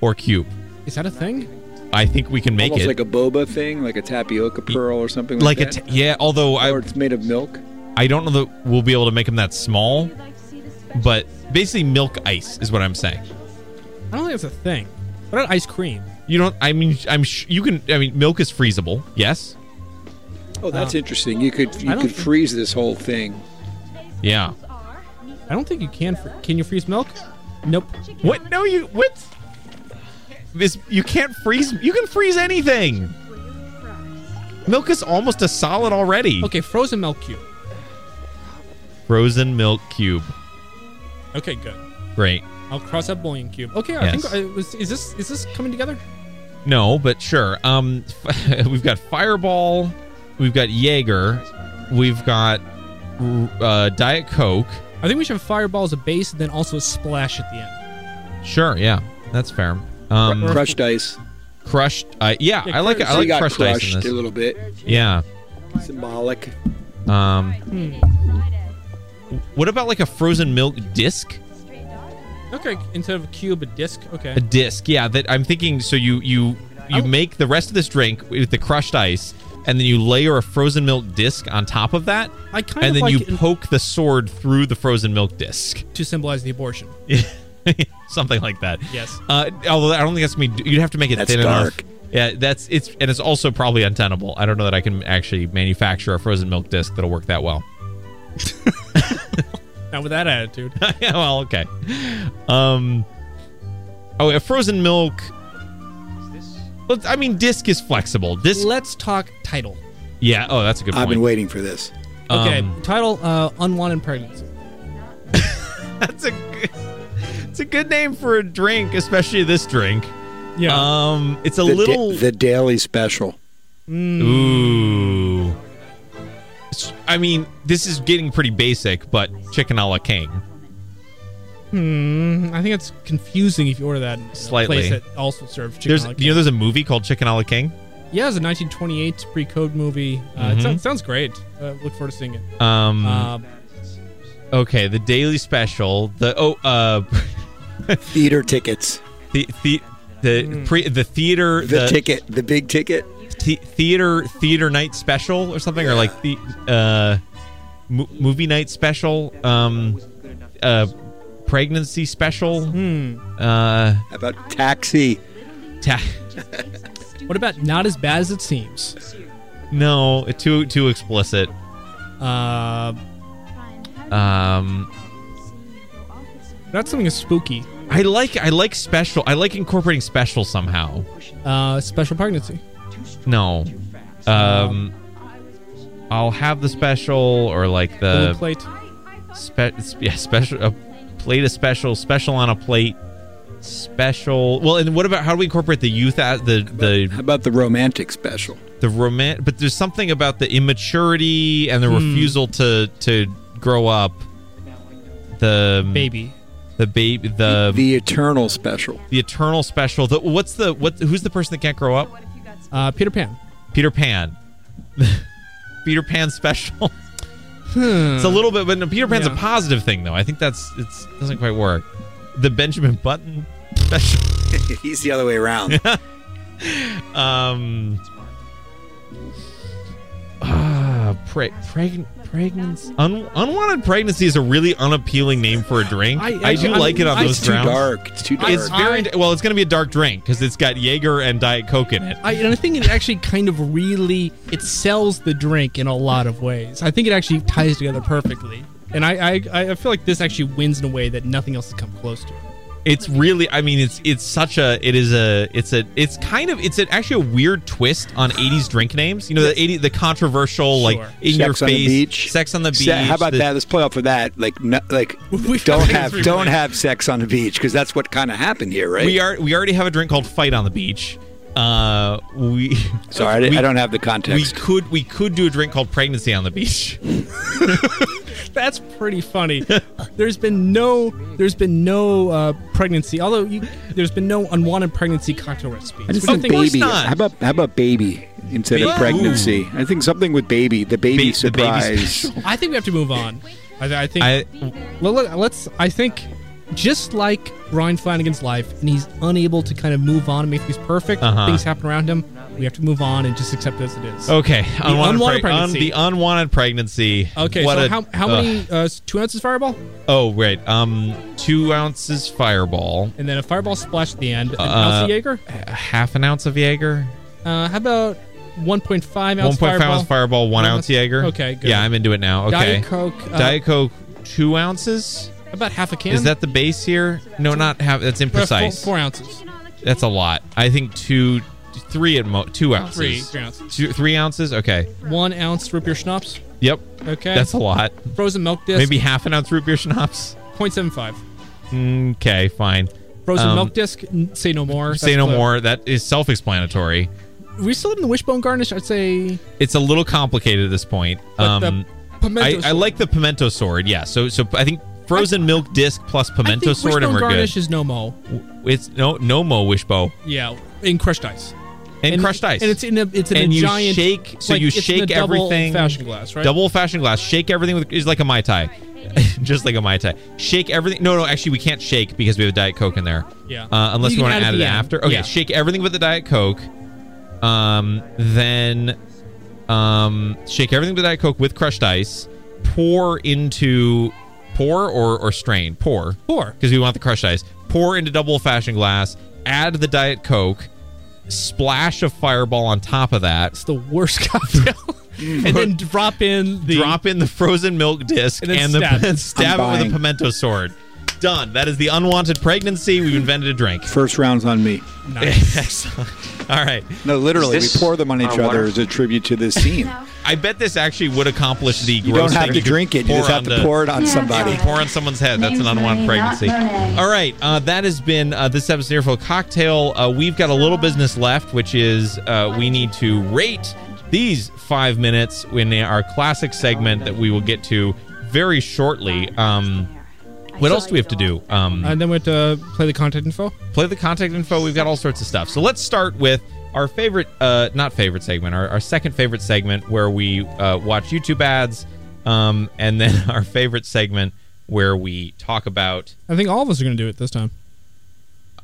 or cube.
Is that a thing?
I think we can make
Almost
it.
like a boba thing, like a tapioca pearl or something like,
like a
that.
t- yeah. Although I
or it's made of milk.
I don't know that we'll be able to make them that small, but basically milk ice is what I'm saying.
I don't think it's a thing. What about ice cream?
You don't. I mean, I'm. Sh- you can. I mean, milk is freezable. Yes.
Oh, that's interesting. You could
I
you
don't
could
think-
freeze this whole thing.
Mm-hmm. Yeah.
I don't think you can. Fr- can you freeze milk? Nope.
What? No. You what? This you can't freeze. You can freeze anything. Milk is almost a solid already.
Okay, frozen milk cube.
Frozen milk cube.
Okay, good.
Great.
I'll cross out bouillon cube. Okay, I
Yes.
think I was, is this is this coming together?
No, but sure. Um, we've got Fireball, we've got Jaeger, we've got uh, Diet Coke.
I think we should have fireball as a base and then also a splash at the end.
Sure, yeah, that's fair. Um,
Crushed ice.
crushed. Uh, yeah,
Yeah,
I like. I
So you
like
got
crushed, ice
crushed
in
a
this.
little bit.
Yeah.
Symbolic.
Um, what about like a frozen milk disc?
Okay, instead of a cube, a disc. Okay.
A disc. Yeah, that I'm thinking. So you you
Oh.
you make the rest of this drink with the crushed ice, and then you layer a frozen milk disc on top of that.
I kind
and
of
then
like
you
it in-
poke the sword through the frozen milk disc.
to symbolize the abortion.
something like that.
Yes.
Uh, although I don't think that's me. You'd have to make it
That's
thin
dark.
enough. Yeah, that's it's and it's also probably untenable. I don't know that I can actually manufacture a frozen milk disc that'll work that well.
Not with that attitude.
yeah, well, okay. Um, oh, a frozen milk. Let's, I mean, disc is flexible. Disc.
Let's talk title.
Yeah. Oh, that's a good.
I've
point.
been waiting for this.
Okay.
Um,
title uh, Unwanted Pregnancy.
That's a good, it's a good name for a drink, especially this drink.
Yeah.
Um, it's a
the da-
little.
the daily special.
ooh. S- I mean, this is getting pretty basic, but chicken a la king.
Hmm. I think it's confusing if you order that in a
Slightly.
place that also serves chicken.
There's,
a la
you know, there's a movie called Chicken a la King.
king. yeah, it's a 1928 pre-code movie. Uh, it
Mhm.
sounds, sounds great. Uh, look forward to seeing it.
Um,
Um,
okay, the daily special. The oh, uh,
Theater tickets.
the the
Hmm.
the pre the theater
The, ticket. The big ticket.
the- theater theater night special or something or like the uh mo- movie night special um uh pregnancy special
Hmm.
uh
How about taxi?
ta-
what about Not as Bad as It Seems?
no too too explicit
Uh,
um
that's something spooky.
i like i like special i like incorporating special somehow
Uh, special pregnancy.
no um i'll have the special or like
Blue
the
plate.
Spe- sp- yeah, special a plate of special, special on a plate, special. Well, and what about how do we incorporate the youth at the
How
the
about the romantic special?
the romance? But there's something about the immaturity and the refusal to to grow up. The
Baby.
the baby, the the,
the eternal special.
eternal special. The, what's the what? Who's the person that can't grow up?
Uh, Peter Pan.
Peter Pan. Peter Pan special. It's a little bit, but no, Peter Pan's
Hmm. Yeah.
a positive thing, though. I think that's it's doesn't quite work. The Benjamin Button special.
He's the other way around.
Um. Ah, pre- preg- pregnancy. Un- unwanted pregnancy is a really unappealing name for a drink. I,
I-
do
I'm-
like it on
I-
those
it's too
grounds.
dark. It's too dark.
It's very well. It's going to be a dark drink because it's got Jaeger and Diet Coke in it.
I, and I think it actually kind of really it sells the drink in a lot of ways. I think it actually ties together perfectly, and I I, I feel like this actually wins in a way that nothing else has come close to.
It's really. I mean, it's it's such a. It is a. It's a. It's kind of. It's an, actually a weird twist on '80s drink names. You know, the '80 the controversial like
Sure.
in
Sex
your
on
face,
the beach.
sex on the beach.
Se- how about
the-
that? Let's play off of that. Like, no, like
We've
don't
got
have
things
don't
replaced.
have sex on the beach because that's what kind of happened here, right?
We are. We already have a drink called Fight on the Beach. Uh, we.
Sorry, I, di-
we-
I don't have the
We
context.
could we could do a drink called Pregnancy on the Beach.
That's pretty funny. there's been no there's been no uh, pregnancy, although you, there's been no unwanted pregnancy cocktail recipes.
I just
which
think
Of course
baby.
not.
How about how about baby instead
Baby.
of pregnancy? I think something with baby. The baby
Ba- the baby
surprise.
special.
I think we have to move on. I, I think.
I
Well, look, let's. I think, just like Brian Flanagan's life, and he's unable to kind of move on and make things perfect.
Uh-huh. Oh,
Things happen around him. We have to move on and just accept it as it is.
okay. Unwanted,
unwanted
preg-
pregnancy.
the unwanted pregnancy.
Okay.
What
so
a-
how, how
ugh.
many? Uh, s- two ounces fireball,
Oh right. Um, two ounces Fireball.
and then a fireball splash at the end. An
Uh,
ounce of Jaeger.
h- Half an ounce of Jaeger.
Uh, how about 1.5
One point
ounce
five
fireball?
ounce Fireball. One
One
ounce
ounce-
Jaeger.
okay, good.
Yeah, I'm into it now. Okay.
Diet Coke. Uh,
Diet Coke. Two ounces.
how About half a can.
Is that the base here? No, not half. That's
Uh, four-
imprecise.
Four, ounces.
That's a lot. I think two, three at mo two ounces.
Three, three ounces.
Two, three ounces. Okay.
One ounce root beer schnapps.
Yep.
Okay.
That's a lot.
Frozen milk disc.
Maybe half an ounce root beer schnapps.
0.75.
Okay, fine.
Frozen
Um,
milk disc. n- Say no more.
Say
That's
no
clear.
more. That is self-explanatory.
we still in the wishbone garnish. I'd say
It's a little complicated at this point.
But the
Um,
pimento
I, I
sword.
like the pimento sword. Yeah. So so I think frozen milk disc plus
I
pimento
think
sword and
wishbone
we're
garnish
good.
is no mo.
It's no no mo wishbow
Yeah, in crushed ice.
and, crushed ice.
And it's in a it's in
and
a
you
giant
shake. So
like,
you
it's in a
shake
double
everything.
Fashion glass, right?
Double fashion glass. Shake everything with is like a mai tai, just like a mai tai. Shake everything. No, no. Actually, we can't shake because we have a diet coke in there.
Yeah.
Uh, unless
You
you,
can
want
add it
to
at
add it
the end.
after. Okay.
Yeah.
Shake everything with the diet coke. Um. Then, um. Shake everything with diet coke with crushed ice. Pour into Pour or, or strain? Pour. Pour. Because we want the crushed ice. Pour into double fashion glass. Add the Diet Coke. Splash of Fireball on top of that. It's
the worst cocktail. and then drop in the
drop in the frozen milk disc
And
and, the
then stab it.
and stab
I'm
it with
buying.
a pimento sword. Done. That is the unwanted pregnancy. We've invented a drink.
First round's on me.
Excellent. All right.
No, literally, we pour them on each other as a tribute to this scene.
I bet this actually would accomplish the.
You
gross
don't have
thing
to drink it, you just have to pour it on Yeah, somebody.
Pour on someone's head. That's an
Name's
unwanted
Renee, not
pregnancy.
Renee.
All right, uh, that has been uh, this episode of Nearful Cocktail. Uh, we've got a little business left, which is uh, we need to rate these five minutes in our classic segment that we will get to very shortly. Um, what else do we have to do? Um,
and then we have to play the contact info.
play the contact info. We've got all sorts of stuff. So let's start with our favorite, uh, not favorite segment, our, our second favorite segment where we uh, watch YouTube ads, um, and then our favorite segment where we talk about.
I think all of us are going to do it this time.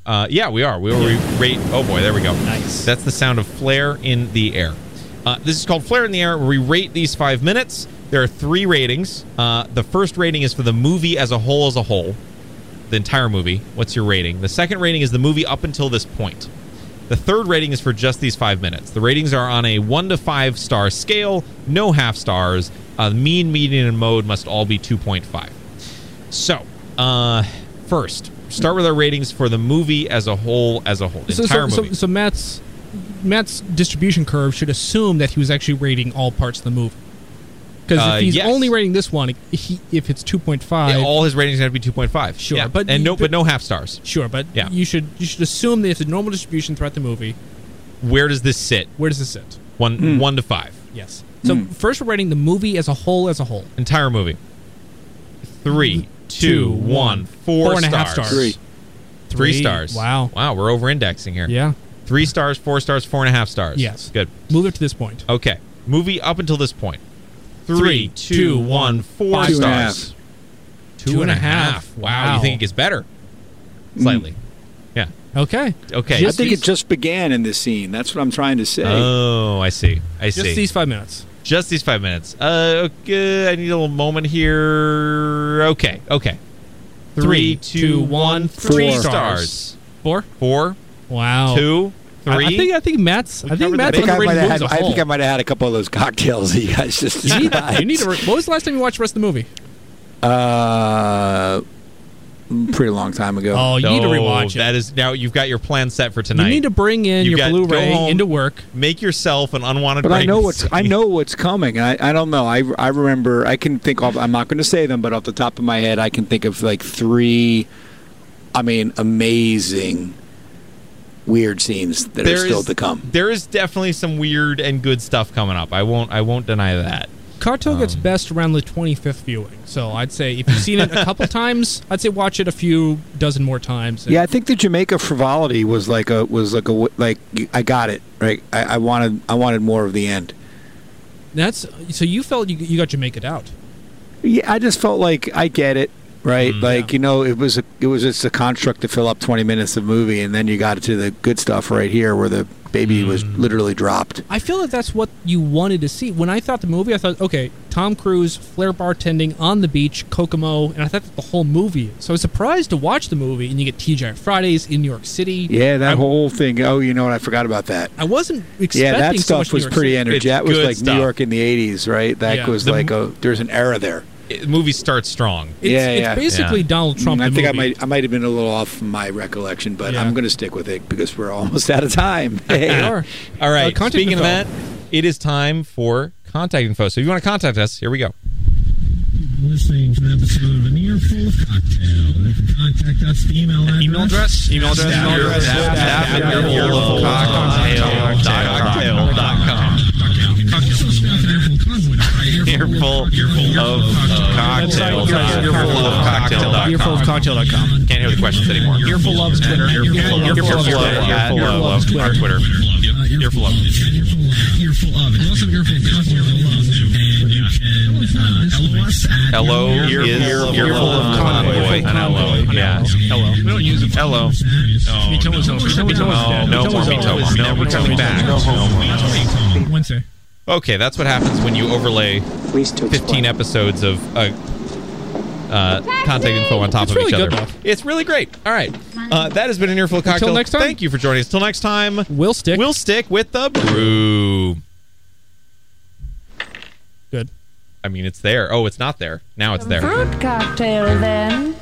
Uh, yeah, we are. We will rate. Oh boy, there we go. Nice. That's the sound of flare in the air. Uh, this is called flare in the air. where We rate these five minutes. There are three ratings. Uh, the first rating is for the movie as a whole, as a whole, the entire movie. What's your rating? The second rating is the movie up until this point. The third rating is for just these five minutes. The ratings are on a one to five star scale, no half stars. Uh, mean, median, and mode must all be 2.5. So, uh, first, start with our ratings for the movie as a whole, as a whole, the
So,
entire
so, so,
movie.
so Matt's Matt's distribution curve should assume that he was actually rating all parts of the movie. Because
Uh,
if he's
yes.
only rating this one, he, if it's two point five,
Yeah, all his ratings are going to be 2.5.
Sure,
Yeah.
but
and
you-
no, but no half stars.
sure. But
Yeah.
you should you should assume that it's a normal distribution throughout the movie.
Where does this sit?
Where does this sit?
One,
Hmm.
one to five.
Yes. So first, we're rating the movie as a whole, as a whole.
Entire movie. Three, two, one, four
Four and a half
stars.
stars. Three.
Three
Three.
stars.
Wow.
Wow, we're over indexing here.
Yeah.
Three stars, four stars, four and a half stars.
Yes.
Good.
Move up to this point.
Okay. Movie up until this point.
Three,
Three,
two,
two, one, four
five. Two and a
stars.
Two
Two and a half. Wow. Mm. You think it gets better? Slightly. Yeah.
Okay.
Okay.
I think it just began in this scene. That's what I'm trying to say.
Oh, I see. I see.
Just these five minutes.
Just these five minutes. Uh, okay. I need a little moment here. Okay. Okay. Three, two, one, three
Four.
stars.
Four.
Four.
Wow.
Two. Three.
I, I think I think Matt's. I think
covered
I
Matt's
think I, might
underrated movies
have
as
had,
a
I
whole.
think I might have had a couple of those cocktails that you guys just
You need,
described.
you need to. Re- what was the last time you watched the rest of the movie?
uh, pretty long time ago.
Oh, you need to
No,
rewatch it.
That is now you've got your plan set for tonight.
You need to bring in
You
your
got- go
Blu-ray
home,
into work.
Make yourself an unwanted.
But I know
pregnancy.
what's I know what's coming. I, I don't know. I, I remember. I can think of. I'm not going to say them, but off the top of my head, I can think of like three. I mean, amazing, weird scenes that
There
are still
is-
to come.
There is definitely some weird and good stuff coming up. I won't. I won't deny that.
Cartel gets
Oh.
best around the 25th viewing. So I'd say if you've seen it a couple times, I'd say watch it a few dozen more times.
Yeah, I think the Jamaica frivolity was like a was like a w- like I got it right. I, I wanted I wanted more of the end.
That's so you felt you, you got Jamaica out.
Yeah, I just felt like I get it, right?
Mm-hmm.
like you know, it was a, it was just a construct to fill up twenty minutes of movie, and then you got to the good stuff right here where the baby was
Mm.
literally dropped.
I feel that that's what you wanted to see. When I thought the movie, I thought, okay, Tom Cruise, flair bartending on the beach, Kokomo, and I thought that the whole movie. So I was surprised to watch the movie, and you get TGI Fridays in New York City.
Yeah, that whole thing. Oh, you know what? I forgot about that.
I wasn't expecting
Yeah, that
so
stuff
much
was
New York
pretty
City.
energetic.
It's
That was
good
like
stuff.
New York in the '80s, right? That
Yeah.
was
The
like
m-
a there's an era there.
It, movie starts strong.
It's,
yeah,
it's
yeah.
basically Donald Trump.
Mm, I
the
think I
movie.
might I might have been a little off my recollection, but
Yeah.
I'm going to stick with it because we're almost out of time.
We
Hey.
are.
All
Uh,
right.
contact
Speaking of
info.
that, it is time for contact info. So if you want to contact us, here we go.
listening to an episode of An Earful of Cocktail. You can contact us at email address. Email address?
Email address.
Earful of cocktail.
Earful of cocktail.com. Can't hear the questions anymore. Earful loves Twitter. Earful loves Twitter. Twitter.
Earful
Earful
of. You also have earful of cocktail. And you can uh, LO us at
Hello is earful of convoy. And hello. Yeah. Hello. We don't use Hello.
Mito's over.
No, no more Mito. No, we're coming back.
Wednesday.
Okay, that's what happens when you overlay 15 episodes of uh, uh, contact info on top
It's
of
really
each
good,
other. It's really great. All right. Uh, that has been an earful of cocktail.
Until next time.
Thank you for joining us. Till next time,
we'll stick.
We'll stick with the brew.
Good.
I mean, it's there. Oh, it's not there. Now it's there.
Fruit cocktail, then.